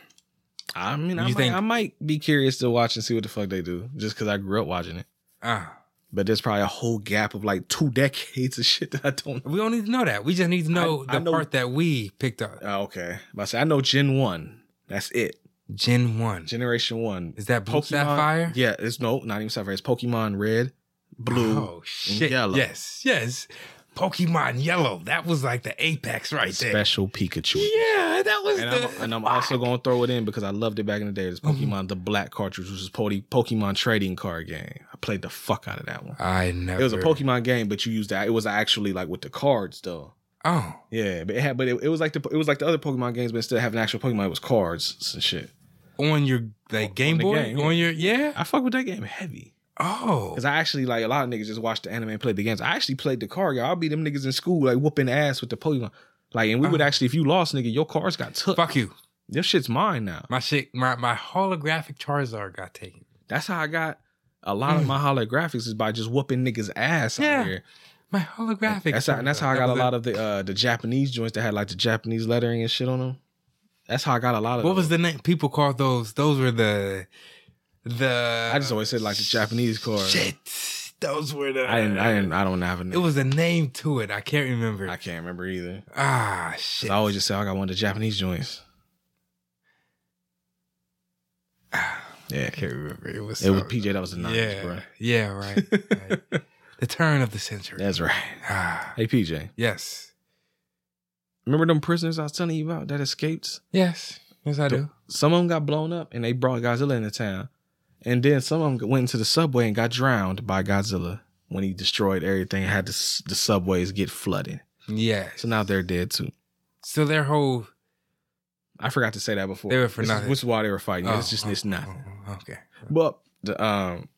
[SPEAKER 1] I mean, I
[SPEAKER 2] You
[SPEAKER 1] might,
[SPEAKER 2] think-
[SPEAKER 1] I might be curious to watch and see what the fuck they do, just because I grew up watching it.
[SPEAKER 2] Uh,
[SPEAKER 1] But there's probably a whole gap of like two decades of shit that I don't.
[SPEAKER 2] we don't need to know that. We just need to know
[SPEAKER 1] I- I
[SPEAKER 2] the
[SPEAKER 1] know-
[SPEAKER 2] part that we picked up.
[SPEAKER 1] Oh, okay, but I say I know Gen One. That's it.
[SPEAKER 2] Gen 1.
[SPEAKER 1] Generation One.
[SPEAKER 2] Is that Blue Sapphire?
[SPEAKER 1] Yeah, it's no, not even Sapphire. It's Pokemon Red, Blue.
[SPEAKER 2] Oh shit!
[SPEAKER 1] yellow.
[SPEAKER 2] Yes, yes. Pokemon Yellow. That was like the apex right there.
[SPEAKER 1] Special Pikachu.
[SPEAKER 2] Yeah, that was
[SPEAKER 1] And
[SPEAKER 2] the.
[SPEAKER 1] I'm, and I'm also gonna throw it in because I loved it back in the day. It's Pokemon the Black Cartridge, which is po- Pokemon trading card game. I played the fuck out of that one.
[SPEAKER 2] I never.
[SPEAKER 1] It was a Pokemon game, but you used that. It was actually like with the cards though.
[SPEAKER 2] Oh,
[SPEAKER 1] Yeah, but it had, but it, it was like the it was like the other Pokemon games, but instead of having actual Pokemon, it was cards and shit.
[SPEAKER 2] on your like Game
[SPEAKER 1] the
[SPEAKER 2] Boy,
[SPEAKER 1] game, yeah.
[SPEAKER 2] on your yeah.
[SPEAKER 1] I fuck with that game heavy
[SPEAKER 2] Oh,
[SPEAKER 1] because I actually like a lot of niggas just watched the anime and played the games. I actually played the card. Y'all. I'll be them niggas in school like whooping ass with the Pokemon. Like, and we would actually, if you lost, nigga, your cards got took.
[SPEAKER 2] Uh-huh. fuck you.
[SPEAKER 1] This shit's mine now.
[SPEAKER 2] My shit. My my holographic Charizard got taken.
[SPEAKER 1] That's how I got a lot of my holographics is by just whooping niggas ass
[SPEAKER 2] Mm. Yeah.
[SPEAKER 1] out here.
[SPEAKER 2] My holographic.
[SPEAKER 1] That's how, and that's how I got a lot
[SPEAKER 2] of.
[SPEAKER 1] of the uh, the Japanese joints that had like the Japanese lettering and shit on them. That's how I got a lot of. uh,
[SPEAKER 2] What was the name? People called those. Those were the. The.
[SPEAKER 1] I just always said like the Japanese card.
[SPEAKER 2] Shit. Those were the.
[SPEAKER 1] I didn't. I didn't. I don't have a name.
[SPEAKER 2] It was a name to it. I can't remember.
[SPEAKER 1] I can't remember either.
[SPEAKER 2] ah,
[SPEAKER 1] 'Cause
[SPEAKER 2] shit.
[SPEAKER 1] I always just say I got one of the Japanese joints. Yeah,
[SPEAKER 2] can't remember. It was.
[SPEAKER 1] it was
[SPEAKER 2] so-
[SPEAKER 1] PJ. That was the nineties,
[SPEAKER 2] yeah,
[SPEAKER 1] bro.
[SPEAKER 2] yeah, right. right. the turn of the century.
[SPEAKER 1] That's right.
[SPEAKER 2] Ah,
[SPEAKER 1] Hey PJ,
[SPEAKER 2] yes,
[SPEAKER 1] remember them prisoners I was telling you about that escaped?
[SPEAKER 2] yes, yes, I do.
[SPEAKER 1] Some of them got blown up, and they brought Godzilla into town. And then some of them went into the subway and got drowned by Godzilla when he destroyed everything. and Had the, s- the subways get flooded,
[SPEAKER 2] Yeah.
[SPEAKER 1] so now they're dead too.
[SPEAKER 2] So their whole
[SPEAKER 1] I forgot to say that before.
[SPEAKER 2] They were for
[SPEAKER 1] This is-
[SPEAKER 2] nothing.
[SPEAKER 1] Which is why they were fighting.
[SPEAKER 2] oh,
[SPEAKER 1] it's just
[SPEAKER 2] oh,
[SPEAKER 1] it's nothing.
[SPEAKER 2] oh, okay.
[SPEAKER 1] But the um,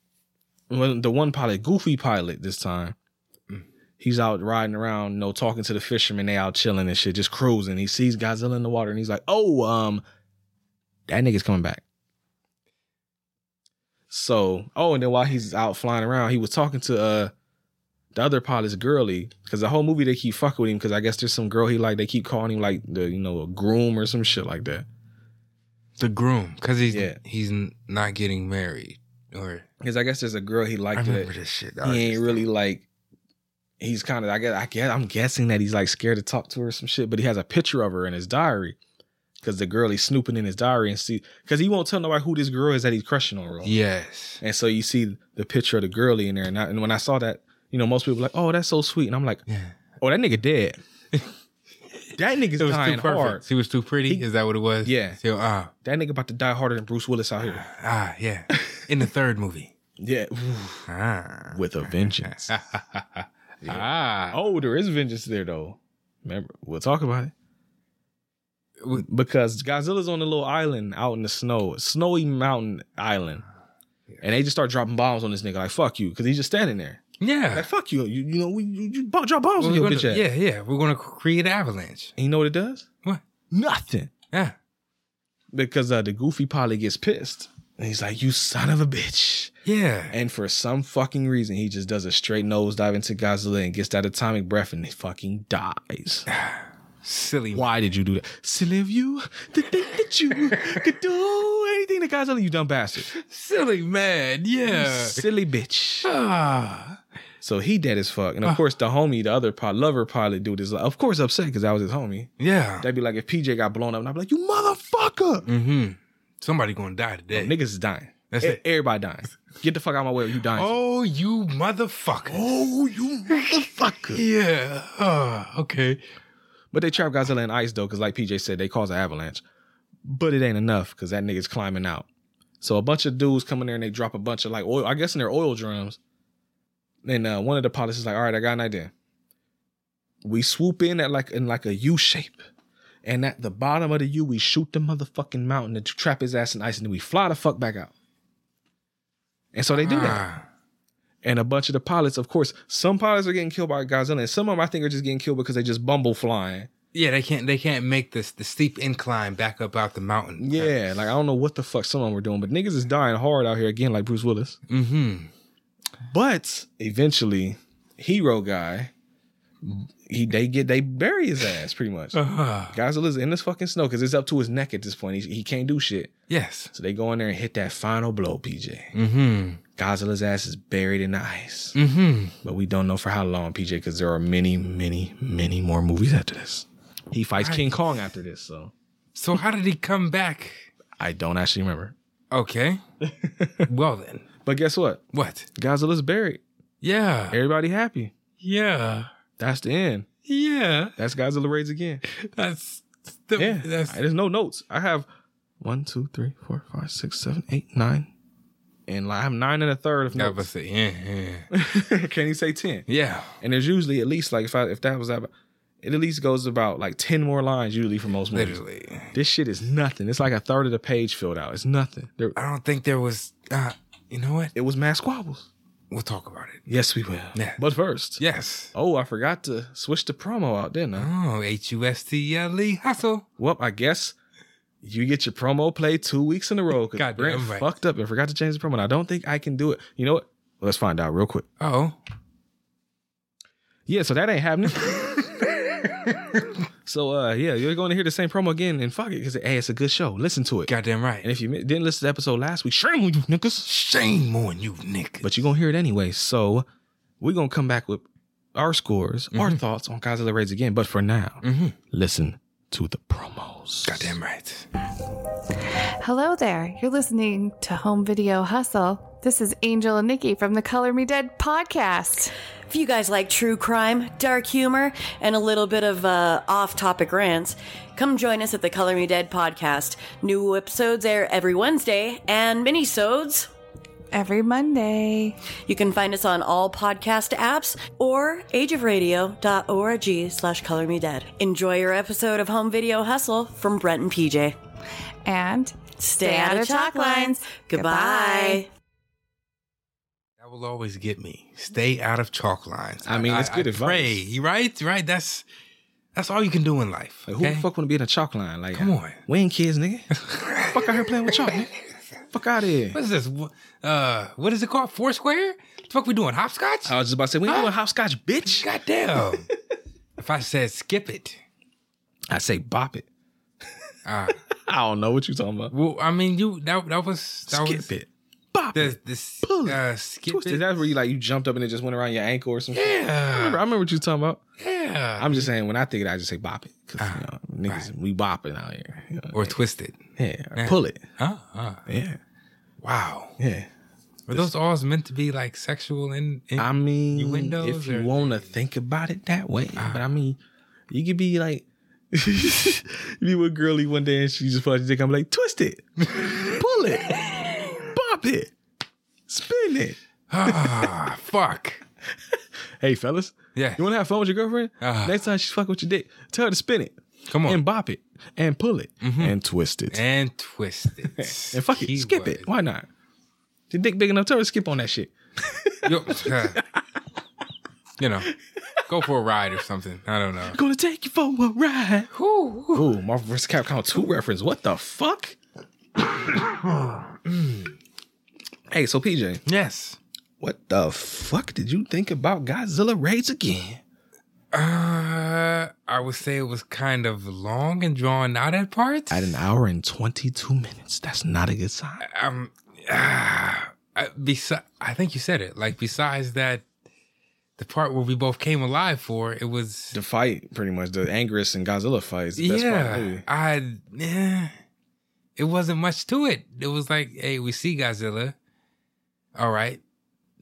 [SPEAKER 1] when the one pilot, Goofy pilot, this time, he's out riding around, you know, talking to the fishermen. They out chilling and shit, just cruising. He sees Godzilla in the water, and he's like, "Oh, um, that nigga's coming back." So, oh, and then while he's out flying around, he was talking to uh the other pilot's girly because the whole movie they keep fucking with him because I guess there's some girl he like. They keep calling him like the you know a groom or some shit like that.
[SPEAKER 2] The groom, because he's
[SPEAKER 1] Yeah.
[SPEAKER 2] he's n- not getting married, or
[SPEAKER 1] Because I guess there's a girl he
[SPEAKER 2] I
[SPEAKER 1] liked that
[SPEAKER 2] remember this shit. dog.
[SPEAKER 1] he ain't really like he's kind of I guess I guess I'm guessing that he's like scared to talk to her or some shit, but he has a picture of her in his diary because the girl he's snooping in his diary and see because he won't tell nobody who this girl is that he's crushing on. Real.
[SPEAKER 2] Yes.
[SPEAKER 1] And so you see the picture of the girlie in there, and, I, and when I saw that, you know, most people were like, "Oh, that's so sweet," and I'm like,
[SPEAKER 2] Yeah.
[SPEAKER 1] "Oh, that nigga dead. that nigga's
[SPEAKER 2] It was
[SPEAKER 1] dying
[SPEAKER 2] too perfect.
[SPEAKER 1] hard.
[SPEAKER 2] He was too pretty.
[SPEAKER 1] He-
[SPEAKER 2] Is that what it was?
[SPEAKER 1] Yeah.
[SPEAKER 2] So ah
[SPEAKER 1] That nigga about to die harder than Bruce Willis out here."
[SPEAKER 2] ah yeah. In the third movie.
[SPEAKER 1] Yeah,
[SPEAKER 2] Ah.
[SPEAKER 1] with a vengeance.
[SPEAKER 2] Ah.
[SPEAKER 1] Oh, there is vengeance there though. Remember, we'll talk about it.
[SPEAKER 2] We-
[SPEAKER 1] Because Godzilla's on a little island out in the snow, snowy mountain island. And they just start dropping bombs on this nigga, like fuck you, because he's just standing there.
[SPEAKER 2] Yeah.
[SPEAKER 1] Like fuck you, you, you know we you, you bo- drop bombs
[SPEAKER 2] We're
[SPEAKER 1] on your
[SPEAKER 2] gonna-
[SPEAKER 1] bitch ass.
[SPEAKER 2] yeah, yeah. We're gonna create an avalanche.
[SPEAKER 1] And you know what it does?
[SPEAKER 2] What?
[SPEAKER 1] Nothing.
[SPEAKER 2] Yeah.
[SPEAKER 1] Because uh, the goofy probably gets pissed, and he's like, "You son of a bitch."
[SPEAKER 2] Yeah.
[SPEAKER 1] And for some fucking reason, he just does a straight nosedive into Godzilla and gets that atomic breath and he fucking dies.
[SPEAKER 2] Silly.
[SPEAKER 1] Why did you do that? Silly of you to think that you could do anything to Godzilla, you dumb bastard.
[SPEAKER 2] Silly man.
[SPEAKER 1] You
[SPEAKER 2] Yeah.
[SPEAKER 1] Silly bitch. Uh.
[SPEAKER 2] Ah.
[SPEAKER 1] Uh. So he dead as fuck. And of course, the homie, the other pilot, lover pilot dude is like, of course, upset because that was his homie.
[SPEAKER 2] Yeah.
[SPEAKER 1] That'd be like if PJ got blown up and I'd be like, you motherfucker.
[SPEAKER 2] Mm-hmm. Somebody gonna die today.
[SPEAKER 1] Niggas is dying.
[SPEAKER 2] That's
[SPEAKER 1] E-
[SPEAKER 2] it.
[SPEAKER 1] Everybody dying. Get the fuck out of my way or you dying.
[SPEAKER 2] Oh, you motherfucker.
[SPEAKER 1] oh you motherfucker.
[SPEAKER 2] Yeah. Ah, okay.
[SPEAKER 1] But they trap Godzilla in ice though, because like PJ said, they cause an avalanche. But it ain't enough because that nigga's climbing out. So a bunch of dudes come in there and they drop a bunch of like oil, I guess in their oil drums. And uh, one of the pilots is like, all right, I got an idea. We swoop in at like in like a U shape. And at the bottom of the U, we shoot the motherfucking mountain to trap his ass in ice, and then we fly the fuck back out. And so they do that
[SPEAKER 2] Ah.
[SPEAKER 1] and a bunch of the pilots. Of course, some pilots are getting killed by Godzilla, and some of them I think are just getting killed because they just bumble flying.
[SPEAKER 2] Yeah, they can't. They can't make this the steep incline back up out the mountain.
[SPEAKER 1] Yeah, like I don't know what the fuck some of them were doing, but niggas is dying hard out here again, like Bruce Willis.
[SPEAKER 2] Mm-hmm.
[SPEAKER 1] But eventually, hero guy, he they get they bury his ass pretty much.
[SPEAKER 2] Uh-huh.
[SPEAKER 1] Godzilla's in this fucking snow because it's up to his neck at this point. He, he can't do shit.
[SPEAKER 2] Yes.
[SPEAKER 1] So they go in there and hit that final blow, PJ.
[SPEAKER 2] Mm-hmm.
[SPEAKER 1] Godzilla's ass is buried in the ice.
[SPEAKER 2] Mm-hmm.
[SPEAKER 1] But we don't know for how long, PJ, because there are many, many, many more movies after this. He fights
[SPEAKER 2] Right.
[SPEAKER 1] King Kong after this, so
[SPEAKER 2] So how did he come back?
[SPEAKER 1] I don't actually remember.
[SPEAKER 2] Okay. well then,
[SPEAKER 1] But guess what?
[SPEAKER 2] what?
[SPEAKER 1] Godzilla's buried.
[SPEAKER 2] Yeah.
[SPEAKER 1] Everybody happy.
[SPEAKER 2] Yeah.
[SPEAKER 1] That's the end.
[SPEAKER 2] Yeah.
[SPEAKER 1] That's Godzilla Raids again.
[SPEAKER 2] That's the,
[SPEAKER 1] Yeah.
[SPEAKER 2] that's
[SPEAKER 1] I- there's no notes. I have one, two, three, four, five, six, seven, eight, nine. And like, I have nine and a third of
[SPEAKER 2] that
[SPEAKER 1] notes.
[SPEAKER 2] was it. Yeah. Yeah.
[SPEAKER 1] Can you say ten?
[SPEAKER 2] yeah.
[SPEAKER 1] And there's usually at least like if I if that was that it at least goes about like ten more lines usually for most movies.
[SPEAKER 2] Literally.
[SPEAKER 1] This shit is nothing. It's like a third of the page filled out. It's nothing. There,
[SPEAKER 2] I don't think there was. Uh, you know what?
[SPEAKER 1] it was mad squabbles.
[SPEAKER 2] We'll talk about it.
[SPEAKER 1] Yes, we will.
[SPEAKER 2] Yeah.
[SPEAKER 1] But first,
[SPEAKER 2] Yes.
[SPEAKER 1] oh, I forgot to switch the promo out, didn't I?
[SPEAKER 2] Oh, H U S T L E hustle.
[SPEAKER 1] Well, I guess you get your promo play two weeks in a row because
[SPEAKER 2] Goddamn
[SPEAKER 1] Brent
[SPEAKER 2] right.
[SPEAKER 1] fucked up and forgot to change the promo. And I don't think I can do it. You know what? Let's find out real quick.
[SPEAKER 2] Oh.
[SPEAKER 1] Yeah, so that ain't happening. so uh yeah, you're going to hear the same promo again and fuck it because hey, it's a good show. Listen to it.
[SPEAKER 2] Goddamn right.
[SPEAKER 1] And if you mi- didn't listen to the episode last week, shame on you niggas.
[SPEAKER 2] Shame on you, Nick.
[SPEAKER 1] But you're gonna hear it anyway. So we're gonna come back with our scores,
[SPEAKER 2] Mm-hmm.
[SPEAKER 1] our thoughts on Godzilla Raids again. But for now, listen to the promos.
[SPEAKER 2] Goddamn right.
[SPEAKER 5] Hello there. You're listening to Home Video Hustle. This is Angel and Nikki from the Color Me Dead podcast.
[SPEAKER 6] If you guys like true crime, dark humor, and a little bit of uh, off topic rants, come join us at the Color Me Dead podcast. New episodes air every Wednesday and minisodes.
[SPEAKER 5] Every Monday.
[SPEAKER 6] You can find us on all podcast apps or ageofradio.org slash color me dead. Enjoy your episode of Home Video Hustle from Brent and PJ.
[SPEAKER 5] And stay,
[SPEAKER 6] Goodbye.
[SPEAKER 2] That will always get me. Stay out of chalk lines.
[SPEAKER 1] I mean, that's good advice.
[SPEAKER 2] Pray, right? Right. That's that's all you can do in life.
[SPEAKER 1] Like, who
[SPEAKER 2] okay?
[SPEAKER 1] the fuck wanna be in a chalk line? Like,
[SPEAKER 2] Come on.
[SPEAKER 1] we ain't kids, nigga. fuck out here playing with chalk, nigga. Fuck out of here.
[SPEAKER 2] What is this? Wh- Uh, what is it called? Foursquare? The fuck we doing? Hopscotch?
[SPEAKER 1] I was just about to say, we ain't
[SPEAKER 2] Huh?
[SPEAKER 1] doing hopscotch, bitch.
[SPEAKER 2] Goddamn. if I said skip it,
[SPEAKER 1] I say bop it.
[SPEAKER 2] uh,
[SPEAKER 1] I don't know what you talking about.
[SPEAKER 2] well, I mean, you that that was that
[SPEAKER 1] Skip
[SPEAKER 2] was,
[SPEAKER 1] it. Bop it.
[SPEAKER 2] The, the s-
[SPEAKER 1] Pull it.
[SPEAKER 2] uh, skip
[SPEAKER 1] Twisted.
[SPEAKER 2] it.
[SPEAKER 1] That's where you like you jumped up and it just went around your ankle or something. I
[SPEAKER 2] yeah,
[SPEAKER 1] remember, I remember what you talking about.
[SPEAKER 2] yeah. Ah.
[SPEAKER 1] I'm just saying when I think it, I just say bop it because you know, niggas we bopping out here. you know.
[SPEAKER 2] or twisted.
[SPEAKER 1] yeah, or pull it.
[SPEAKER 2] Huh? Huh.
[SPEAKER 1] Yeah,
[SPEAKER 2] Wow.
[SPEAKER 1] yeah.
[SPEAKER 2] Were those all meant to be like sexual and? in-
[SPEAKER 1] I mean,
[SPEAKER 2] You windows
[SPEAKER 1] if you
[SPEAKER 2] or- Ah.
[SPEAKER 1] want to think about it that way, but I mean, you could be like. you be with girly one day and she just fucking dick. I'm like, twist it, pull it, bop it, spin it.
[SPEAKER 2] ah, fuck.
[SPEAKER 1] Hey, fellas,
[SPEAKER 2] Yeah.
[SPEAKER 1] You want to have fun with your girlfriend?
[SPEAKER 2] Ah.
[SPEAKER 1] Next time she's fucking with your dick, tell her to spin it
[SPEAKER 2] Come on. Mm-hmm.
[SPEAKER 1] and bop it and pull it and twist it and,
[SPEAKER 2] and twist it.
[SPEAKER 1] fuck it, skip it. Why not? The dick big enough, tell her to skip on that shit.
[SPEAKER 2] Yo- you know, go for a ride or something. I don't know.
[SPEAKER 1] Gonna take you for a ride. Ooh, Marvel vs. Capcom 2 reference. What the fuck? Mm. hey, so PJ,
[SPEAKER 2] Yes.
[SPEAKER 1] what the fuck did you think about Godzilla Raids Again?
[SPEAKER 2] Uh, I would say it was kind of long and drawn out at parts.
[SPEAKER 1] At an hour and 22 minutes. That's not a good sign.
[SPEAKER 2] um, ah, I, besi- I think you said it. Like besides that, the part where we both came alive for it was
[SPEAKER 1] The fight, pretty much, the Angus and Godzilla fight is the best part of the
[SPEAKER 2] yeah.
[SPEAKER 1] movie.
[SPEAKER 2] I eh, it wasn't much to it. It was like, hey, we see Godzilla. All right,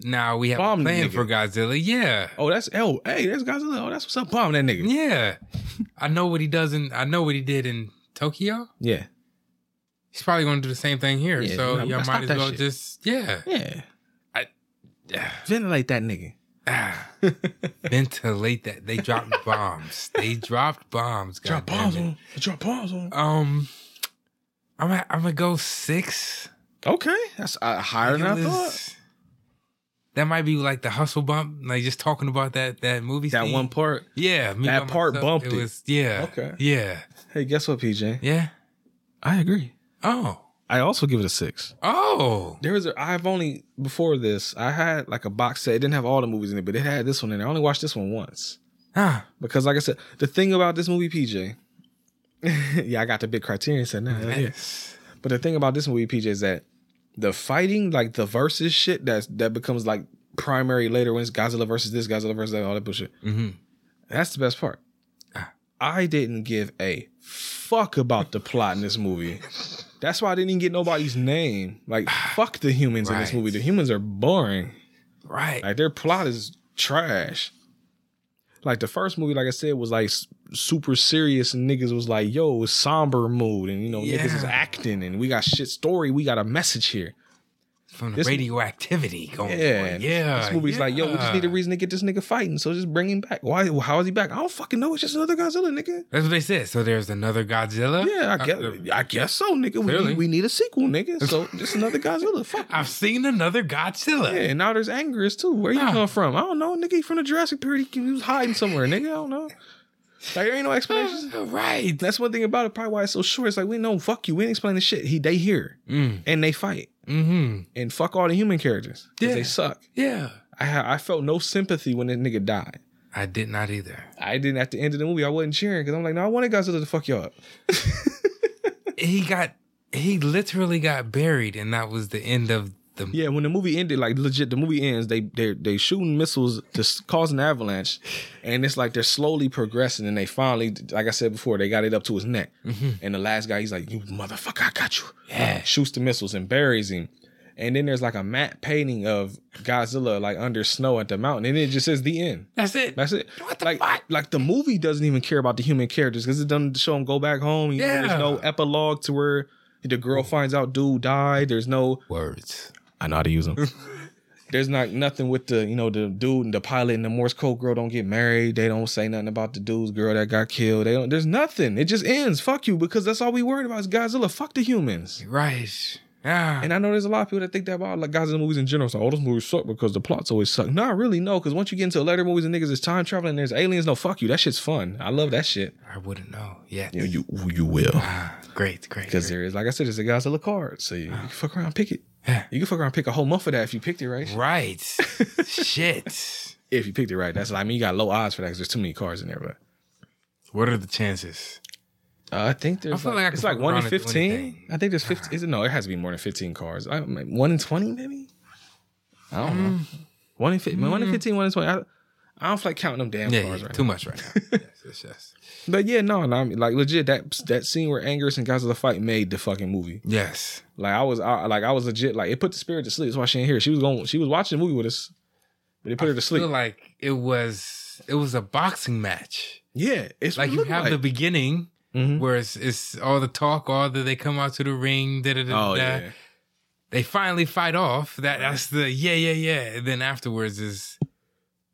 [SPEAKER 2] now we have
[SPEAKER 1] Bomb
[SPEAKER 2] a
[SPEAKER 1] the
[SPEAKER 2] plan
[SPEAKER 1] nigga.
[SPEAKER 2] for Godzilla. Yeah,
[SPEAKER 1] Oh, that's, oh, hey, that's Godzilla. Oh, that's what's up. Bomb that nigga.
[SPEAKER 2] yeah. I know what he does in. I know what he did in Tokyo.
[SPEAKER 1] Yeah.
[SPEAKER 2] He's probably going to do the same thing here.
[SPEAKER 1] Yeah,
[SPEAKER 2] so
[SPEAKER 1] nah, we gotta
[SPEAKER 2] y'all
[SPEAKER 1] stop
[SPEAKER 2] might as
[SPEAKER 1] that
[SPEAKER 2] well
[SPEAKER 1] shit.
[SPEAKER 2] just yeah.
[SPEAKER 1] Yeah.
[SPEAKER 2] yeah.
[SPEAKER 1] Ventilate that nigga.
[SPEAKER 2] Ah, ventilate that. They dropped bombs. They dropped bombs. God
[SPEAKER 1] Drop
[SPEAKER 2] damn
[SPEAKER 1] bombs
[SPEAKER 2] it.
[SPEAKER 1] on. Drop bombs on.
[SPEAKER 2] Um, I'm gonna, I'm gonna go six.
[SPEAKER 1] Okay. That's uh, higher than I
[SPEAKER 2] It was-
[SPEAKER 1] thought.
[SPEAKER 2] That might be like the hustle bump, like just talking about that that movie.
[SPEAKER 1] That
[SPEAKER 2] scene.
[SPEAKER 1] one part.
[SPEAKER 2] yeah, me
[SPEAKER 1] that
[SPEAKER 2] by
[SPEAKER 1] part bumped it.
[SPEAKER 2] was, yeah,
[SPEAKER 1] Okay.
[SPEAKER 2] yeah,
[SPEAKER 1] Hey, guess what, PJ?
[SPEAKER 2] yeah.
[SPEAKER 1] I agree.
[SPEAKER 2] Oh,
[SPEAKER 1] I also give it a six.
[SPEAKER 2] oh,
[SPEAKER 1] There was a, I've only before this I had like a box set. It didn't have all the movies in it, but it had this one in it. I only watched this one once
[SPEAKER 2] ah,
[SPEAKER 1] because, like I said, the thing about this movie, PJ. yeah, I got the big criterion set now. hell yeah.
[SPEAKER 2] yes.
[SPEAKER 1] But the thing about this movie, PJ, is that the fighting, like the versus shit, that's that becomes like primary later when it's Godzilla versus this, Godzilla versus that, all that bullshit.
[SPEAKER 2] Mhm.
[SPEAKER 1] That's the best part. I didn't give a fuck about the plot in this movie. That's why I didn't even get nobody's name. Like, fuck the humans in this
[SPEAKER 2] Right.
[SPEAKER 1] movie. The humans are boring.
[SPEAKER 2] right.
[SPEAKER 1] Like their plot is trash. Like the first movie, like I said, was like s- super serious, and niggas was like, "Yo, it's somber mood," and you know, niggas is
[SPEAKER 2] Yeah.
[SPEAKER 1] acting, and we got shit story, we got a message here.
[SPEAKER 2] From the
[SPEAKER 1] this-
[SPEAKER 2] radioactivity going,
[SPEAKER 1] Yeah,
[SPEAKER 2] on. Oh, yeah.
[SPEAKER 1] This movie's like, "Yo, we just need a
[SPEAKER 2] yeah.
[SPEAKER 1] reason to get this nigga fighting, so just bring him back." Why? How is he back? I don't fucking know. It's just another Godzilla, nigga.
[SPEAKER 2] That's what they said. So there's another Godzilla.
[SPEAKER 1] Yeah, I guess,
[SPEAKER 2] Uh,
[SPEAKER 1] I guess so, nigga. We,
[SPEAKER 2] Clearly.
[SPEAKER 1] need- we need a sequel, nigga. So just another Godzilla. Fuck.
[SPEAKER 2] I've seen another Godzilla.
[SPEAKER 1] Yeah, and now there's Angus too. Where you
[SPEAKER 2] Ah.
[SPEAKER 1] come from? I don't know, nigga. He from the Jurassic period. He was hiding somewhere, nigga. I don't know. Like there ain't no explanations.
[SPEAKER 2] Ah, Right.
[SPEAKER 1] That's one thing about it. Probably why it's so short. It's like we know. Fuck you. We ain't explaining shit. He they here
[SPEAKER 2] Mm.
[SPEAKER 1] and they fight
[SPEAKER 2] Mm-hmm.
[SPEAKER 1] and fuck all the human characters. 'cause
[SPEAKER 2] Yeah.
[SPEAKER 1] They suck.
[SPEAKER 2] Yeah.
[SPEAKER 1] I ha- I felt no sympathy when that nigga died.
[SPEAKER 2] I did not either.
[SPEAKER 1] I didn't at the end of the movie. I wasn't cheering because I'm like, no, I wanted Godzilla to fuck you up.
[SPEAKER 2] He got he literally got buried, and that was the end of the
[SPEAKER 1] Yeah, when the movie ended, like legit, the movie ends. They they they shooting missiles to s- cause an avalanche, and it's like they're slowly progressing, and they finally, like I said before, they got it up to his neck. And the last guy, he's like, "You motherfucker, I got you."
[SPEAKER 2] Mm-hmm. Yeah.
[SPEAKER 1] Shoots the missiles and buries him. And then there's like a matte painting of Godzilla like under snow at the mountain, and it just says the end.
[SPEAKER 2] That's it.
[SPEAKER 1] That's it.
[SPEAKER 2] What the
[SPEAKER 1] like,
[SPEAKER 2] fuck?
[SPEAKER 1] like the movie doesn't even care about the human characters because it doesn't show them go back home. You know,
[SPEAKER 2] Yeah.
[SPEAKER 1] there's no epilogue to where the girl finds out dude died. There's no
[SPEAKER 2] Words.
[SPEAKER 1] I know how to use them. There's not nothing with the you know the dude and the pilot and the Morse code girl don't get married. They don't say nothing about the dude's girl that got killed. They don't. There's nothing. It just ends. Fuck you because that's all we worried about is Godzilla. Fuck the humans.
[SPEAKER 2] Right. Yeah.
[SPEAKER 1] And I know there's a lot of people that think that about like Godzilla movies in general. It's like, oh, those movies suck because the plots always suck. No, really, no. Because once you get into later movies and niggas is time traveling, there's aliens. No, fuck you. That shit's fun. I love that shit.
[SPEAKER 2] I wouldn't know yet.
[SPEAKER 1] You you, you will.
[SPEAKER 2] Ah, great, great.
[SPEAKER 1] Because
[SPEAKER 2] great.
[SPEAKER 1] there is, like I said, there's a Godzilla card. So you, you can fuck around, pick it.
[SPEAKER 2] Yeah.
[SPEAKER 1] You can fuck around, pick a whole month of that if you picked it right.
[SPEAKER 2] Right. Shit.
[SPEAKER 1] if you picked it right. That's I mean, you got low odds for that because there's too many cars in there. But
[SPEAKER 2] What are the chances?
[SPEAKER 1] uh, I think there's
[SPEAKER 2] I feel
[SPEAKER 1] like,
[SPEAKER 2] like I
[SPEAKER 1] it's
[SPEAKER 2] could
[SPEAKER 1] like
[SPEAKER 2] fuck
[SPEAKER 1] one in
[SPEAKER 2] around and do
[SPEAKER 1] fifteen.
[SPEAKER 2] anything.
[SPEAKER 1] I think there's fifteen. Is it no? It has to be more than fifteen cars. I, like, one in twenty maybe. I don't
[SPEAKER 2] Mm.
[SPEAKER 1] know. One in fifteen. One in fifteen. One in twenty. I, I don't feel like counting them damn
[SPEAKER 2] Yeah,
[SPEAKER 1] cars
[SPEAKER 2] yeah,
[SPEAKER 1] right
[SPEAKER 2] too
[SPEAKER 1] now.
[SPEAKER 2] much right now. yes, yes, yes.
[SPEAKER 1] But yeah, no, no, I mean, like legit that that scene where Angus and Godzilla fight made the fucking movie.
[SPEAKER 2] Yes.
[SPEAKER 1] Like I was, I, like I was legit. Like it put the spirit to sleep. That's why she ain't here. She was going. She was watching the movie with us, but it put her to
[SPEAKER 2] I
[SPEAKER 1] sleep.
[SPEAKER 2] feel like it was it was a boxing match.
[SPEAKER 1] yeah, it's
[SPEAKER 2] Like you have the beginning
[SPEAKER 1] Mhm.
[SPEAKER 2] where it's, it's all the talk, all the they come out to the ring, da da da
[SPEAKER 1] Oh
[SPEAKER 2] da.
[SPEAKER 1] yeah.
[SPEAKER 2] they finally fight off. That that's the yeah yeah yeah. And then afterwards is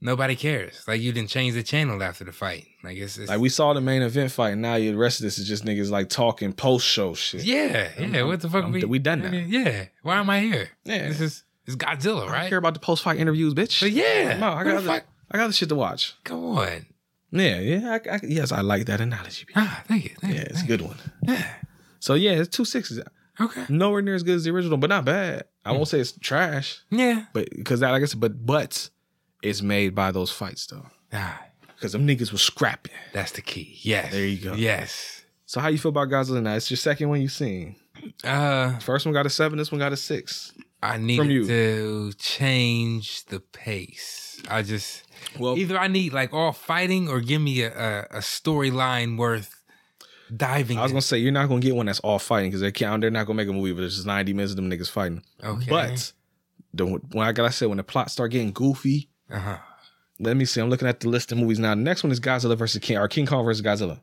[SPEAKER 2] nobody cares. Like you didn't change the channel after the fight. Like it's, it's
[SPEAKER 1] Like we saw the main event fight, and now the rest of this is just niggas like talking post show shit.
[SPEAKER 2] yeah, yeah. What the fuck?
[SPEAKER 1] I'm- we done now.
[SPEAKER 2] Yeah. Why am I here?
[SPEAKER 1] Yeah.
[SPEAKER 2] This is it's Godzilla,
[SPEAKER 1] I don't
[SPEAKER 2] right?
[SPEAKER 1] care about the post fight interviews, bitch.
[SPEAKER 2] But yeah.
[SPEAKER 1] no, I
[SPEAKER 2] what
[SPEAKER 1] got
[SPEAKER 2] the
[SPEAKER 1] other,
[SPEAKER 2] fuck?
[SPEAKER 1] I got other shit to watch.
[SPEAKER 2] Come on.
[SPEAKER 1] Yeah, yeah. I, I, yes, I like that analogy. bitch.
[SPEAKER 2] Ah, thank you. Thank
[SPEAKER 1] Yeah,
[SPEAKER 2] you,
[SPEAKER 1] it's a
[SPEAKER 2] thank
[SPEAKER 1] good one.
[SPEAKER 2] you.
[SPEAKER 1] So yeah, it's two sixes.
[SPEAKER 2] Yeah. Okay.
[SPEAKER 1] Nowhere near as good as the original, but not bad. I
[SPEAKER 2] Mm.
[SPEAKER 1] won't say it's trash,
[SPEAKER 2] Yeah.
[SPEAKER 1] but because that, like I said, but but it's made by those fights though,
[SPEAKER 2] Ah,
[SPEAKER 1] because them niggas was scrapping.
[SPEAKER 2] that's the key. Yes.
[SPEAKER 1] There you go.
[SPEAKER 2] Yes.
[SPEAKER 1] So how you feel about Godzilla now? It's your second one you've seen.
[SPEAKER 2] Uh,
[SPEAKER 1] First one got a seven. This one got a six.
[SPEAKER 2] I needed
[SPEAKER 1] you.
[SPEAKER 2] to change the pace. I just
[SPEAKER 1] Well,
[SPEAKER 2] either I need like all fighting or give me a a, a storyline worth diving.
[SPEAKER 1] I was
[SPEAKER 2] in.
[SPEAKER 1] gonna say you're not gonna get one that's all fighting because they can't. They're not gonna make a movie, but it's just 90 minutes of them niggas fighting.
[SPEAKER 2] Okay.
[SPEAKER 1] But the when like I said, when the plot start getting goofy,
[SPEAKER 2] uh-huh.
[SPEAKER 1] let me see. I'm looking at the list of movies now. The next one is Godzilla versus King or King Kong versus Godzilla.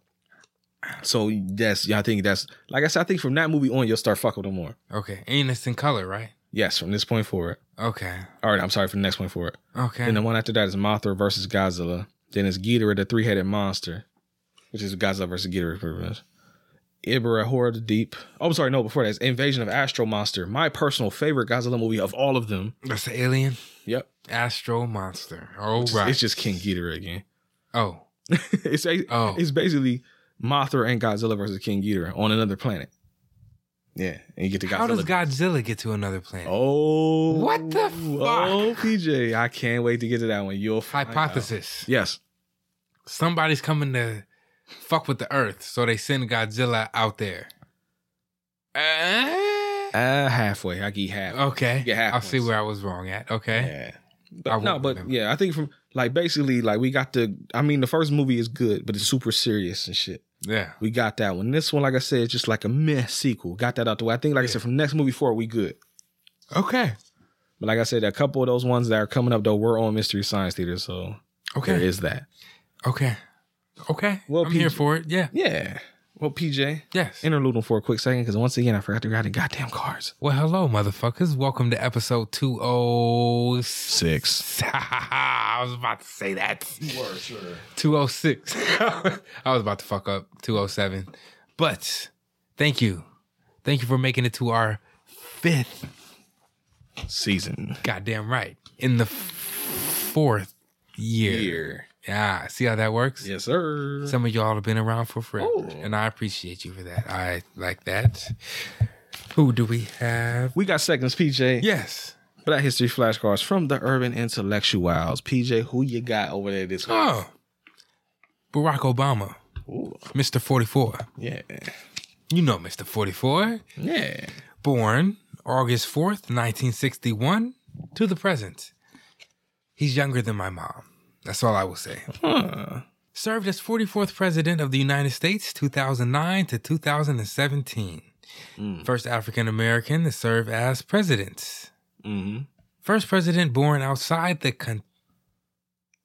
[SPEAKER 1] So that's yeah, I think that's like I said. I think from that movie on, you'll start fucking with them more.
[SPEAKER 2] okay, and it's in color, right?
[SPEAKER 1] Yes, from this point forward.
[SPEAKER 2] Okay.
[SPEAKER 1] All right, I'm sorry for the next point forward.
[SPEAKER 2] Okay.
[SPEAKER 1] Then the one after that is Mothra versus Godzilla. Then it's Ghidorah, the three headed monster, which is Godzilla versus Ghidorah, pretty much. Ibra, Horror of the Deep. Oh, I'm sorry, no, before that, it's Invasion of Astro Monster, my personal favorite Godzilla movie of all of them.
[SPEAKER 2] That's the alien
[SPEAKER 1] Yep.
[SPEAKER 2] astro monster. Oh
[SPEAKER 1] It's,
[SPEAKER 2] right.
[SPEAKER 1] it's just King Ghidorah again.
[SPEAKER 2] oh
[SPEAKER 1] it's, a-
[SPEAKER 2] Oh.
[SPEAKER 1] it's basically Mothra and Godzilla versus King Ghidorah on another planet. Yeah, and you get the Godzilla.
[SPEAKER 2] how does Godzilla get to another planet?
[SPEAKER 1] Oh.
[SPEAKER 2] What the fuck?
[SPEAKER 1] Oh, PJ, I can't wait to get to that one. You'll find out.
[SPEAKER 2] Hypothesis:
[SPEAKER 1] Yes.
[SPEAKER 2] Somebody's coming to fuck with the Earth, so they send Godzilla out there. Eh?
[SPEAKER 1] Uh, halfway. I get half.
[SPEAKER 2] okay.
[SPEAKER 1] Yeah, half
[SPEAKER 2] I'll see
[SPEAKER 1] ones.
[SPEAKER 2] where I was wrong at. Okay.
[SPEAKER 1] Yeah. But
[SPEAKER 2] I
[SPEAKER 1] no,
[SPEAKER 2] won't
[SPEAKER 1] but
[SPEAKER 2] remember.
[SPEAKER 1] yeah, Eh, I think from like basically like we got the I mean the first movie is good, but it's super serious and shit.
[SPEAKER 2] Yeah.
[SPEAKER 1] We got that one. This one, like I said, is just like a meh sequel. Got that out the way. I think like I
[SPEAKER 2] Yeah.
[SPEAKER 1] said, from next movie forward, we good.
[SPEAKER 2] Okay.
[SPEAKER 1] But like I said, a couple of those ones that are coming up though were on Mystery Science Theater, so
[SPEAKER 2] Okay.
[SPEAKER 1] there is that.
[SPEAKER 2] Okay. Okay.
[SPEAKER 1] Well,
[SPEAKER 2] I'm here
[SPEAKER 1] PG
[SPEAKER 2] for it. Yeah.
[SPEAKER 1] Yeah. Well, PJ,
[SPEAKER 2] Yes.
[SPEAKER 1] interlude them for a quick second because once again I forgot to grab the goddamn cards.
[SPEAKER 2] well, hello, motherfuckers. Welcome to episode 206.
[SPEAKER 1] Six.
[SPEAKER 2] I was about to say that. You were, sure. 206. I was about to fuck up 207. But thank you. Thank you for making it to our fifth.
[SPEAKER 1] Season.
[SPEAKER 2] Goddamn right. In the f- fourth year.
[SPEAKER 1] Year.
[SPEAKER 2] Yeah. See how that works?
[SPEAKER 1] Yes, sir.
[SPEAKER 2] Some of y'all have been around for forever, and I appreciate you for that. I like that. Who do we have?
[SPEAKER 1] we got seconds, PJ.
[SPEAKER 2] Yes.
[SPEAKER 1] Black History flashcards from the Urban Intellectuals. PJ, who you got over there this week?
[SPEAKER 2] Oh, Barack Obama,
[SPEAKER 1] Ooh,
[SPEAKER 2] Mr. 44.
[SPEAKER 1] yeah,
[SPEAKER 2] You know Mr. 44.
[SPEAKER 1] yeah.
[SPEAKER 2] Born August 4th, 1961, to the present. He's younger than my mom. That's all I will say. Served as 44th President of the United States 2009 to 2017. First African American to serve as president.
[SPEAKER 1] Mm-hmm.
[SPEAKER 2] First president born outside the con-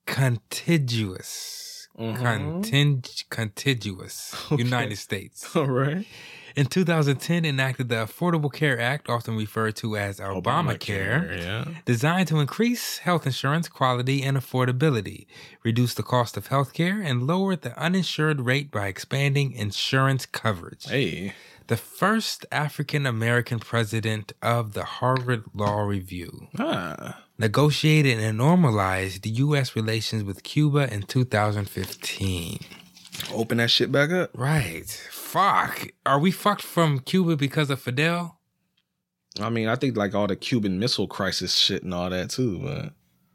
[SPEAKER 2] contiguous, conting- contiguous United States.
[SPEAKER 1] All right.
[SPEAKER 2] In 2010, enacted the Affordable Care Act, often referred to as Obamacare,
[SPEAKER 1] Yeah.
[SPEAKER 2] designed to increase health insurance quality and affordability, reduce the cost of health care, and lower the uninsured rate by expanding insurance coverage
[SPEAKER 1] Hey.
[SPEAKER 2] the first African American president of the Harvard Law Review,
[SPEAKER 1] Ah.
[SPEAKER 2] negotiated and normalized the U.S. relations with Cuba in 2015.
[SPEAKER 1] Open that shit back up.
[SPEAKER 2] Right. Fuck. Are we fucked from Cuba because of Fidel?
[SPEAKER 1] I mean, I think like all the Cuban Missile Crisis shit and all that too, but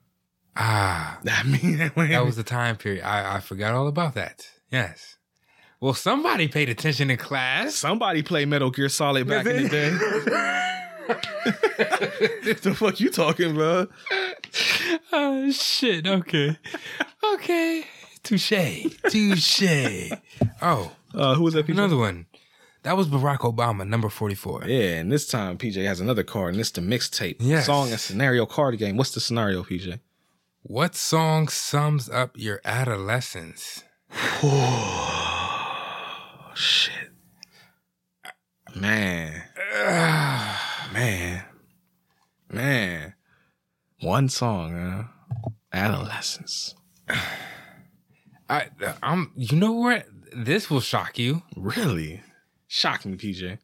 [SPEAKER 2] Ah,
[SPEAKER 1] I mean,
[SPEAKER 2] that was the time period. I, I forgot all about that. Yes. Well, somebody paid attention in class.
[SPEAKER 1] somebody played Metal Gear Solid back in the day. the fuck you talking about?
[SPEAKER 2] Oh shit. Okay. Okay. Touche. Touche. Oh.
[SPEAKER 1] Uh, who was that? PJ?
[SPEAKER 2] Another one. That was Barack Obama, number 44.
[SPEAKER 1] Yeah, and this time PJ has another card, and it's the mixtape
[SPEAKER 2] Yes.
[SPEAKER 1] song and scenario card game. What's the scenario, PJ?
[SPEAKER 2] What song sums up your adolescence? Oh,
[SPEAKER 1] Shit. Man. Man. Man. One song, huh? adolescence.
[SPEAKER 2] I, I'm. You know what? This will shock you.
[SPEAKER 1] Really? Shocking, PJ.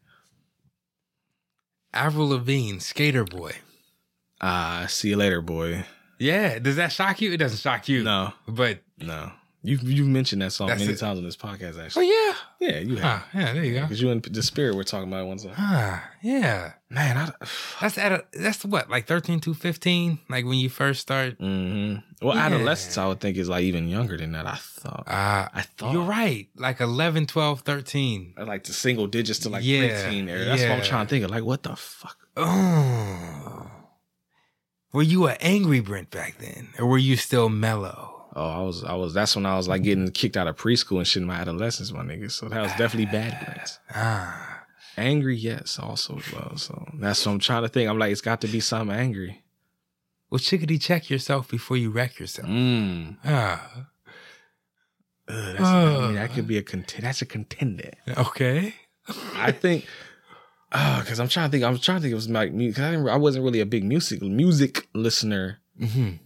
[SPEAKER 2] Avril Lavigne, Skater Boy.
[SPEAKER 1] Ah, see you later, boy.
[SPEAKER 2] Yeah, does that shock you? It doesn't shock you.
[SPEAKER 1] No,
[SPEAKER 2] But
[SPEAKER 1] no. You you mentioned that song
[SPEAKER 2] That's
[SPEAKER 1] many
[SPEAKER 2] it.
[SPEAKER 1] times on this podcast, actually.
[SPEAKER 2] oh yeah,
[SPEAKER 1] Yeah, you have.
[SPEAKER 2] Huh, yeah. There you go.
[SPEAKER 1] Because you and the spirit were talking about it one time.
[SPEAKER 2] Ah, yeah.
[SPEAKER 1] Man, I.
[SPEAKER 2] That's at a, that's what like thirteen to fifteen. Like when you first start.
[SPEAKER 1] Mm-hmm. Well,
[SPEAKER 2] Yeah.
[SPEAKER 1] adolescence, I would think, is like even younger than that. I thought.
[SPEAKER 2] Uh,
[SPEAKER 1] I thought.
[SPEAKER 2] You're right. Like 11, 12, 13.
[SPEAKER 1] Like the single digits to like
[SPEAKER 2] Yeah,
[SPEAKER 1] 13 era. That's what I'm
[SPEAKER 2] yeah.
[SPEAKER 1] trying to think of. Like, what the fuck?
[SPEAKER 2] Oh. Were you an angry Brent back then? Or were you still mellow?
[SPEAKER 1] Oh, I was, I was. That's when I was like getting kicked out of preschool and shit in my adolescence, my nigga. So that was definitely bad grades.
[SPEAKER 2] Ah.
[SPEAKER 1] Angry, yes, also as well. So that's what I'm trying to think. I'm like, it's got to be something angry.
[SPEAKER 2] Well, chickadee, check yourself before you wreck yourself.
[SPEAKER 1] Mm.
[SPEAKER 2] Ah.
[SPEAKER 1] Ugh, that's, I mean, that could be a contend. That's a contender.
[SPEAKER 2] Okay.
[SPEAKER 1] I think. Oh, because I'm trying to think. I'm trying to think. It was like music. I, didn't, I wasn't really a big music music listener.
[SPEAKER 2] Mm-hmm.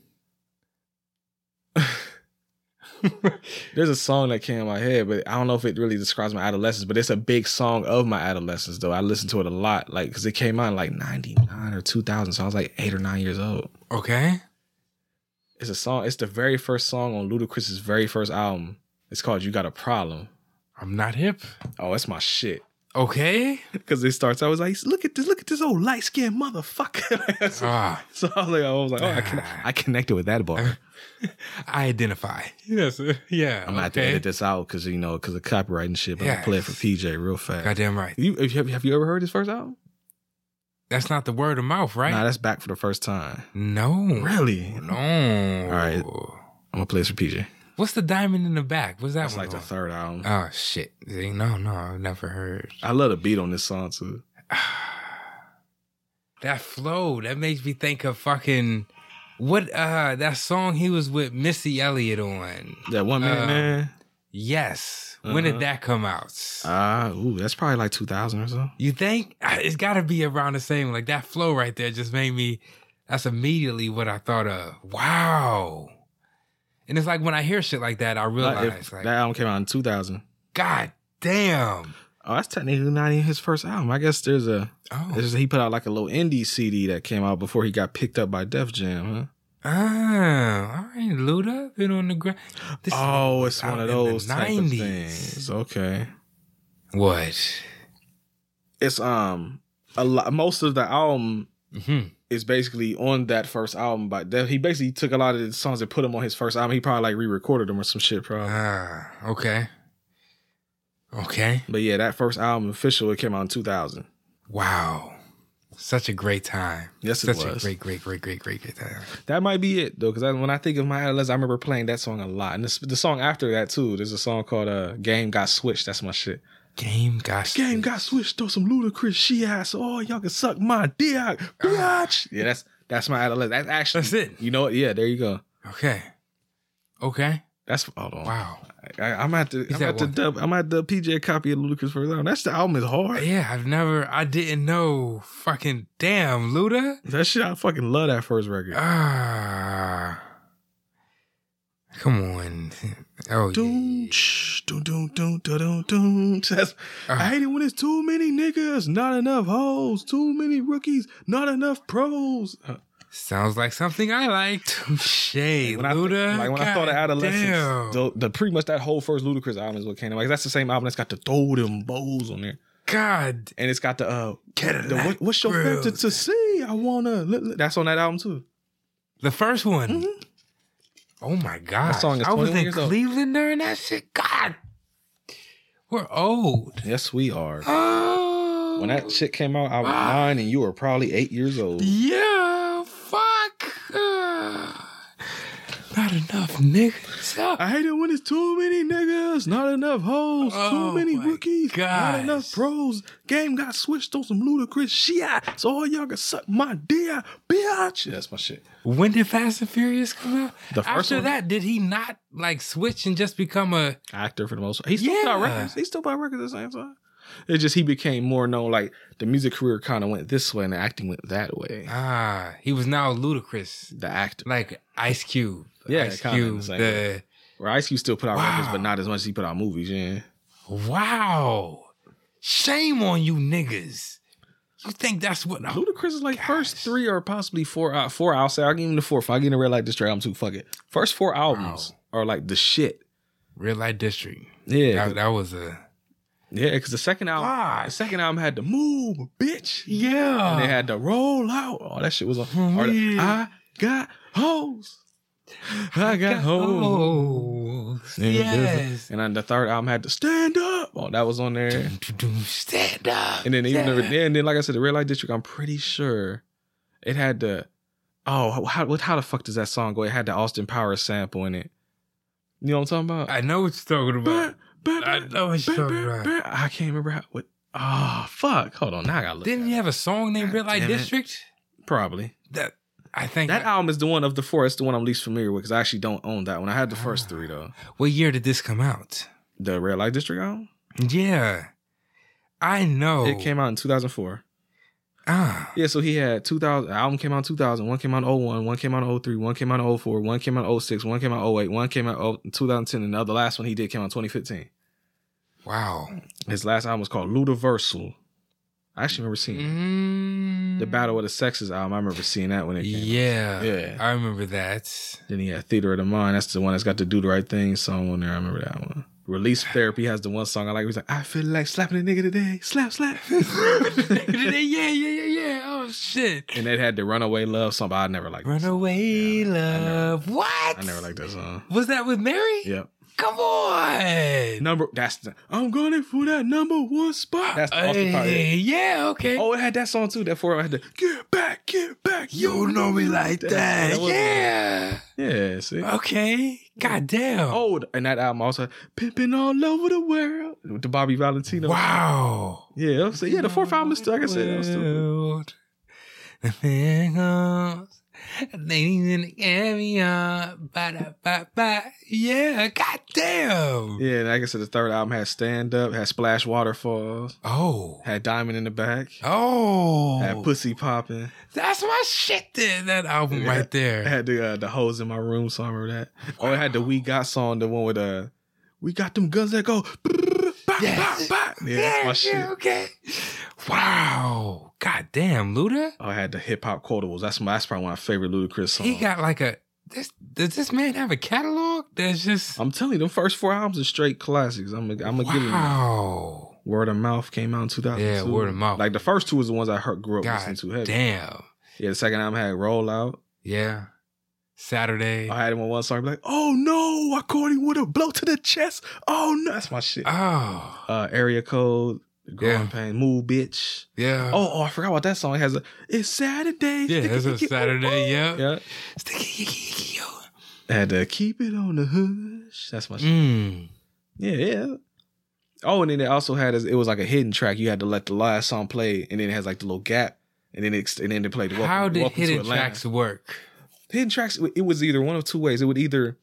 [SPEAKER 1] There's a song that came in my head, but I don't know if it really describes my adolescence. But it's a big song of my adolescence, though. I listened to it a lot, like because it came out in like '99 or 2000, so I was like eight or nine years old.
[SPEAKER 2] Okay.
[SPEAKER 1] It's a song. It's the very first song on Ludacris's very first album. It's called "You Got a Problem."
[SPEAKER 2] I'm not hip.
[SPEAKER 1] Oh, it's my shit.
[SPEAKER 2] Okay.
[SPEAKER 1] Because it starts. I was like, look at this. Look at this old light skinned motherfucker.
[SPEAKER 2] Ah.
[SPEAKER 1] so I was like, I was like, oh, I, con- I connected with that bar.
[SPEAKER 2] I identify. Yes. Yeah.
[SPEAKER 1] I'm gonna have to
[SPEAKER 2] okay.
[SPEAKER 1] edit this out because you know because of copyright and shit. But I'm gonna play it for
[SPEAKER 2] Yes.
[SPEAKER 1] PJ real fast.
[SPEAKER 2] Goddamn right.
[SPEAKER 1] You have, you have you ever heard his first album?
[SPEAKER 2] That's not the word of mouth, right?
[SPEAKER 1] Nah, that's back for the first time.
[SPEAKER 2] no.
[SPEAKER 1] Really? I'm
[SPEAKER 2] No. All
[SPEAKER 1] right. gonna play this for PJ.
[SPEAKER 2] What's the diamond in the back? What's that
[SPEAKER 1] That's
[SPEAKER 2] one?
[SPEAKER 1] like the
[SPEAKER 2] on?
[SPEAKER 1] third album.
[SPEAKER 2] Oh shit! See, No, no, I've never heard
[SPEAKER 1] I love the beat on this song too.
[SPEAKER 2] that flow. That makes me think of fucking what uh that song he was with Missy Elliott on.
[SPEAKER 1] That one minute
[SPEAKER 2] Uh,
[SPEAKER 1] man.
[SPEAKER 2] Yes. When
[SPEAKER 1] Uh-huh.
[SPEAKER 2] did that come out?
[SPEAKER 1] Ah, ooh, that's probably like 2000 or so.
[SPEAKER 2] you think Ah, it's got to be around the same? Like that flow right there just made me. That's immediately what I thought of. Wow. And it's like when I hear shit like that, I
[SPEAKER 1] Like,
[SPEAKER 2] realize,
[SPEAKER 1] if
[SPEAKER 2] like,
[SPEAKER 1] that album came out in 2000.
[SPEAKER 2] God damn.
[SPEAKER 1] Oh, that's technically not even his first album. I guess there's a
[SPEAKER 2] Oh.
[SPEAKER 1] there's he put out like a little indie CD that came out before he got picked up by Def Jam, huh?
[SPEAKER 2] Ah, uh, all right, Luda been on the ground. This
[SPEAKER 1] oh, it's one
[SPEAKER 2] out
[SPEAKER 1] of
[SPEAKER 2] in the
[SPEAKER 1] those type of
[SPEAKER 2] 90s.
[SPEAKER 1] things. Okay,
[SPEAKER 2] what?
[SPEAKER 1] it's um a lot. Most of the album
[SPEAKER 2] hmm
[SPEAKER 1] is basically on that first album. But that, he basically took a lot of the songs and put them on his first album. He probably like re-recorded them or some shit, probably.
[SPEAKER 2] Ah, okay, okay.
[SPEAKER 1] But yeah, that first album official it came out in two thousand.
[SPEAKER 2] Wow, such a great time.
[SPEAKER 1] Yes, it
[SPEAKER 2] such
[SPEAKER 1] was.
[SPEAKER 2] a great, great, great, great, great, great time.
[SPEAKER 1] That might be it though, because when I think of my adolescence, I remember playing that song a lot. And this, the song after that too. There's a song called "Uh Game Got Switched." That's my shit.
[SPEAKER 2] Game, gosh,
[SPEAKER 1] Game got switched. Throw some ludicrous she ass. Oh, y'all can suck my dick, bitch. Uh-huh. Yeah, that's that's my adolescence. That's actually
[SPEAKER 2] That's it.
[SPEAKER 1] You know what? Yeah, there you go.
[SPEAKER 2] Okay, okay. Ah. Oh,
[SPEAKER 1] Uh, uh,
[SPEAKER 2] Oh
[SPEAKER 1] It's just he became more known. Like the music career kind of went this way, and the acting went that way.
[SPEAKER 2] Ah, he was now ludicrous,
[SPEAKER 1] The actor,
[SPEAKER 2] like Ice Cube.
[SPEAKER 1] Yeah,
[SPEAKER 2] Ice
[SPEAKER 1] kinda
[SPEAKER 2] Cube.
[SPEAKER 1] the same.
[SPEAKER 2] The
[SPEAKER 1] where Ice Cube still put out
[SPEAKER 2] Wow.
[SPEAKER 1] records, but not as much as he put out movies. Yeah,
[SPEAKER 2] wow, shame on you niggas. You think that's what?
[SPEAKER 1] Ludacris is like first
[SPEAKER 2] Gosh.
[SPEAKER 1] three or possibly four. Uh, four. I'll say I'll give him the fourth. I get in red light district album too. Fuck it. First four albums are like the shit.
[SPEAKER 2] Real Light District.
[SPEAKER 1] Yeah,
[SPEAKER 2] That, that was a
[SPEAKER 1] yeah. Because the second album,
[SPEAKER 2] God.
[SPEAKER 1] the second album had the move, bitch.
[SPEAKER 2] yeah.
[SPEAKER 1] and they had to roll out. Oh, that shit was on. or the, I
[SPEAKER 2] Yeah.
[SPEAKER 1] got hoes. I got hoes.
[SPEAKER 2] Oh,
[SPEAKER 1] And it does-
[SPEAKER 2] yes.
[SPEAKER 1] And then the third album had to stand up. Oh, that was on there.
[SPEAKER 2] Stand up.
[SPEAKER 1] And then even the- then, then like I said, the Red Light District. I'm pretty sure it had the. Oh, how what? How the fuck does that song go? It had the Austin Powers sample in it. You know what I'm talking about?
[SPEAKER 2] I know what you're talking
[SPEAKER 1] Bah,
[SPEAKER 2] about.
[SPEAKER 1] bah,
[SPEAKER 2] I know what
[SPEAKER 1] bah,
[SPEAKER 2] you're
[SPEAKER 1] bah,
[SPEAKER 2] talking about.
[SPEAKER 1] bah. I can't remember how. What? Oh fuck! Hold on, now I gotta look.
[SPEAKER 2] Didn't
[SPEAKER 1] at
[SPEAKER 2] he
[SPEAKER 1] it.
[SPEAKER 2] have a song named
[SPEAKER 1] God
[SPEAKER 2] Real Light
[SPEAKER 1] damn it.
[SPEAKER 2] District?
[SPEAKER 1] Probably.
[SPEAKER 2] That I think.
[SPEAKER 1] That album is the one of the four. It's the one I'm least familiar with because I actually don't own that one. I had the first
[SPEAKER 2] Ah.
[SPEAKER 1] three though.
[SPEAKER 2] what year did this come out?
[SPEAKER 1] The Red Light District album.
[SPEAKER 2] Yeah, I know.
[SPEAKER 1] It came out in 2004.
[SPEAKER 2] Ah,
[SPEAKER 1] Yeah, so he had 2000. the Album came out in 2000. One came out in 01. One came out in 03. One came out in 04. One came out in 06. One came out in 08. One came out in oh, 2010. And the other last one he did came out in 2015.
[SPEAKER 2] wow.
[SPEAKER 1] His last album was called Ludiversal. I actually remember seeing it.
[SPEAKER 2] Mm,
[SPEAKER 1] the Battle of the Sexes album. I remember seeing that when it came. out.
[SPEAKER 2] Yeah,
[SPEAKER 1] Yeah.
[SPEAKER 2] I remember that.
[SPEAKER 1] Then he had Theater of the Mind. That's the one that's got the Do the Right Thing song on there. I remember that one. Release Therapy has the one song I like. He's like, I feel like slapping a nigga today. Slap, slap.
[SPEAKER 2] yeah, yeah, yeah, yeah. Oh shit.
[SPEAKER 1] and it had the Runaway Love song, but I never liked that song.
[SPEAKER 2] Runaway love. what?
[SPEAKER 1] I never liked that song.
[SPEAKER 2] Was that with Mary?
[SPEAKER 1] Yep.
[SPEAKER 2] Come on.
[SPEAKER 1] Number that's the, I'm going for that number one spot. That's the Austin Powers.
[SPEAKER 2] Hey, Yeah. Okay.
[SPEAKER 1] Oh, it had that song too. That four I had to get back, get back.
[SPEAKER 2] you know me like that.
[SPEAKER 1] That was-
[SPEAKER 2] yeah.
[SPEAKER 1] Yeah, see.
[SPEAKER 2] Uh. Okay. Goddamn.
[SPEAKER 1] Oh, and that album also pimping all over the world with the Bobby Valentino.
[SPEAKER 2] Wow.
[SPEAKER 1] Yeah, I'm saying, yeah. The fourth album is still, like I said, that was still.
[SPEAKER 2] World, the pickles, ladies in the area, ba-da-ba-ba. Yeah, goddamn.
[SPEAKER 1] Yeah, and like I said, the third album had Stand Up, had Splash Waterfalls,
[SPEAKER 2] Oh.
[SPEAKER 1] had Diamond in the Back, had
[SPEAKER 2] Oh.
[SPEAKER 1] Pussy Popping,
[SPEAKER 2] That's my shit there, that album
[SPEAKER 1] Yeah.
[SPEAKER 2] right
[SPEAKER 1] It
[SPEAKER 2] there.
[SPEAKER 1] had the uh, the hose in my room, so I remember that. Oh, it had the We Got song, the one with uh, we got them guns that go. bah,
[SPEAKER 2] Yes.
[SPEAKER 1] bah, bah. Yeah, that's my shit.
[SPEAKER 2] yeah, okay. Wow. Goddamn, Luda.
[SPEAKER 1] Oh, I had the hip hop quotables. That's my that's probably my favorite Ludacris song.
[SPEAKER 2] He got like a this does this man have a catalog that's just
[SPEAKER 1] I'm telling you, them first four albums are straight classics. I'm gonna, I'm gonna give him that.
[SPEAKER 2] Wow.
[SPEAKER 1] Word of Mouth came out in 2002.
[SPEAKER 2] Yeah, Word of Mouth.
[SPEAKER 1] Like the first two is the ones I heard, grew up listening
[SPEAKER 2] God
[SPEAKER 1] to heavy.
[SPEAKER 2] damn.
[SPEAKER 1] Yeah, the second album had Roll Out.
[SPEAKER 2] Yeah. Saturday.
[SPEAKER 1] I had him on one song, I'd be like, oh no, I caught him with a blow to the chest. Oh no, that's my shit.
[SPEAKER 2] Oh.
[SPEAKER 1] Uh, area Code, Growing
[SPEAKER 2] Yeah.
[SPEAKER 1] Pain, Move Bitch.
[SPEAKER 2] Yeah.
[SPEAKER 1] Oh, oh, I forgot about that song. It has a It's Saturday.
[SPEAKER 2] Yeah, that's a
[SPEAKER 1] sticky, icky, oh,
[SPEAKER 2] Saturday,
[SPEAKER 1] oh.
[SPEAKER 2] yeah.
[SPEAKER 1] Yeah. And uh, Keep It on the Hush. That's my shit.
[SPEAKER 2] Mm.
[SPEAKER 1] Yeah, yeah. Oh, and then it also had it was like a hidden track. You had to let the last song play, and then it has like the little gap, and then it and then it played. the Welcome,
[SPEAKER 2] How did
[SPEAKER 1] Welcome to
[SPEAKER 2] hidden
[SPEAKER 1] Atlanta.
[SPEAKER 2] tracks work?
[SPEAKER 1] Hidden tracks. It was either one of two ways. It would either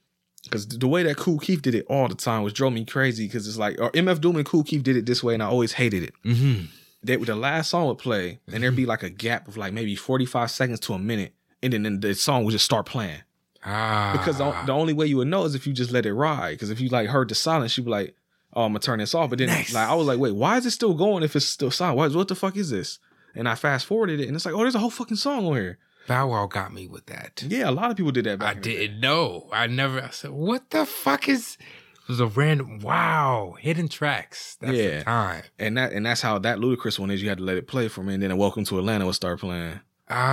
[SPEAKER 1] because the way that Cool Keith did it all the time was drove me crazy because it's like or MF Doom and Cool Keith did it this way, and I always hated it.
[SPEAKER 2] Mm-hmm.
[SPEAKER 1] They, the last song would play, and there'd be like a gap of like maybe forty five seconds to a minute, and then, then the song would just start playing.
[SPEAKER 2] Ah,
[SPEAKER 1] Because the, the only way you would know is if you just let it ride. Because if you like heard the silence, you'd be like, "Oh, I'm gonna turn this off." But then,
[SPEAKER 2] Nice.
[SPEAKER 1] like, I was like, "Wait, why is it still going? If it's still silent, why, what the fuck is this?" And I fast forwarded it, and it's like, "Oh, there's a whole fucking song on here."
[SPEAKER 2] Bow Wow got me with that.
[SPEAKER 1] Yeah, a lot of people did that. Back
[SPEAKER 2] I
[SPEAKER 1] in the day.
[SPEAKER 2] didn't know. I never. I said, "What the fuck is?" It was a random. Wow, hidden tracks. That's
[SPEAKER 1] Yeah.
[SPEAKER 2] the time.
[SPEAKER 1] and that and that's how that ludicrous one is. You had to let it play for me, and then Welcome to Atlanta would start playing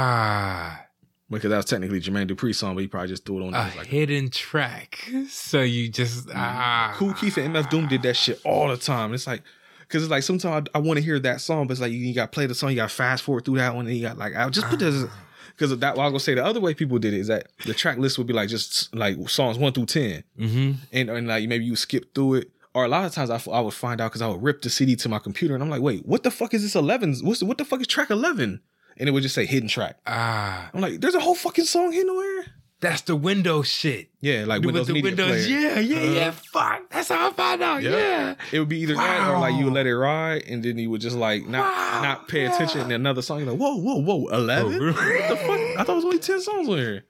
[SPEAKER 2] Ah,
[SPEAKER 1] because that was technically Jermaine Dupri's song, but he probably just threw it on.
[SPEAKER 2] a
[SPEAKER 1] there. Like,
[SPEAKER 2] hidden track. So you just ah,
[SPEAKER 1] Cool Keith and MF Doom did that shit all the time. It's like. Cause it's like sometimes I, I want to hear that song, but it's like you, you got to play the song, you got to fast forward through that one, and you got like I just put this
[SPEAKER 2] Ah.
[SPEAKER 1] because that. Well, I was gonna say the other way people did it is that the track list would be like just like songs one through ten,
[SPEAKER 2] Mm-hmm.
[SPEAKER 1] and and like maybe you skip through it. Or a lot of times I, f- I would find out because I would rip the CD to my computer, and I'm like, wait, what the fuck is this eleven? What's what the fuck is track eleven? And it would just say hidden track.
[SPEAKER 2] Ah,
[SPEAKER 1] I'm like, there's a whole fucking song hidden on here.
[SPEAKER 2] That's the Windows shit.
[SPEAKER 1] Yeah, like
[SPEAKER 2] Do
[SPEAKER 1] Windows
[SPEAKER 2] with the
[SPEAKER 1] Media
[SPEAKER 2] Windows,
[SPEAKER 1] Player.
[SPEAKER 2] yeah, yeah, yeah. Fuck, that's how I found out.
[SPEAKER 1] Yep.
[SPEAKER 2] Yeah,
[SPEAKER 1] It would be either that or like you would
[SPEAKER 2] Wow.
[SPEAKER 1] let it ride, and then you would just like not
[SPEAKER 2] Wow,
[SPEAKER 1] not pay
[SPEAKER 2] yeah.
[SPEAKER 1] attention. And another song, you're like, whoa, whoa, whoa, eleven?
[SPEAKER 2] Oh, really?
[SPEAKER 1] What the fuck? I thought it was only ten songs on here.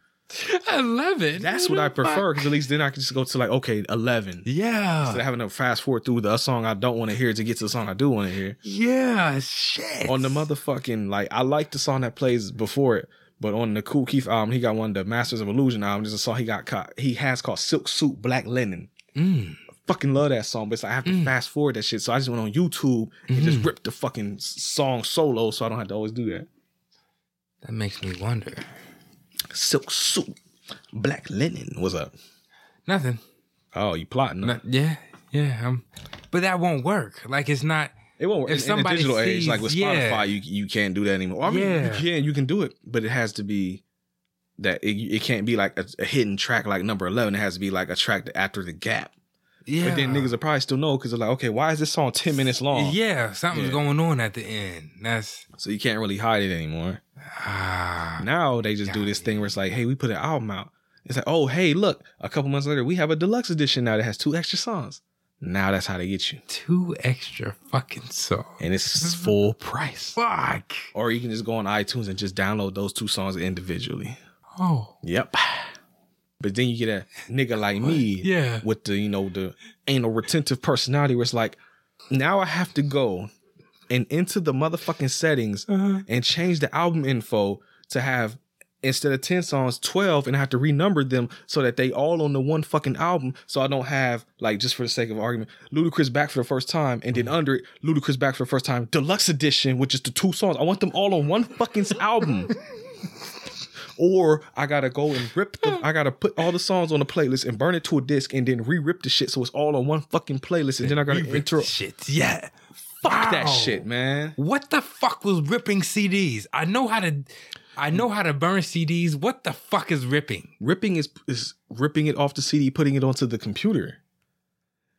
[SPEAKER 2] I love it.
[SPEAKER 1] That's
[SPEAKER 2] Who
[SPEAKER 1] what I
[SPEAKER 2] the fuck?
[SPEAKER 1] prefer because at least then I can just go to like, okay, eleven. Instead
[SPEAKER 2] Yeah,
[SPEAKER 1] of having to fast forward through the song I don't want to hear to get to the song I do want to hear.
[SPEAKER 2] yeah, shit.
[SPEAKER 1] on the motherfucking like I like the song that plays before it, but on the Cool Keith album, he got one of the Masters of Illusion album. There's a song he got caught. He has called Silk Suit Black Linen.
[SPEAKER 2] Mm.
[SPEAKER 1] Fucking love that song, but it's like I have to fast forward that shit. So I just went on YouTube and just ripped the fucking s- song solo, so I don't have to always do that.
[SPEAKER 2] That makes me wonder.
[SPEAKER 1] Silk Suit Black Linen. What's up?
[SPEAKER 2] Nothing.
[SPEAKER 1] Oh, you plotting? huh?
[SPEAKER 2] Not- yeah, yeah. Um, but that won't work. Like it's not.
[SPEAKER 1] It won't work.
[SPEAKER 2] If
[SPEAKER 1] In- in, the
[SPEAKER 2] somebody
[SPEAKER 1] digital age,
[SPEAKER 2] sees-
[SPEAKER 1] like with
[SPEAKER 2] yeah.
[SPEAKER 1] Spotify, you you can't do that anymore. I mean,
[SPEAKER 2] Yeah.
[SPEAKER 1] you can, you can do it, but it has to be that it, it can't be like a, a hidden track like number eleven. It has to be like a track after the gap.
[SPEAKER 2] Yeah.
[SPEAKER 1] But then niggas will probably still know because they're like, okay, why is this song ten minutes long?
[SPEAKER 2] Yeah, something's
[SPEAKER 1] Yeah.
[SPEAKER 2] going on at the end. That's
[SPEAKER 1] So you can't really hide it anymore.
[SPEAKER 2] ah.
[SPEAKER 1] Now they just do this thing where it's like, hey, we put an album out. It's like, oh, hey, look, a couple months later, we have a deluxe edition now that has two extra songs. Now that's how they get you,
[SPEAKER 2] two extra fucking songs.
[SPEAKER 1] and it's full price.
[SPEAKER 2] Fuck.
[SPEAKER 1] Or you can just go on iTunes and just download those two songs individually.
[SPEAKER 2] Oh.
[SPEAKER 1] Yep. But then you get a nigga like me,
[SPEAKER 2] Yeah.
[SPEAKER 1] with the you know the anal retentive personality, where it's like, now I have to go and into the motherfucking settings and change the album info to have instead of ten songs, twelve, and I have to renumber them so that they all on the one fucking album. So I don't have like just for the sake of argument, Ludacris back for the first time, and
[SPEAKER 2] Mm-hmm.
[SPEAKER 1] then under it, Ludacris back for the first time, deluxe edition, which is the two songs. I want them all on one fucking album or I gotta go and rip the, I gotta put all the songs on the playlist and burn it to a disc and then re-rip the shit so it's all on one fucking playlist and then I gotta
[SPEAKER 2] Re-rip
[SPEAKER 1] enter
[SPEAKER 2] the shit. Yeah. Fuck
[SPEAKER 1] that shit, man.
[SPEAKER 2] What the fuck was ripping CDs? I know how to I know how to burn CDs. What the fuck is ripping?
[SPEAKER 1] Ripping is is ripping it off the CD, putting it onto the computer.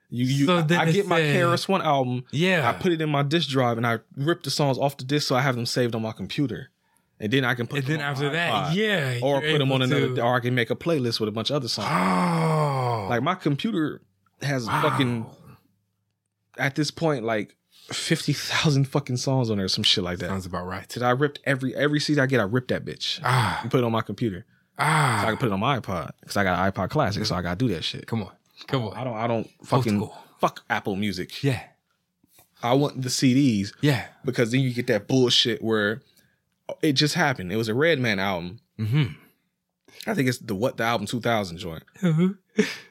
[SPEAKER 1] You you
[SPEAKER 2] So
[SPEAKER 1] I,
[SPEAKER 2] then
[SPEAKER 1] I
[SPEAKER 2] it
[SPEAKER 1] get my
[SPEAKER 2] said-
[SPEAKER 1] KRS One album,
[SPEAKER 2] Yeah.
[SPEAKER 1] I put it in my disc drive and I rip the songs off the disc so I have them saved on my computer. And then I can put
[SPEAKER 2] and
[SPEAKER 1] them
[SPEAKER 2] then
[SPEAKER 1] on
[SPEAKER 2] after
[SPEAKER 1] my
[SPEAKER 2] that,
[SPEAKER 1] iPod.
[SPEAKER 2] yeah.
[SPEAKER 1] Or
[SPEAKER 2] you're
[SPEAKER 1] put them on
[SPEAKER 2] able
[SPEAKER 1] another
[SPEAKER 2] to-
[SPEAKER 1] or I can make a playlist with a bunch of other songs.
[SPEAKER 2] Oh.
[SPEAKER 1] Like my computer has fucking at this point like fifty thousand fucking songs on there, some shit like that.
[SPEAKER 2] sounds about right.
[SPEAKER 1] Did I ripped every every CD I get? I ripped that bitch.
[SPEAKER 2] Ah.
[SPEAKER 1] I put it on my computer. So I
[SPEAKER 2] Ah.
[SPEAKER 1] can put it on my iPod because I got an iPod Classic, so I gotta do that shit.
[SPEAKER 2] Come on. Come
[SPEAKER 1] I
[SPEAKER 2] on.
[SPEAKER 1] don't. I don't fucking
[SPEAKER 2] school.
[SPEAKER 1] fuck Apple Music.
[SPEAKER 2] Yeah.
[SPEAKER 1] I want the CDs
[SPEAKER 2] Yeah.
[SPEAKER 1] because then you get that bullshit where it just happened. It was a Redman album.
[SPEAKER 2] Mm-hmm.
[SPEAKER 1] I think it's the What the Album 2000 joint.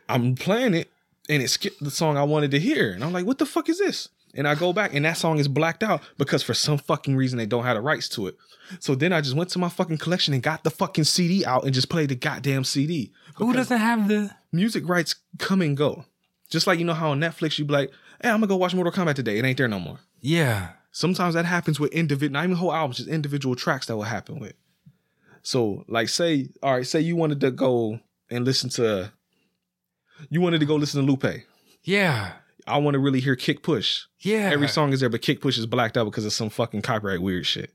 [SPEAKER 1] I'm playing it and it skipped the song I wanted to hear. And I'm like, what the fuck is this? And I go back and that song is blacked out because for some fucking reason they don't have the rights to it. So then I just went to my fucking collection and got the fucking CD out and just played the goddamn CD.
[SPEAKER 2] Who doesn't have the
[SPEAKER 1] Music rights come and go. Just like you know how on Netflix you be like, hey, I'm gonna go watch Mortal Kombat today. It ain't there no more.
[SPEAKER 2] Yeah.
[SPEAKER 1] Sometimes that happens with individual, not even whole albums, just individual tracks that will happen with. So, like, say, all right, say you wanted to go and listen to, you wanted to go listen to Lupe.
[SPEAKER 2] Yeah.
[SPEAKER 1] I want to really hear Kick Push.
[SPEAKER 2] Yeah.
[SPEAKER 1] Every song is there, but Kick Push is blacked out because of some fucking copyright weird shit.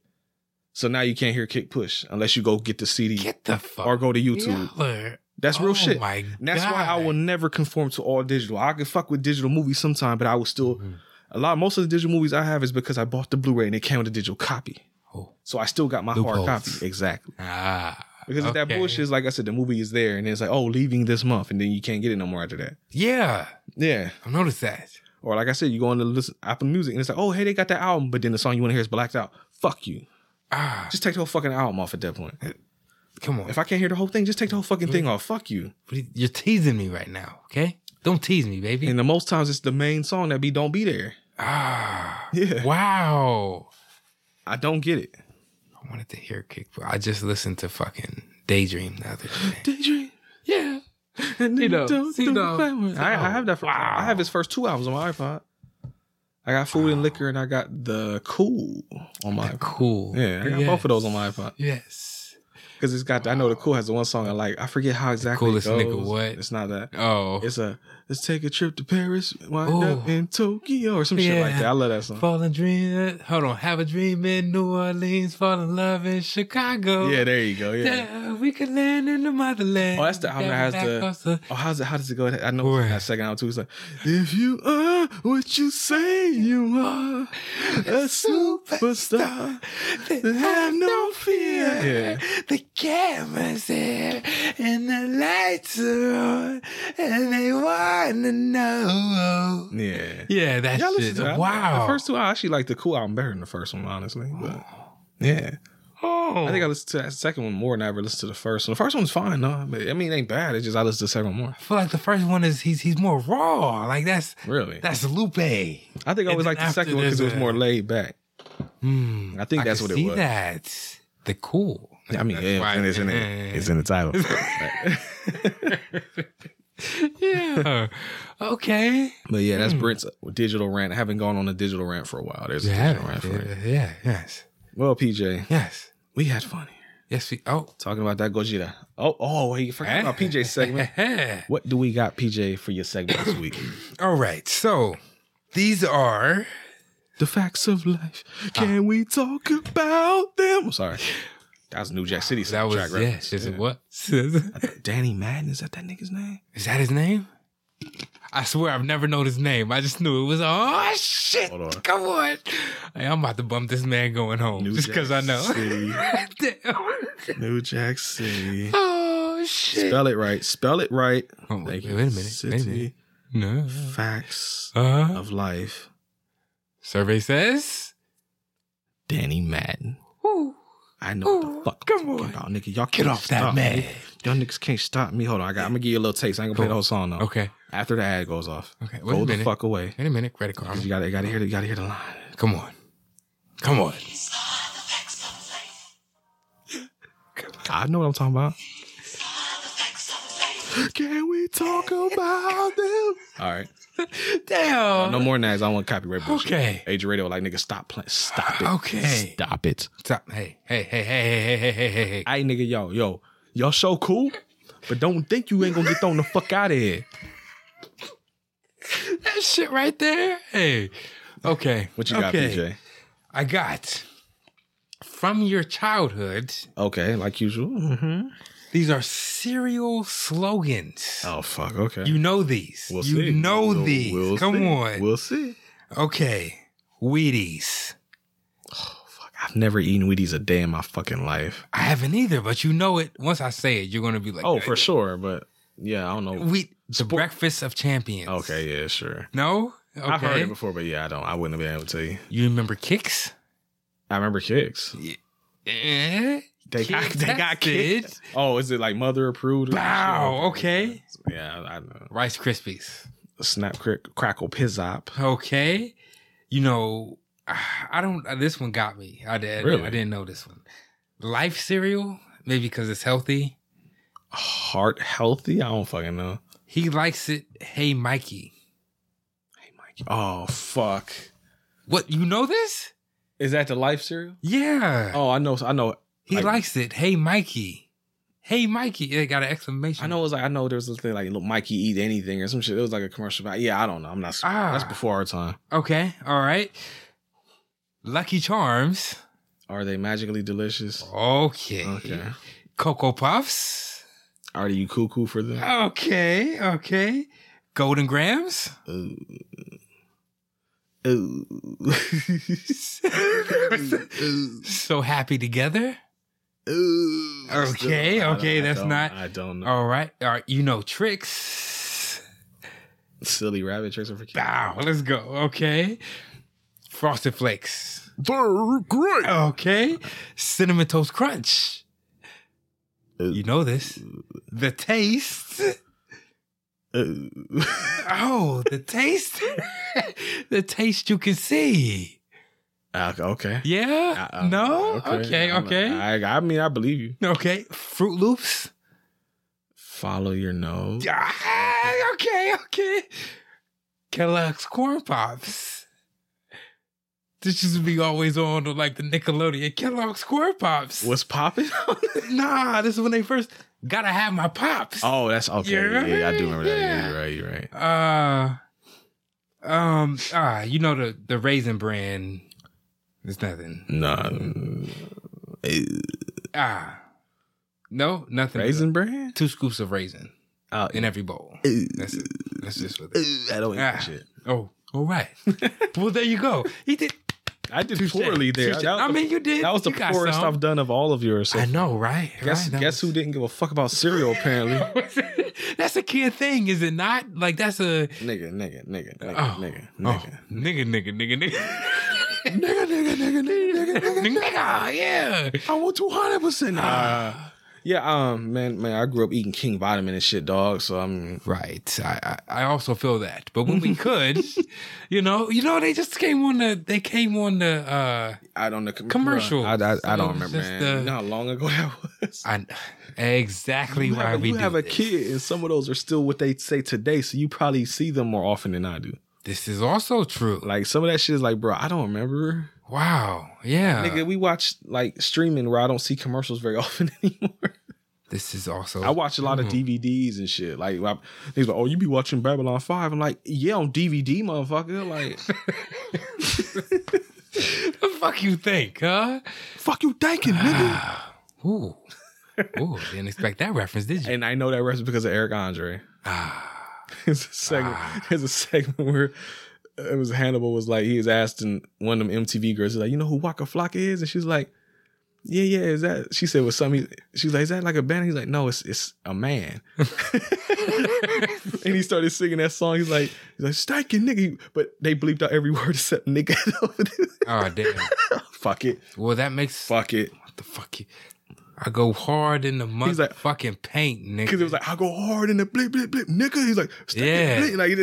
[SPEAKER 1] So now you can't hear Kick Push unless you go get the CD
[SPEAKER 2] Get the fuck.
[SPEAKER 1] or go to YouTube.
[SPEAKER 2] Lord.
[SPEAKER 1] That's real
[SPEAKER 2] Oh
[SPEAKER 1] shit.
[SPEAKER 2] my
[SPEAKER 1] And that's why I will
[SPEAKER 2] God.
[SPEAKER 1] never conform to all digital. I can fuck with digital movies sometime, but I will still
[SPEAKER 2] Mm-hmm.
[SPEAKER 1] a lot. Most of the digital movies I have is because I bought the Blu-ray and it came with a digital copy.
[SPEAKER 2] Oh.
[SPEAKER 1] So I still got my hard
[SPEAKER 2] Loopholes.
[SPEAKER 1] copy exactly
[SPEAKER 2] Ah.
[SPEAKER 1] because if that
[SPEAKER 2] okay.
[SPEAKER 1] bullshit is like I said, the movie is there and it's like oh leaving this month and then you can't get it no more after that.
[SPEAKER 2] Yeah.
[SPEAKER 1] Yeah,
[SPEAKER 2] I've noticed that.
[SPEAKER 1] or like I said, you go on to listen Apple Music and it's like oh hey they got that album, but then the song you want to hear is blacked out. Fuck you.
[SPEAKER 2] Ah.
[SPEAKER 1] Just take the whole fucking album off at that point.
[SPEAKER 2] Come on.
[SPEAKER 1] If I can't hear the whole thing, just take the whole fucking thing off. Fuck you.
[SPEAKER 2] You're teasing me right now, okay? Don't tease me, baby.
[SPEAKER 1] And the most times it's the main song that be don't be there.
[SPEAKER 2] ah.
[SPEAKER 1] Yeah.
[SPEAKER 2] Wow.
[SPEAKER 1] I don't get it.
[SPEAKER 2] I wanted to hear kick. but I just listened to fucking Daydream the other day.
[SPEAKER 1] Daydream.
[SPEAKER 2] yeah.
[SPEAKER 1] You
[SPEAKER 2] know, you know.
[SPEAKER 1] I, I have that. For,
[SPEAKER 2] Wow.
[SPEAKER 1] I have his first two albums on my iPod. I got Food and Liquor and I got The Cool on my iPod.
[SPEAKER 2] Cool.
[SPEAKER 1] Yeah, I got
[SPEAKER 2] Yes.
[SPEAKER 1] both of those on my iPod.
[SPEAKER 2] Yes.
[SPEAKER 1] Because it's got, I know The Cool has the one song I like. I forget how exactly
[SPEAKER 2] Coolest
[SPEAKER 1] it
[SPEAKER 2] nigga
[SPEAKER 1] goes.
[SPEAKER 2] what?
[SPEAKER 1] It's not that.
[SPEAKER 2] Oh.
[SPEAKER 1] It's a, Let's take a trip to Paris, wind up
[SPEAKER 2] Ooh.
[SPEAKER 1] in Tokyo or some shit like
[SPEAKER 2] Yeah.
[SPEAKER 1] that. I love that song.
[SPEAKER 2] Fall in dream. uh, Hold on. Have a dream in New Orleans. Fall in love in Chicago.
[SPEAKER 1] Yeah, there you go. Yeah.
[SPEAKER 2] Yeah, we could land in the motherland.
[SPEAKER 1] Oh, that's the album that
[SPEAKER 2] Back
[SPEAKER 1] has
[SPEAKER 2] across the-
[SPEAKER 1] the. Oh, how's it? How does it go? I know
[SPEAKER 2] Where?
[SPEAKER 1] that second album too. It's like, if you are what you say you are, a superstar, then have no fear. Yeah.
[SPEAKER 2] The camera's here and the lights are on and they want to know.
[SPEAKER 1] Yeah.
[SPEAKER 2] Yeah, that
[SPEAKER 1] Y'all listen
[SPEAKER 2] shit.
[SPEAKER 1] to that.
[SPEAKER 2] Wow.
[SPEAKER 1] The first two, I actually like the cool album better than the first one, honestly. But yeah,
[SPEAKER 2] oh.
[SPEAKER 1] I think I listened to that second one more than I ever listened to the first one. The first one's fine, though. But, I mean, it ain't bad. It's just I listened to the second one more.
[SPEAKER 2] feel like the first one is he's he's more raw. Like that's
[SPEAKER 1] Really?
[SPEAKER 2] that's Lupe. I
[SPEAKER 1] I think I
[SPEAKER 2] And
[SPEAKER 1] always
[SPEAKER 2] then
[SPEAKER 1] liked the
[SPEAKER 2] after uh,
[SPEAKER 1] second one because it
[SPEAKER 2] there's
[SPEAKER 1] was more
[SPEAKER 2] a-
[SPEAKER 1] laid back. I think that's what
[SPEAKER 2] could
[SPEAKER 1] it
[SPEAKER 2] see
[SPEAKER 1] was.
[SPEAKER 2] That the cool.
[SPEAKER 1] I mean, yeah,
[SPEAKER 2] why-
[SPEAKER 1] and it's in it. It's in the title.
[SPEAKER 2] Yeah. okay.
[SPEAKER 1] but yeah,
[SPEAKER 2] Hmm.
[SPEAKER 1] that's Brent's digital rant. I haven't gone on a digital rant for a while. There's a digital
[SPEAKER 2] Yeah.
[SPEAKER 1] rant for it.
[SPEAKER 2] Yeah. Yes.
[SPEAKER 1] Well, PJ,
[SPEAKER 2] Yes.
[SPEAKER 1] we had fun here
[SPEAKER 2] Yes. We. Oh.
[SPEAKER 1] talking about that Gojira. Oh, oh, he
[SPEAKER 2] Eh?
[SPEAKER 1] forgot about PJ segment. What do we got, PJ, for your segment this week?
[SPEAKER 2] All right. So these are
[SPEAKER 1] the facts of life. Can we talk about them? I'm sorry. Ah. That was New Jack City.
[SPEAKER 2] that was
[SPEAKER 1] track
[SPEAKER 2] yes.
[SPEAKER 1] reference.
[SPEAKER 2] Is it
[SPEAKER 1] Yeah.
[SPEAKER 2] what? is
[SPEAKER 1] Danny Madden, is that that nigga's name?
[SPEAKER 2] that his name? I swear I've never known his name. I just knew it was. Oh shit!
[SPEAKER 1] Hold on.
[SPEAKER 2] Come on. Hey, I'm about to bump this man going home
[SPEAKER 1] New
[SPEAKER 2] just
[SPEAKER 1] Jack
[SPEAKER 2] because I know.
[SPEAKER 1] City.
[SPEAKER 2] Damn.
[SPEAKER 1] New Jack City.
[SPEAKER 2] oh shit!
[SPEAKER 1] Spell it right. Spell it right.
[SPEAKER 2] Oh,
[SPEAKER 1] Thank
[SPEAKER 2] wait,
[SPEAKER 1] you.
[SPEAKER 2] wait a minute. Wait a minute.
[SPEAKER 1] City
[SPEAKER 2] No.
[SPEAKER 1] facts
[SPEAKER 2] Uh,
[SPEAKER 1] of life.
[SPEAKER 2] survey says.
[SPEAKER 1] Danny Madden. I know what the fuck.
[SPEAKER 2] come
[SPEAKER 1] I'm talking
[SPEAKER 2] on.
[SPEAKER 1] about, nigga. Y'all
[SPEAKER 2] Get
[SPEAKER 1] can't
[SPEAKER 2] off that
[SPEAKER 1] stop
[SPEAKER 2] man.
[SPEAKER 1] me. Y'all niggas can't stop me. Hold on, I got. I'm gonna give you a little taste. I ain't gonna play the whole song though.
[SPEAKER 2] Okay.
[SPEAKER 1] After the ad goes off.
[SPEAKER 2] Okay, wait a
[SPEAKER 1] Hold the
[SPEAKER 2] minute.
[SPEAKER 1] fuck away.
[SPEAKER 2] Wait a minute. Credit card.
[SPEAKER 1] 'Cause You gotta, you gotta hear the, you gotta hear the line.
[SPEAKER 2] Come on. Come on.
[SPEAKER 1] I know what I'm talking about. Can we talk about them? All right.
[SPEAKER 2] Damn.
[SPEAKER 1] No more nags. I don't want copyright bullshit.
[SPEAKER 2] Okay.
[SPEAKER 1] Age radio, like nigga, stop playing. Stop it.
[SPEAKER 2] Okay.
[SPEAKER 1] Stop it.
[SPEAKER 2] Stop. Hey, hey, hey, hey, hey, hey, hey, hey, hey.
[SPEAKER 1] Hey nigga, yo, yo, y'all so cool, but don't think you ain't gonna get thrown the fuck out of here.
[SPEAKER 2] That shit right there. Hey. Okay.
[SPEAKER 1] What you got,
[SPEAKER 2] okay.
[SPEAKER 1] PJ?
[SPEAKER 2] I got from your childhood.
[SPEAKER 1] Okay, like usual. Mm-hmm.
[SPEAKER 2] These are serial slogans.
[SPEAKER 1] Oh fuck. Okay.
[SPEAKER 2] You know these.
[SPEAKER 1] We'll
[SPEAKER 2] you
[SPEAKER 1] see.
[SPEAKER 2] know
[SPEAKER 1] We'll-
[SPEAKER 2] these.
[SPEAKER 1] we'll
[SPEAKER 2] Come
[SPEAKER 1] see.
[SPEAKER 2] on.
[SPEAKER 1] We'll see.
[SPEAKER 2] okay. Wheaties.
[SPEAKER 1] Fuck, I've never eaten Wheaties a day in my fucking life.
[SPEAKER 2] I haven't either, but you know it. Once I say it, you're gonna be like,
[SPEAKER 1] Oh, for sure, but yeah, I don't know.
[SPEAKER 2] Wheat, the breakfast of champions.
[SPEAKER 1] Okay, yeah, sure.
[SPEAKER 2] No. Okay.
[SPEAKER 1] I've heard it before, but yeah, I don't. I wouldn't have been able to tell you.
[SPEAKER 2] You remember kicks?
[SPEAKER 1] I remember kicks.
[SPEAKER 2] Eh?
[SPEAKER 1] They got,
[SPEAKER 2] Kid
[SPEAKER 1] they got
[SPEAKER 2] tested.
[SPEAKER 1] kicked. Oh, is it like mother approved? or some shit?
[SPEAKER 2] Wow, okay.
[SPEAKER 1] Yeah, I I know.
[SPEAKER 2] Rice Krispies.
[SPEAKER 1] Snap, crick, crackle, pizzop.
[SPEAKER 2] Okay. You know, I don't. This one got me. I did.
[SPEAKER 1] Really?
[SPEAKER 2] I didn't know this one. Life cereal, maybe because it's healthy.
[SPEAKER 1] Heart healthy? I don't fucking know.
[SPEAKER 2] He likes it. Hey, Mikey.
[SPEAKER 1] Oh fuck!
[SPEAKER 2] What you know this?
[SPEAKER 1] Is that the life cereal?
[SPEAKER 2] Yeah.
[SPEAKER 1] Oh, I know. I know.
[SPEAKER 2] he
[SPEAKER 1] like-
[SPEAKER 2] likes it. Hey, Mikey. Hey, Mikey. It got an exclamation.
[SPEAKER 1] I know. It was like I know. There was this thing like little Mikey eat anything or some shit. It was like a commercial. About, yeah, I don't know. I'm not.
[SPEAKER 2] Ah.
[SPEAKER 1] That's before our time.
[SPEAKER 2] Okay. All right. Lucky Charms.
[SPEAKER 1] Are they magically delicious?
[SPEAKER 2] Okay.
[SPEAKER 1] Okay.
[SPEAKER 2] Cocoa Puffs.
[SPEAKER 1] Are you cuckoo for them?
[SPEAKER 2] Ah. Okay, okay. Golden grams.
[SPEAKER 1] Ooh.
[SPEAKER 2] so happy together.
[SPEAKER 1] Ooh.
[SPEAKER 2] Okay,
[SPEAKER 1] Still, I don't-
[SPEAKER 2] okay,
[SPEAKER 1] I
[SPEAKER 2] that's
[SPEAKER 1] don't-
[SPEAKER 2] not-
[SPEAKER 1] I don't know.
[SPEAKER 2] All right, all right. You know tricks.
[SPEAKER 1] Silly rabbit tricks are for kids.
[SPEAKER 2] Bow. Let's go. Okay. Frosted flakes.
[SPEAKER 1] They're great.
[SPEAKER 2] Okay. Cinnamon toast crunch.
[SPEAKER 1] Uh,
[SPEAKER 2] You know this. The taste. Uh, Oh, the taste. the taste you can see.
[SPEAKER 1] Ah, okay.
[SPEAKER 2] Yeah.
[SPEAKER 1] I- I-
[SPEAKER 2] no. Okay. Okay.
[SPEAKER 1] Uh-uh. I'm- I, I mean, I believe you.
[SPEAKER 2] okay. Fruit Loops.
[SPEAKER 1] Follow your nose.
[SPEAKER 2] Ah, okay, okay. Kellogg's corn pops. This used to be always on like the Nickelodeon Kellogg Square Pops.
[SPEAKER 1] What's popping?
[SPEAKER 2] Oh, Nah, this is when they first gotta have my pops.
[SPEAKER 1] oh, that's okay.
[SPEAKER 2] You
[SPEAKER 1] Yeah, yeah, I do remember that.
[SPEAKER 2] remember?
[SPEAKER 1] Yeah, you're right. You're right.
[SPEAKER 2] Uh, um, ah, you know the the raisin brand. There's nothing.
[SPEAKER 1] Nah, mm,
[SPEAKER 2] Ah, no, nothing.
[SPEAKER 1] raisin bran.
[SPEAKER 2] Two scoops of raisin
[SPEAKER 1] Oh,
[SPEAKER 2] in every bowl. That's it. That's just what. It is.
[SPEAKER 1] I don't eat
[SPEAKER 2] Ah.
[SPEAKER 1] that shit.
[SPEAKER 2] Oh, all right. well, there you go. He did.
[SPEAKER 1] I did poorly there.
[SPEAKER 2] Touche.
[SPEAKER 1] That was
[SPEAKER 2] I
[SPEAKER 1] the-
[SPEAKER 2] mean, you did.
[SPEAKER 1] That was the
[SPEAKER 2] You got
[SPEAKER 1] poorest
[SPEAKER 2] some.
[SPEAKER 1] I've done of all of yours. So
[SPEAKER 2] I know, right?
[SPEAKER 1] guess
[SPEAKER 2] right? That
[SPEAKER 1] guess who
[SPEAKER 2] was-
[SPEAKER 1] didn't give a fuck about cereal? Apparently,
[SPEAKER 2] that's a kid thing, is it not? Like that's a
[SPEAKER 1] nigga, nigga, nigga, nigga,
[SPEAKER 2] oh,
[SPEAKER 1] nigga,
[SPEAKER 2] oh,
[SPEAKER 1] nigga.
[SPEAKER 2] nigga, nigga, nigga, nigga. Nigga, nigga, nigga, nigga, nigga, nigga, nigga, yeah.
[SPEAKER 1] I want two hundred percent. Uh, Yeah, um, man, man, I grew up eating King Vitamin and shit, dog. So I'm
[SPEAKER 2] Right. I, I I also feel that. But when we could, you know, you know, they just came on the they came on the uh
[SPEAKER 1] out on the com-
[SPEAKER 2] Commercial.
[SPEAKER 1] I, I, I don't
[SPEAKER 2] So it's
[SPEAKER 1] remember,
[SPEAKER 2] just
[SPEAKER 1] man.
[SPEAKER 2] the-
[SPEAKER 1] You know how long ago that was.
[SPEAKER 2] I exactly
[SPEAKER 1] You
[SPEAKER 2] why
[SPEAKER 1] have,
[SPEAKER 2] we
[SPEAKER 1] you
[SPEAKER 2] do
[SPEAKER 1] have a
[SPEAKER 2] this.
[SPEAKER 1] kid, and some of those are still what they say today. So you probably see them more often than I do.
[SPEAKER 2] This is also true.
[SPEAKER 1] Like some of that shit is like, bro, I don't remember.
[SPEAKER 2] Wow. Yeah.
[SPEAKER 1] Nigga, we watch like streaming where I don't see commercials very often anymore.
[SPEAKER 2] this is also
[SPEAKER 1] I watch a lot of
[SPEAKER 2] Mm-hmm.
[SPEAKER 1] DVDs and shit. Like, I, he's like, "Oh, you be watching Babylon 5. I'm like, "Yeah, on DVD, motherfucker." Like,
[SPEAKER 2] the fuck you think, huh?
[SPEAKER 1] fuck you thinking, nigga?
[SPEAKER 2] Ooh. Ooh, didn't expect that reference, did you?
[SPEAKER 1] And I know that reference because of Eric Andre. it's a segment. It's a segment where uh, it was Hannibal was like he was asking one of them MTV girls, he's like, "You know who Waka Flocka is?" And she's like, "Yeah, yeah." Is that? She said, "Was something?" She's like, "Is that like a band?" He's like, "No, it's it's a man." and he started singing that song. He's like, "He's like stinking nigga," but they bleeped out every word except nigga.
[SPEAKER 2] Oh damn.
[SPEAKER 1] Fuck it.
[SPEAKER 2] Well that makes
[SPEAKER 1] Fuck it.
[SPEAKER 2] what the fuck you I go hard in the
[SPEAKER 1] He's like-
[SPEAKER 2] fucking paint, nigga.
[SPEAKER 1] Because it was like, I go hard in the bleep, bleep, bleep, nigga. He's like, "Stinking
[SPEAKER 2] Yeah.
[SPEAKER 1] bleep." Like, it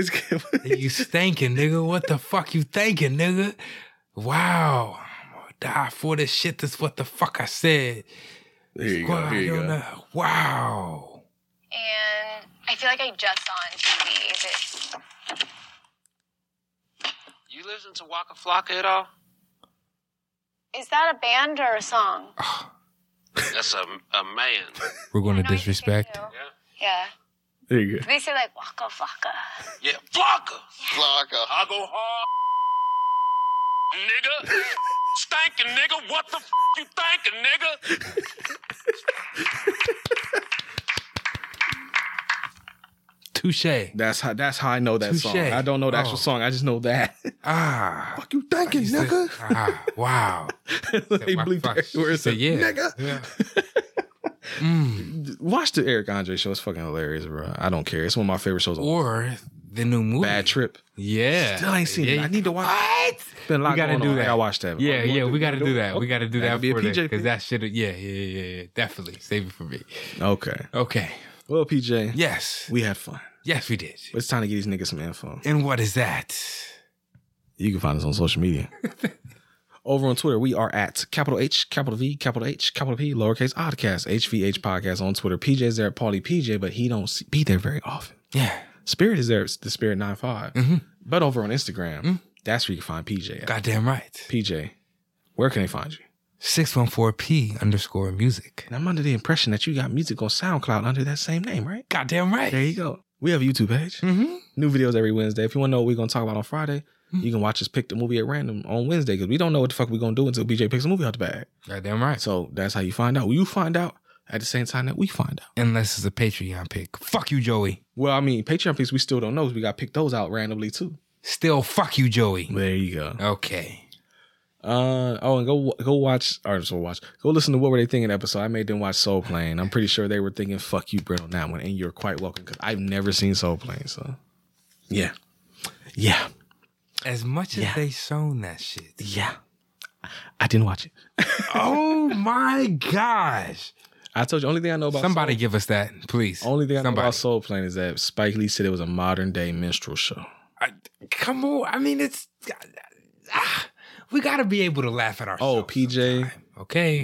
[SPEAKER 1] just
[SPEAKER 2] you stinking, nigga. What the fuck you thinking, nigga? Wow. I'm gonna die for this shit. That's what the fuck I said.
[SPEAKER 1] Here you go.
[SPEAKER 2] Wow,
[SPEAKER 1] Here you
[SPEAKER 2] you
[SPEAKER 1] go.
[SPEAKER 2] know. Wow.
[SPEAKER 7] and I feel like I just saw on TV that
[SPEAKER 8] You listen to Waka Flocka at all?
[SPEAKER 7] is that a band or a song?
[SPEAKER 8] That's a, a man.
[SPEAKER 2] We're going to
[SPEAKER 7] No, I think they
[SPEAKER 2] disrespect.
[SPEAKER 7] do. Yeah.
[SPEAKER 1] There you go.
[SPEAKER 7] They say like waka waka.
[SPEAKER 8] Yeah, Flocka. Flocka. I go hard, nigga. Stinking nigga. What the f- you thinking, nigga?
[SPEAKER 2] Touche.
[SPEAKER 1] That's how that's how I know that
[SPEAKER 2] Touche.
[SPEAKER 1] song. I don't know the actual
[SPEAKER 2] Oh.
[SPEAKER 1] song. I just know that.
[SPEAKER 2] Ah.
[SPEAKER 1] Fuck you thinking, nigga.
[SPEAKER 2] ah. Wow.
[SPEAKER 1] they
[SPEAKER 2] Waka
[SPEAKER 1] bleeped
[SPEAKER 2] Flocka.
[SPEAKER 1] everywhere. It
[SPEAKER 2] She said,
[SPEAKER 1] said,
[SPEAKER 2] yeah.
[SPEAKER 1] nigga.
[SPEAKER 2] Yeah.
[SPEAKER 1] Watch the Eric Andre show. It's fucking hilarious, bro. I don't care. It's one of my favorite shows. on
[SPEAKER 2] Or the new movie.
[SPEAKER 1] Bad Trip.
[SPEAKER 2] Yeah.
[SPEAKER 1] Still ain't seen
[SPEAKER 2] yeah,
[SPEAKER 1] it. I
[SPEAKER 2] you-
[SPEAKER 1] need to watch.
[SPEAKER 2] What?
[SPEAKER 1] Been a lot
[SPEAKER 2] We gotta
[SPEAKER 1] going
[SPEAKER 2] do
[SPEAKER 1] on. I
[SPEAKER 2] that.
[SPEAKER 1] gotta watch that.
[SPEAKER 2] Yeah,
[SPEAKER 1] You
[SPEAKER 2] yeah,
[SPEAKER 1] want
[SPEAKER 2] we
[SPEAKER 1] to-
[SPEAKER 2] got to do that. We got to do
[SPEAKER 1] That
[SPEAKER 2] that
[SPEAKER 1] could be a
[SPEAKER 2] for that
[SPEAKER 1] PJ
[SPEAKER 2] because that shit. Yeah, yeah, yeah, yeah, yeah. Definitely save it for me.
[SPEAKER 1] Okay.
[SPEAKER 2] Okay.
[SPEAKER 1] Well, PJ,
[SPEAKER 2] Yes.
[SPEAKER 1] we had fun.
[SPEAKER 2] Yes, we did.
[SPEAKER 1] But it's time to get these niggas some info.
[SPEAKER 2] And what is that?
[SPEAKER 1] You can find us on social media. Over on Twitter, we are at capital H, capital V, capital H, capital P, lowercase oddcast, HVH podcast on Twitter. PJ's there at Paulie PJ, but he don't see, be there very often.
[SPEAKER 2] Yeah.
[SPEAKER 1] Spirit is there, it's the Spirit 95. But over on Instagram, that's where you can find PJ. At.
[SPEAKER 2] Goddamn right.
[SPEAKER 1] PJ, where can they find you?
[SPEAKER 2] 614P underscore music.
[SPEAKER 1] And I'm under the impression that you got music on SoundCloud under that same name, right?
[SPEAKER 2] Goddamn right.
[SPEAKER 1] There you go. We have a YouTube page.
[SPEAKER 2] Mhm.
[SPEAKER 1] New videos every Wednesday. If you want to know what we're going to talk about on Friday, you can watch us pick the movie at random on Wednesday because we don't know what the fuck we're going to do until BJ picks a movie out the bag.
[SPEAKER 2] Goddamn right.
[SPEAKER 1] So that's how you find out. You find out at the same time that we find out.
[SPEAKER 2] Unless it's a Patreon pick. Fuck you, Joey.
[SPEAKER 1] Well, I mean, Patreon picks we still don't know 'cause we got to pick those out randomly too.
[SPEAKER 2] Still fuck you, Joey.
[SPEAKER 1] There you go.
[SPEAKER 2] Okay.
[SPEAKER 1] Uh oh, and go go watch or just watch. Go listen to what were they thinking episode. I made them watch Soul Plane. I'm pretty sure they were thinking "fuck you, Brent" on that one, and you're quite welcome because I've never seen Soul Plane. So yeah, yeah,
[SPEAKER 2] As much as they shown that shit.
[SPEAKER 1] yeah. I didn't watch it.
[SPEAKER 2] oh my gosh.
[SPEAKER 1] I told you. Only thing I know about
[SPEAKER 2] Somebody
[SPEAKER 1] Soul,
[SPEAKER 2] give us that, please.
[SPEAKER 1] only thing I know
[SPEAKER 2] Somebody.
[SPEAKER 1] about Soul Plane is that Spike Lee said it was a modern day minstrel show.
[SPEAKER 2] I, come on. I mean, it's. ah, we got to be able to laugh at ourselves.
[SPEAKER 1] Oh, PJ.
[SPEAKER 2] Okay.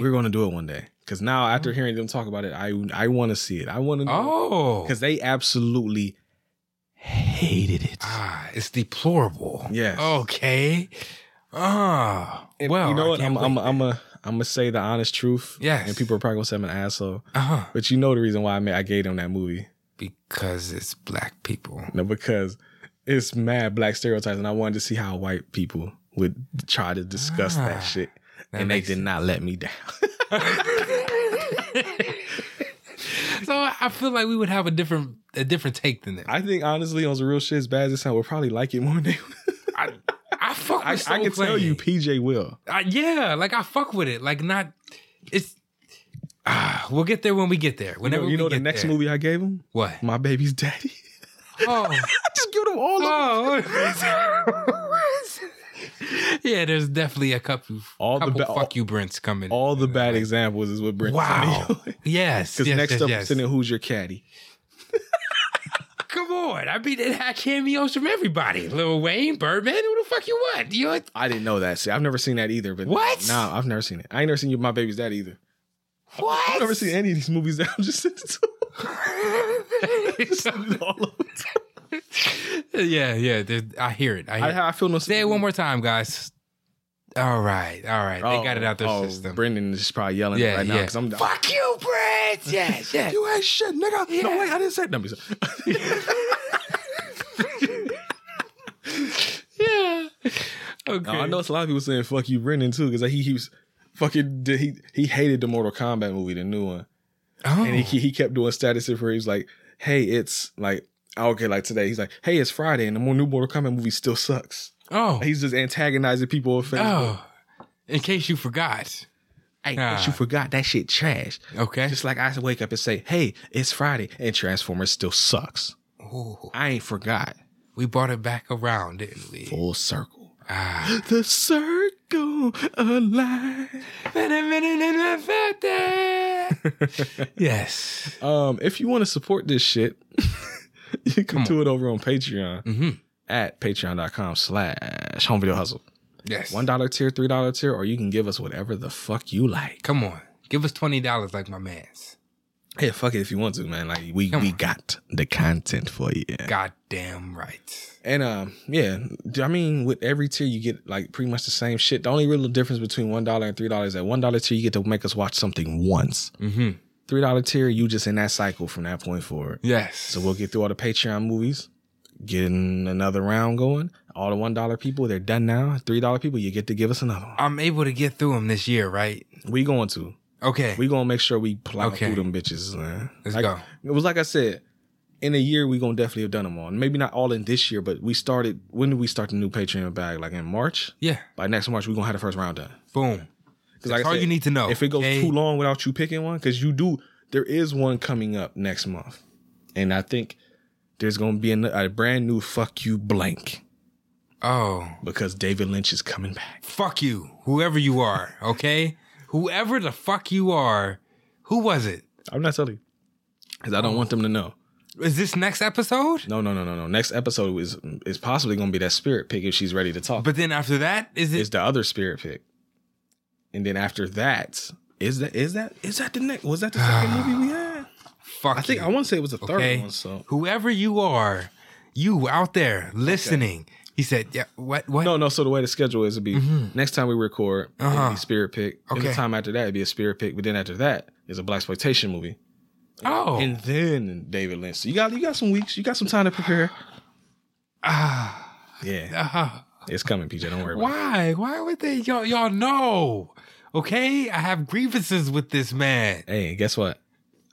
[SPEAKER 1] We're gonna do it one day. Cause now after hearing them talk about it, I I want to see it. I want to know
[SPEAKER 2] oh.
[SPEAKER 1] because they absolutely hated it.
[SPEAKER 2] Ah, it's deplorable.
[SPEAKER 1] Yes.
[SPEAKER 2] Okay. Oh,
[SPEAKER 1] And
[SPEAKER 2] well,
[SPEAKER 1] you know
[SPEAKER 2] I
[SPEAKER 1] what? I'm
[SPEAKER 2] can't
[SPEAKER 1] I'm
[SPEAKER 2] wait.
[SPEAKER 1] I'm a I'm gonna say the honest truth.
[SPEAKER 2] Yes.
[SPEAKER 1] And people are probably gonna say I'm an asshole.
[SPEAKER 2] Uh-huh.
[SPEAKER 1] But you know the reason why I made, I gave them that movie.
[SPEAKER 2] because it's black people.
[SPEAKER 1] No, because it's mad black stereotypes, and I wanted to see how white people would try to discuss
[SPEAKER 2] Ah,
[SPEAKER 1] that shit.
[SPEAKER 2] that
[SPEAKER 1] and they
[SPEAKER 2] makes
[SPEAKER 1] did not let me down.
[SPEAKER 2] So I I feel like we would have a different a different take than that. I,
[SPEAKER 1] I think honestly, on some real shit, as bad as it sounds, we'll probably like it more than they
[SPEAKER 2] I, fuck with
[SPEAKER 1] I, I
[SPEAKER 2] Soul
[SPEAKER 1] can tell
[SPEAKER 2] Plane.
[SPEAKER 1] you PJ will.
[SPEAKER 2] I, yeah, like I fuck with it. Like not, it's. Ah, we'll get there when we get there.
[SPEAKER 1] You
[SPEAKER 2] Whenever
[SPEAKER 1] know, you
[SPEAKER 2] we
[SPEAKER 1] know the
[SPEAKER 2] get
[SPEAKER 1] next
[SPEAKER 2] there.
[SPEAKER 1] movie I gave him?
[SPEAKER 2] What?
[SPEAKER 1] My baby's daddy.
[SPEAKER 2] Oh,
[SPEAKER 1] I just give him all of
[SPEAKER 2] oh. yeah, there's definitely a couple.
[SPEAKER 1] All the
[SPEAKER 2] couple
[SPEAKER 1] ba-
[SPEAKER 2] fuck you, Brents coming.
[SPEAKER 1] all the bad examples is what Brent.
[SPEAKER 2] Wow. yes.
[SPEAKER 1] Because
[SPEAKER 2] yes,
[SPEAKER 1] next
[SPEAKER 2] yes,
[SPEAKER 1] up,
[SPEAKER 2] yes.
[SPEAKER 1] it's in the Who's Your Caddy?
[SPEAKER 2] Come on. I mean, it had cameos from everybody. Lil Wayne, Birdman, who the fuck you want? You want-
[SPEAKER 1] I didn't know that. See, I've never seen that either. But
[SPEAKER 2] What?
[SPEAKER 1] No, I've never seen it. I ain't never seen you, My Baby's Daddy either.
[SPEAKER 2] what?
[SPEAKER 1] I've never seen any of these movies that I'm just sent to.
[SPEAKER 2] yeah, yeah. there's- I hear it. I hear it.
[SPEAKER 1] I, I feel no.
[SPEAKER 2] Say it one more time, guys. All right, all right.
[SPEAKER 1] Oh,
[SPEAKER 2] they got it out their
[SPEAKER 1] oh,
[SPEAKER 2] system.
[SPEAKER 1] Brendan is probably yelling
[SPEAKER 2] Yeah,
[SPEAKER 1] right now
[SPEAKER 2] yeah.
[SPEAKER 1] because I'm.
[SPEAKER 2] Fuck you, Brent. Yes, yes.
[SPEAKER 1] You ain't shit, nigga. No, wait, I didn't say that.
[SPEAKER 2] yeah. Okay.
[SPEAKER 1] I know it's a lot of people saying "fuck you, Brendan" too, because like, he keeps fucking did- he he hated the Mortal Kombat movie, the new one,
[SPEAKER 2] Oh.
[SPEAKER 1] and he he kept doing status where he's like, "Hey, it's like ah, okay, like today." He's like, "Hey, it's Friday, and the more new Mortal Kombat movie still sucks."
[SPEAKER 2] oh.
[SPEAKER 1] He's just antagonizing people. on Facebook.
[SPEAKER 2] oh. In case you forgot.
[SPEAKER 1] Hey,
[SPEAKER 2] Ah.
[SPEAKER 1] but you forgot that shit trash.
[SPEAKER 2] Okay.
[SPEAKER 1] Just like I wake up and say, "Hey, it's Friday," and Transformers still sucks.
[SPEAKER 2] Ooh,
[SPEAKER 1] I ain't forgot.
[SPEAKER 2] we brought it back around, didn't we?
[SPEAKER 1] Full circle.
[SPEAKER 2] Ah.
[SPEAKER 1] The circle alive.
[SPEAKER 2] yes.
[SPEAKER 1] Um, if you want to support this shit, you can do it over on Patreon
[SPEAKER 2] Mm-hmm.
[SPEAKER 1] at patreon.com slash home video hustle.
[SPEAKER 2] Yes.
[SPEAKER 1] One dollar tier, three dollar tier, or you can give us whatever the fuck you like.
[SPEAKER 2] Come on. Give us $20 like my man's.
[SPEAKER 1] Hey, fuck it if you want to, man. Like we
[SPEAKER 2] Come
[SPEAKER 1] we
[SPEAKER 2] on.
[SPEAKER 1] got the content for you.
[SPEAKER 2] Goddamn right.
[SPEAKER 1] And um, yeah, I mean, with every tier you get like pretty much the same shit. The only real difference between one dollar and three dollars is at one dollar tier you get to make us watch something once.
[SPEAKER 2] Mm-hmm.
[SPEAKER 1] Three dollar tier, you just in that cycle from that point forward.
[SPEAKER 2] Yes.
[SPEAKER 1] So we'll get through all the Patreon movies, getting another round going. All the one dollar people, they're done now. Three dollar people, you get to give us another one.
[SPEAKER 2] I'm able to get through them this year, right?
[SPEAKER 1] We going to.
[SPEAKER 2] Okay.
[SPEAKER 1] We gonna make sure we plow
[SPEAKER 2] Okay.
[SPEAKER 1] through them bitches, man.
[SPEAKER 2] Let's
[SPEAKER 1] Like-
[SPEAKER 2] go.
[SPEAKER 1] It was like I said, in a year we gonna definitely have done them all. Maybe not all in this year, but we started. When did we start the new Patreon bag? Like in March.
[SPEAKER 2] Yeah.
[SPEAKER 1] By next March, we gonna have the first round done.
[SPEAKER 2] Boom.
[SPEAKER 1] Because
[SPEAKER 2] That's all you need to know.
[SPEAKER 1] If it goes
[SPEAKER 2] okay?
[SPEAKER 1] too long without you picking one, because you do, there is one coming up next month, and I think there's gonna be an- a brand new "fuck you" blank
[SPEAKER 2] Oh,
[SPEAKER 1] because David Lynch is coming back.
[SPEAKER 2] fuck you, whoever you are. Okay, whoever the fuck you are, who was it?
[SPEAKER 1] I'm not telling you because I
[SPEAKER 2] Oh.
[SPEAKER 1] don't want them to know.
[SPEAKER 2] Is this next episode?
[SPEAKER 1] No, no, no, no, no. Next episode is is possibly gonna be that spirit pick if she's ready to talk.
[SPEAKER 2] But then after that, is it?
[SPEAKER 1] is the other spirit pick, and then after that is that is that is that the next? Was that the second movie we had?
[SPEAKER 2] fuck.
[SPEAKER 1] I think
[SPEAKER 2] you,
[SPEAKER 1] I want to say it was the third
[SPEAKER 2] okay?
[SPEAKER 1] one. So
[SPEAKER 2] whoever you are, you out there listening, he said, "Yeah, what? What?
[SPEAKER 1] No, no. So the way the schedule is, it'd be next time we record, it'd
[SPEAKER 2] Mm-hmm. Uh-huh.
[SPEAKER 1] be spirit pick. And the
[SPEAKER 2] Okay.
[SPEAKER 1] time after that, it'd be a spirit pick. But then after that is a black exploitation movie,
[SPEAKER 2] oh,
[SPEAKER 1] and then David Lynch. So you got you got some weeks. You got some time to prepare.
[SPEAKER 2] ah,
[SPEAKER 1] Yeah,
[SPEAKER 2] ah,
[SPEAKER 1] it's coming, PJ. Don't worry. about
[SPEAKER 2] why? Why would they? Y'all, y'all know? Okay, I have grievances with this man.
[SPEAKER 1] it. Hey, guess what?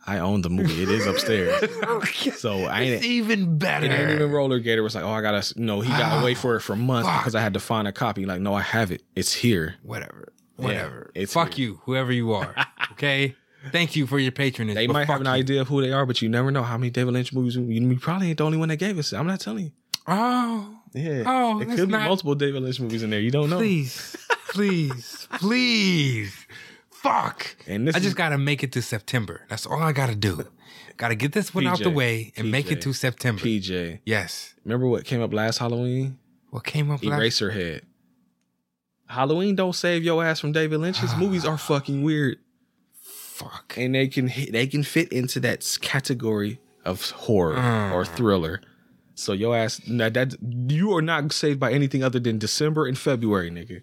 [SPEAKER 1] I own the movie. It is upstairs.
[SPEAKER 2] Okay.
[SPEAKER 1] so I
[SPEAKER 2] It's
[SPEAKER 1] ain't.
[SPEAKER 2] even better.
[SPEAKER 1] It ain't even Roller Gator was like, oh, I gotta, no, he gotta
[SPEAKER 2] Oh,
[SPEAKER 1] wait for it for months
[SPEAKER 2] fuck.
[SPEAKER 1] because I had to find a copy. Like, no, I have it. It's here.
[SPEAKER 2] whatever, whatever.
[SPEAKER 1] it's
[SPEAKER 2] fuck
[SPEAKER 1] weird.
[SPEAKER 2] you, whoever you are. Okay, thank you for your patronage.
[SPEAKER 1] They
[SPEAKER 2] but
[SPEAKER 1] might
[SPEAKER 2] fuck
[SPEAKER 1] have an
[SPEAKER 2] you.
[SPEAKER 1] idea of who they are, but you never know how many David Lynch movies. You, you probably ain't the only one that gave us. it. I'm not telling you.
[SPEAKER 2] Oh,
[SPEAKER 1] Yeah.
[SPEAKER 2] Oh,
[SPEAKER 1] it
[SPEAKER 2] that's
[SPEAKER 1] could
[SPEAKER 2] not-
[SPEAKER 1] be multiple David Lynch movies in there. You don't know.
[SPEAKER 2] please, please, please. Fuck.
[SPEAKER 1] And this
[SPEAKER 2] I just
[SPEAKER 1] is-
[SPEAKER 2] gotta make it to September. That's all I gotta do. Gotta get this one out the
[SPEAKER 1] PJ,
[SPEAKER 2] way and make it
[SPEAKER 1] PJ,
[SPEAKER 2] to September.
[SPEAKER 1] PJ,
[SPEAKER 2] yes.
[SPEAKER 1] remember what came up last Halloween?
[SPEAKER 2] What came up last?
[SPEAKER 1] Eraserhead. Halloween don't save your ass from David Lynch. His movies are fucking weird,
[SPEAKER 2] Fuck.
[SPEAKER 1] and
[SPEAKER 2] Uh.
[SPEAKER 1] they can hit- they can fit into that s- category of horror or thriller. So your ass that, that you are not saved by anything other than December and February, nigga.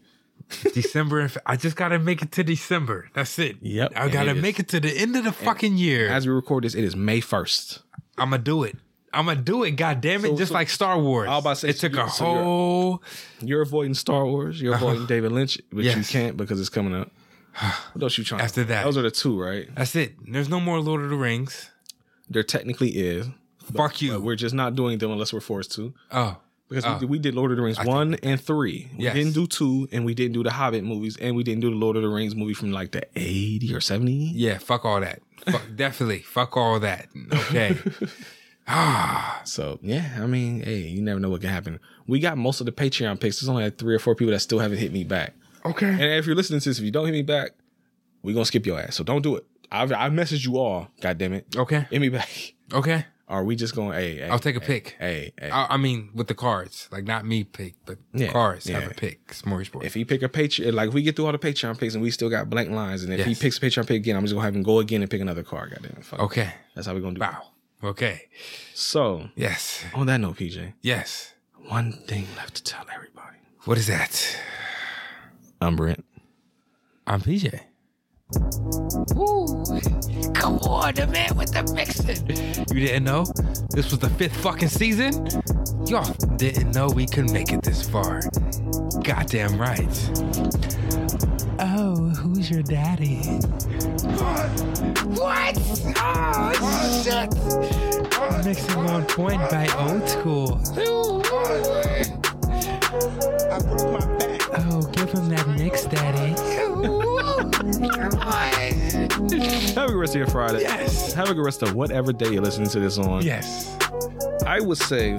[SPEAKER 2] December. and Fe- I just gotta make it to December. That's it.
[SPEAKER 1] Yep.
[SPEAKER 2] I gotta
[SPEAKER 1] And it
[SPEAKER 2] make it to the end of the fucking year.
[SPEAKER 1] As we record this, it is May first.
[SPEAKER 2] I'm gonna do it. I'm gonna do it. God damn it!
[SPEAKER 1] So-
[SPEAKER 2] just
[SPEAKER 1] so-
[SPEAKER 2] like Star Wars.
[SPEAKER 1] I was about to say,
[SPEAKER 2] it
[SPEAKER 1] so
[SPEAKER 2] took
[SPEAKER 1] you-
[SPEAKER 2] a
[SPEAKER 1] so you're-
[SPEAKER 2] whole.
[SPEAKER 1] You're avoiding Star Wars. You're avoiding David Lynch, but you
[SPEAKER 2] Uh-huh. Yes.
[SPEAKER 1] can't because it's coming up. What else you trying?
[SPEAKER 2] After that.
[SPEAKER 1] those are the two, right?
[SPEAKER 2] That's it. There's no more Lord of the Rings.
[SPEAKER 1] There technically is.
[SPEAKER 2] Fuck you.
[SPEAKER 1] But we're just not doing them unless we're forced to.
[SPEAKER 2] oh,
[SPEAKER 1] Because
[SPEAKER 2] Oh.
[SPEAKER 1] we, did, we did Lord of the Rings one and three. We
[SPEAKER 2] Yes.
[SPEAKER 1] didn't do two, and we didn't do the Hobbit movies, and we didn't do the Lord of the Rings movie from like the eighty or seventy.
[SPEAKER 2] yeah. Fuck all that. Fuck, definitely. Fuck all that. Okay. ah,
[SPEAKER 1] So yeah, I mean, hey, you never know what can happen. We got most of the Patreon picks. There's only like three or four people that still haven't hit me back.
[SPEAKER 2] okay.
[SPEAKER 1] And if you're listening to this, if you don't hit me back, we gonna skip your ass. So don't do it. I've I messaged you all. God damn it.
[SPEAKER 2] Okay.
[SPEAKER 1] Hit me back.
[SPEAKER 2] Okay.
[SPEAKER 1] Or we just gonna hey, hey
[SPEAKER 2] I'll take a
[SPEAKER 1] hey,
[SPEAKER 2] pick.
[SPEAKER 1] Hey, hey.
[SPEAKER 2] I, I mean, with the cards, like not me pick, but
[SPEAKER 1] Yeah,
[SPEAKER 2] cards have
[SPEAKER 1] yeah.
[SPEAKER 2] a pick. Smorgasbord.
[SPEAKER 1] if he pick a Patreon, like if we get through all the Patreon picks and we still got blank lines, and if he
[SPEAKER 2] Yes.
[SPEAKER 1] picks a Patreon pick again, I'm just gonna have him go again and pick another card. God damn it. Fuck.
[SPEAKER 2] okay.
[SPEAKER 1] That's how we gonna do it.
[SPEAKER 2] Wow. Okay.
[SPEAKER 1] So
[SPEAKER 2] Yes.
[SPEAKER 1] on that note, PJ,
[SPEAKER 2] Yes.
[SPEAKER 1] one thing left to tell everybody.
[SPEAKER 2] What is that?
[SPEAKER 1] I'm Brent.
[SPEAKER 2] I'm PJ.
[SPEAKER 9] Woo! Come on, the man with the mixing.
[SPEAKER 2] You didn't know this was the fifth fucking season? Y'all didn't know we could make it this far. Goddamn right. Oh, who's your daddy? What? Oh, shit! Mixing on point by old school. Oh, give him that mix, daddy.
[SPEAKER 1] Have a good rest of your Friday.
[SPEAKER 2] Yes.
[SPEAKER 1] Have a good rest of whatever day you're listening to this on.
[SPEAKER 2] Yes.
[SPEAKER 1] I would say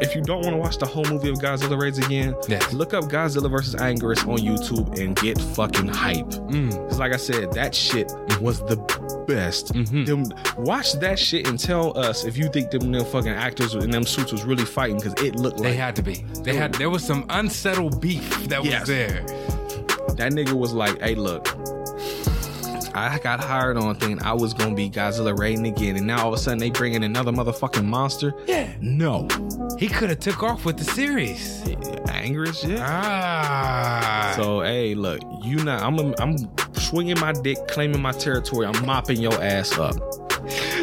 [SPEAKER 1] if you don't want to watch the whole movie of Godzilla Raids again,
[SPEAKER 2] Yes.
[SPEAKER 1] look up Godzilla versus Angerus on YouTube and get fucking hype. Because like I said, that shit was the best. Them, watch that shit and tell us if you think them, them fucking actors in them suits was really fighting because it looked
[SPEAKER 2] They
[SPEAKER 1] like
[SPEAKER 2] had to be. They had. There was some unsettled beef that was
[SPEAKER 1] Yes.
[SPEAKER 2] there.
[SPEAKER 1] that nigga was like, hey, look. I got hired on thinking I was gonna be Godzilla raiding again, and now all of a sudden they bring in another motherfucking monster.
[SPEAKER 2] Yeah.
[SPEAKER 1] No,
[SPEAKER 2] He could have took off with the series.
[SPEAKER 1] Angerus, yeah.
[SPEAKER 2] Ah.
[SPEAKER 1] So hey, look, you not. I'm I'm swinging my dick, claiming my territory. I'm mopping your ass up.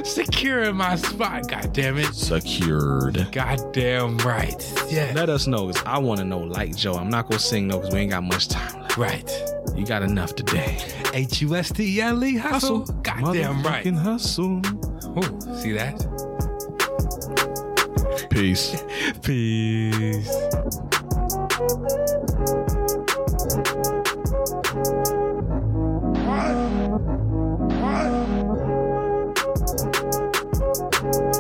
[SPEAKER 2] securing my spot. God damn it.
[SPEAKER 1] Secured.
[SPEAKER 2] God damn right. Yeah.
[SPEAKER 1] Let us know, cause I want to know. Like Joe, I'm not gonna sing no, cause we ain't got much time left.
[SPEAKER 2] right.
[SPEAKER 1] You got enough today.
[SPEAKER 2] H U S T L E hustle. God damn right.
[SPEAKER 1] Motherfucking hustle.
[SPEAKER 2] Ooh, see that?
[SPEAKER 1] Peace.
[SPEAKER 2] Peace.
[SPEAKER 4] What? What?